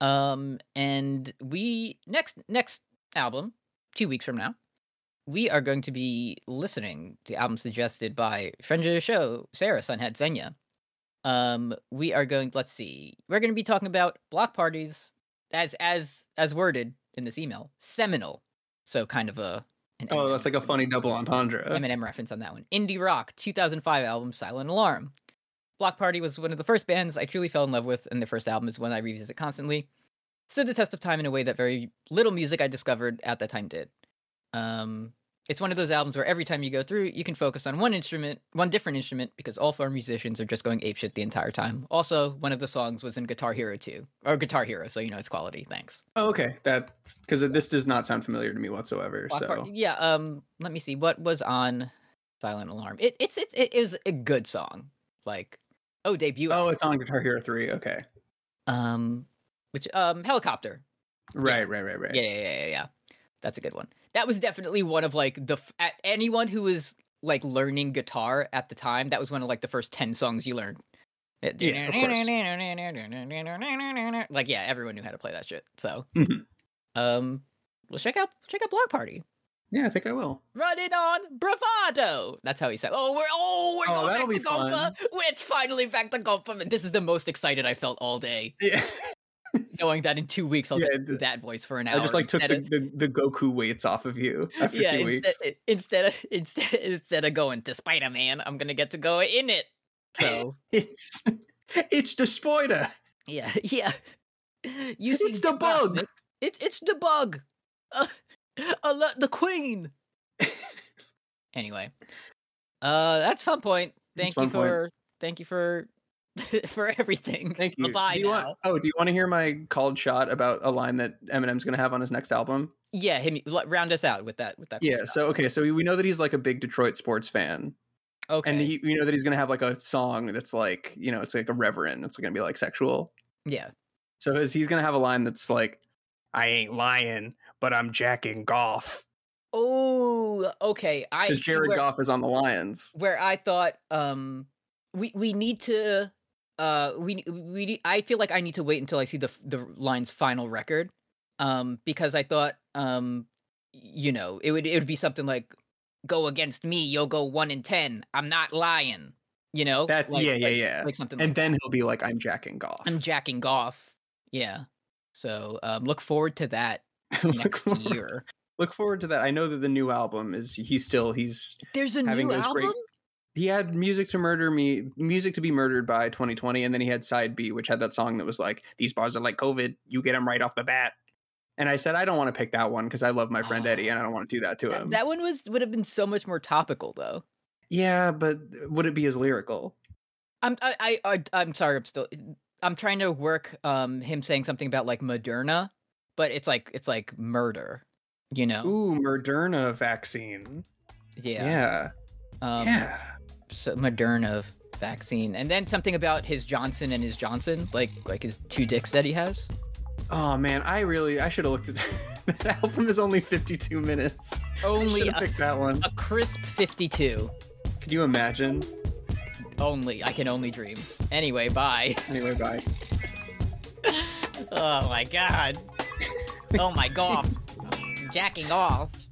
[SPEAKER 2] Um, and we next next album, two weeks from now, we are going to be listening to the album suggested by friend of the show, Sarah Sunhead Zenya. Um, we are going. Let's see. We're going to be talking about block parties, as as as worded in this email, seminal. So kind of a an
[SPEAKER 3] Oh, that's like a funny double entendre.
[SPEAKER 2] Eminem reference on that one. Indie rock, 2005 album Silent Alarm. Block Party was one of the first bands I truly fell in love with, and their first album is one I revisit constantly. Stood the test of time in a way that very little music I discovered at that time did. Um, it's one of those albums where every time you go through, you can focus on one instrument, one different instrument, because all four musicians are just going apeshit the entire time. Also, one of the songs was in Guitar Hero 2, or Guitar Hero, so you know it's quality. Thanks.
[SPEAKER 3] Oh, okay, that because this does not sound familiar to me whatsoever.
[SPEAKER 2] Block
[SPEAKER 3] so
[SPEAKER 2] Party- yeah, um, let me see what was on Silent Alarm. It, it's it's it is a good song. Like oh debut.
[SPEAKER 3] oh, it's on Guitar Hero three. Okay,
[SPEAKER 2] um, which um helicopter.
[SPEAKER 3] right, right, right, right.
[SPEAKER 2] Yeah, yeah, yeah, yeah, yeah. That's a good one. That was definitely one of like the f- at anyone who was like learning guitar at the time. That was one of like the first ten songs you learned. It-
[SPEAKER 3] Yeah, of
[SPEAKER 2] Like yeah, everyone knew how to play that shit. So,
[SPEAKER 3] Mhm.
[SPEAKER 2] um, well, check out check out Block Party.
[SPEAKER 3] Yeah, I think I will.
[SPEAKER 2] running on bravado. That's how he said. Oh, we're oh we're
[SPEAKER 3] Oh,
[SPEAKER 2] going
[SPEAKER 3] that'll
[SPEAKER 2] back
[SPEAKER 3] be
[SPEAKER 2] to Golpa. It's finally back to Golpa. This is the most excited I felt all day,
[SPEAKER 3] Yeah,
[SPEAKER 2] knowing that in two weeks I'll
[SPEAKER 3] Yeah,
[SPEAKER 2] get to do
[SPEAKER 3] th-
[SPEAKER 2] that voice for an hour.
[SPEAKER 3] I just like took
[SPEAKER 2] instead
[SPEAKER 3] the, the, the Goku weights off of you
[SPEAKER 2] of-
[SPEAKER 3] after
[SPEAKER 2] yeah,
[SPEAKER 3] two
[SPEAKER 2] instead,
[SPEAKER 3] weeks.
[SPEAKER 2] instead of instead instead of going to Spider Man, I'm gonna get to go in it. So
[SPEAKER 3] It's it's the spider.
[SPEAKER 2] yeah, yeah. You
[SPEAKER 3] It's the bug.
[SPEAKER 2] It's it's the bug. Uh, alert the queen. anyway, uh, that's fun point. Thank
[SPEAKER 3] Fun
[SPEAKER 2] you
[SPEAKER 3] Point.
[SPEAKER 2] for thank you for for everything.
[SPEAKER 3] Thank you.
[SPEAKER 2] Bye
[SPEAKER 3] do you want, oh, do you want to hear my called shot about a line that Eminem's going to have on his next album?
[SPEAKER 2] Yeah, him. l- Round us out with that. With that.
[SPEAKER 3] Yeah. So okay, so we, we know that he's like a big Detroit sports fan,
[SPEAKER 2] okay.
[SPEAKER 3] and he, we know that he's going to have like a song that's like you know it's like a reverend. It's going to be like sexual.
[SPEAKER 2] yeah.
[SPEAKER 3] So his, he's going to have a line that's like, "I ain't lying, but I'm jacking golf,"
[SPEAKER 2] Oh, okay. I
[SPEAKER 3] because
[SPEAKER 2] see
[SPEAKER 3] Jared
[SPEAKER 2] where-
[SPEAKER 3] Goff is on the Lions.
[SPEAKER 2] where I thought um we we need to uh we we need- I feel like I need to wait until I see the f- the line's final record um because I thought um you know it would it would be something like go against me you'll go 1 in 10 I'm not lying you know
[SPEAKER 3] That's
[SPEAKER 2] Oh, like,
[SPEAKER 3] yeah, yeah,
[SPEAKER 2] like,
[SPEAKER 3] yeah.
[SPEAKER 2] like something
[SPEAKER 3] and
[SPEAKER 2] like
[SPEAKER 3] then he'll be like, "I'm jacking golf."
[SPEAKER 2] I'm jacking off yeah so um look forward to that
[SPEAKER 3] look,
[SPEAKER 2] next
[SPEAKER 3] forward,
[SPEAKER 2] year
[SPEAKER 3] look forward to that. I know that the new album is he's still he's
[SPEAKER 2] there's a
[SPEAKER 3] having
[SPEAKER 2] new
[SPEAKER 3] those
[SPEAKER 2] album
[SPEAKER 3] great he had music to murder me music to be murdered by 2020 and then he had side b which had that song that was like these bars are like covid you get them right off the bat and i said i don't want to pick that one because i love my friend
[SPEAKER 2] Oh.
[SPEAKER 3] eddie and i don't want to do that to
[SPEAKER 2] That-
[SPEAKER 3] him
[SPEAKER 2] that one was would have been so much more topical though
[SPEAKER 3] yeah but would it be as lyrical
[SPEAKER 2] I'm I, I I I'm sorry. I'm still I'm trying to work um him saying something about like Moderna, but it's like it's like murder, you know?
[SPEAKER 3] ooh moderna vaccine
[SPEAKER 2] Oh. yeah.
[SPEAKER 3] yeah
[SPEAKER 2] Um,
[SPEAKER 3] yeah
[SPEAKER 2] So Moderna vaccine, and then something about his Johnson and his Johnson, like like his two dicks that he has.
[SPEAKER 3] oh man i really i should have looked at that album is only 52 minutes
[SPEAKER 2] Only
[SPEAKER 3] only
[SPEAKER 2] a,
[SPEAKER 3] picked that one
[SPEAKER 2] a crisp fifty-two.
[SPEAKER 3] could you imagine
[SPEAKER 2] Only I can only dream. Anyway, bye.
[SPEAKER 3] anyway bye
[SPEAKER 2] Oh my god. Oh my god. Jacking off.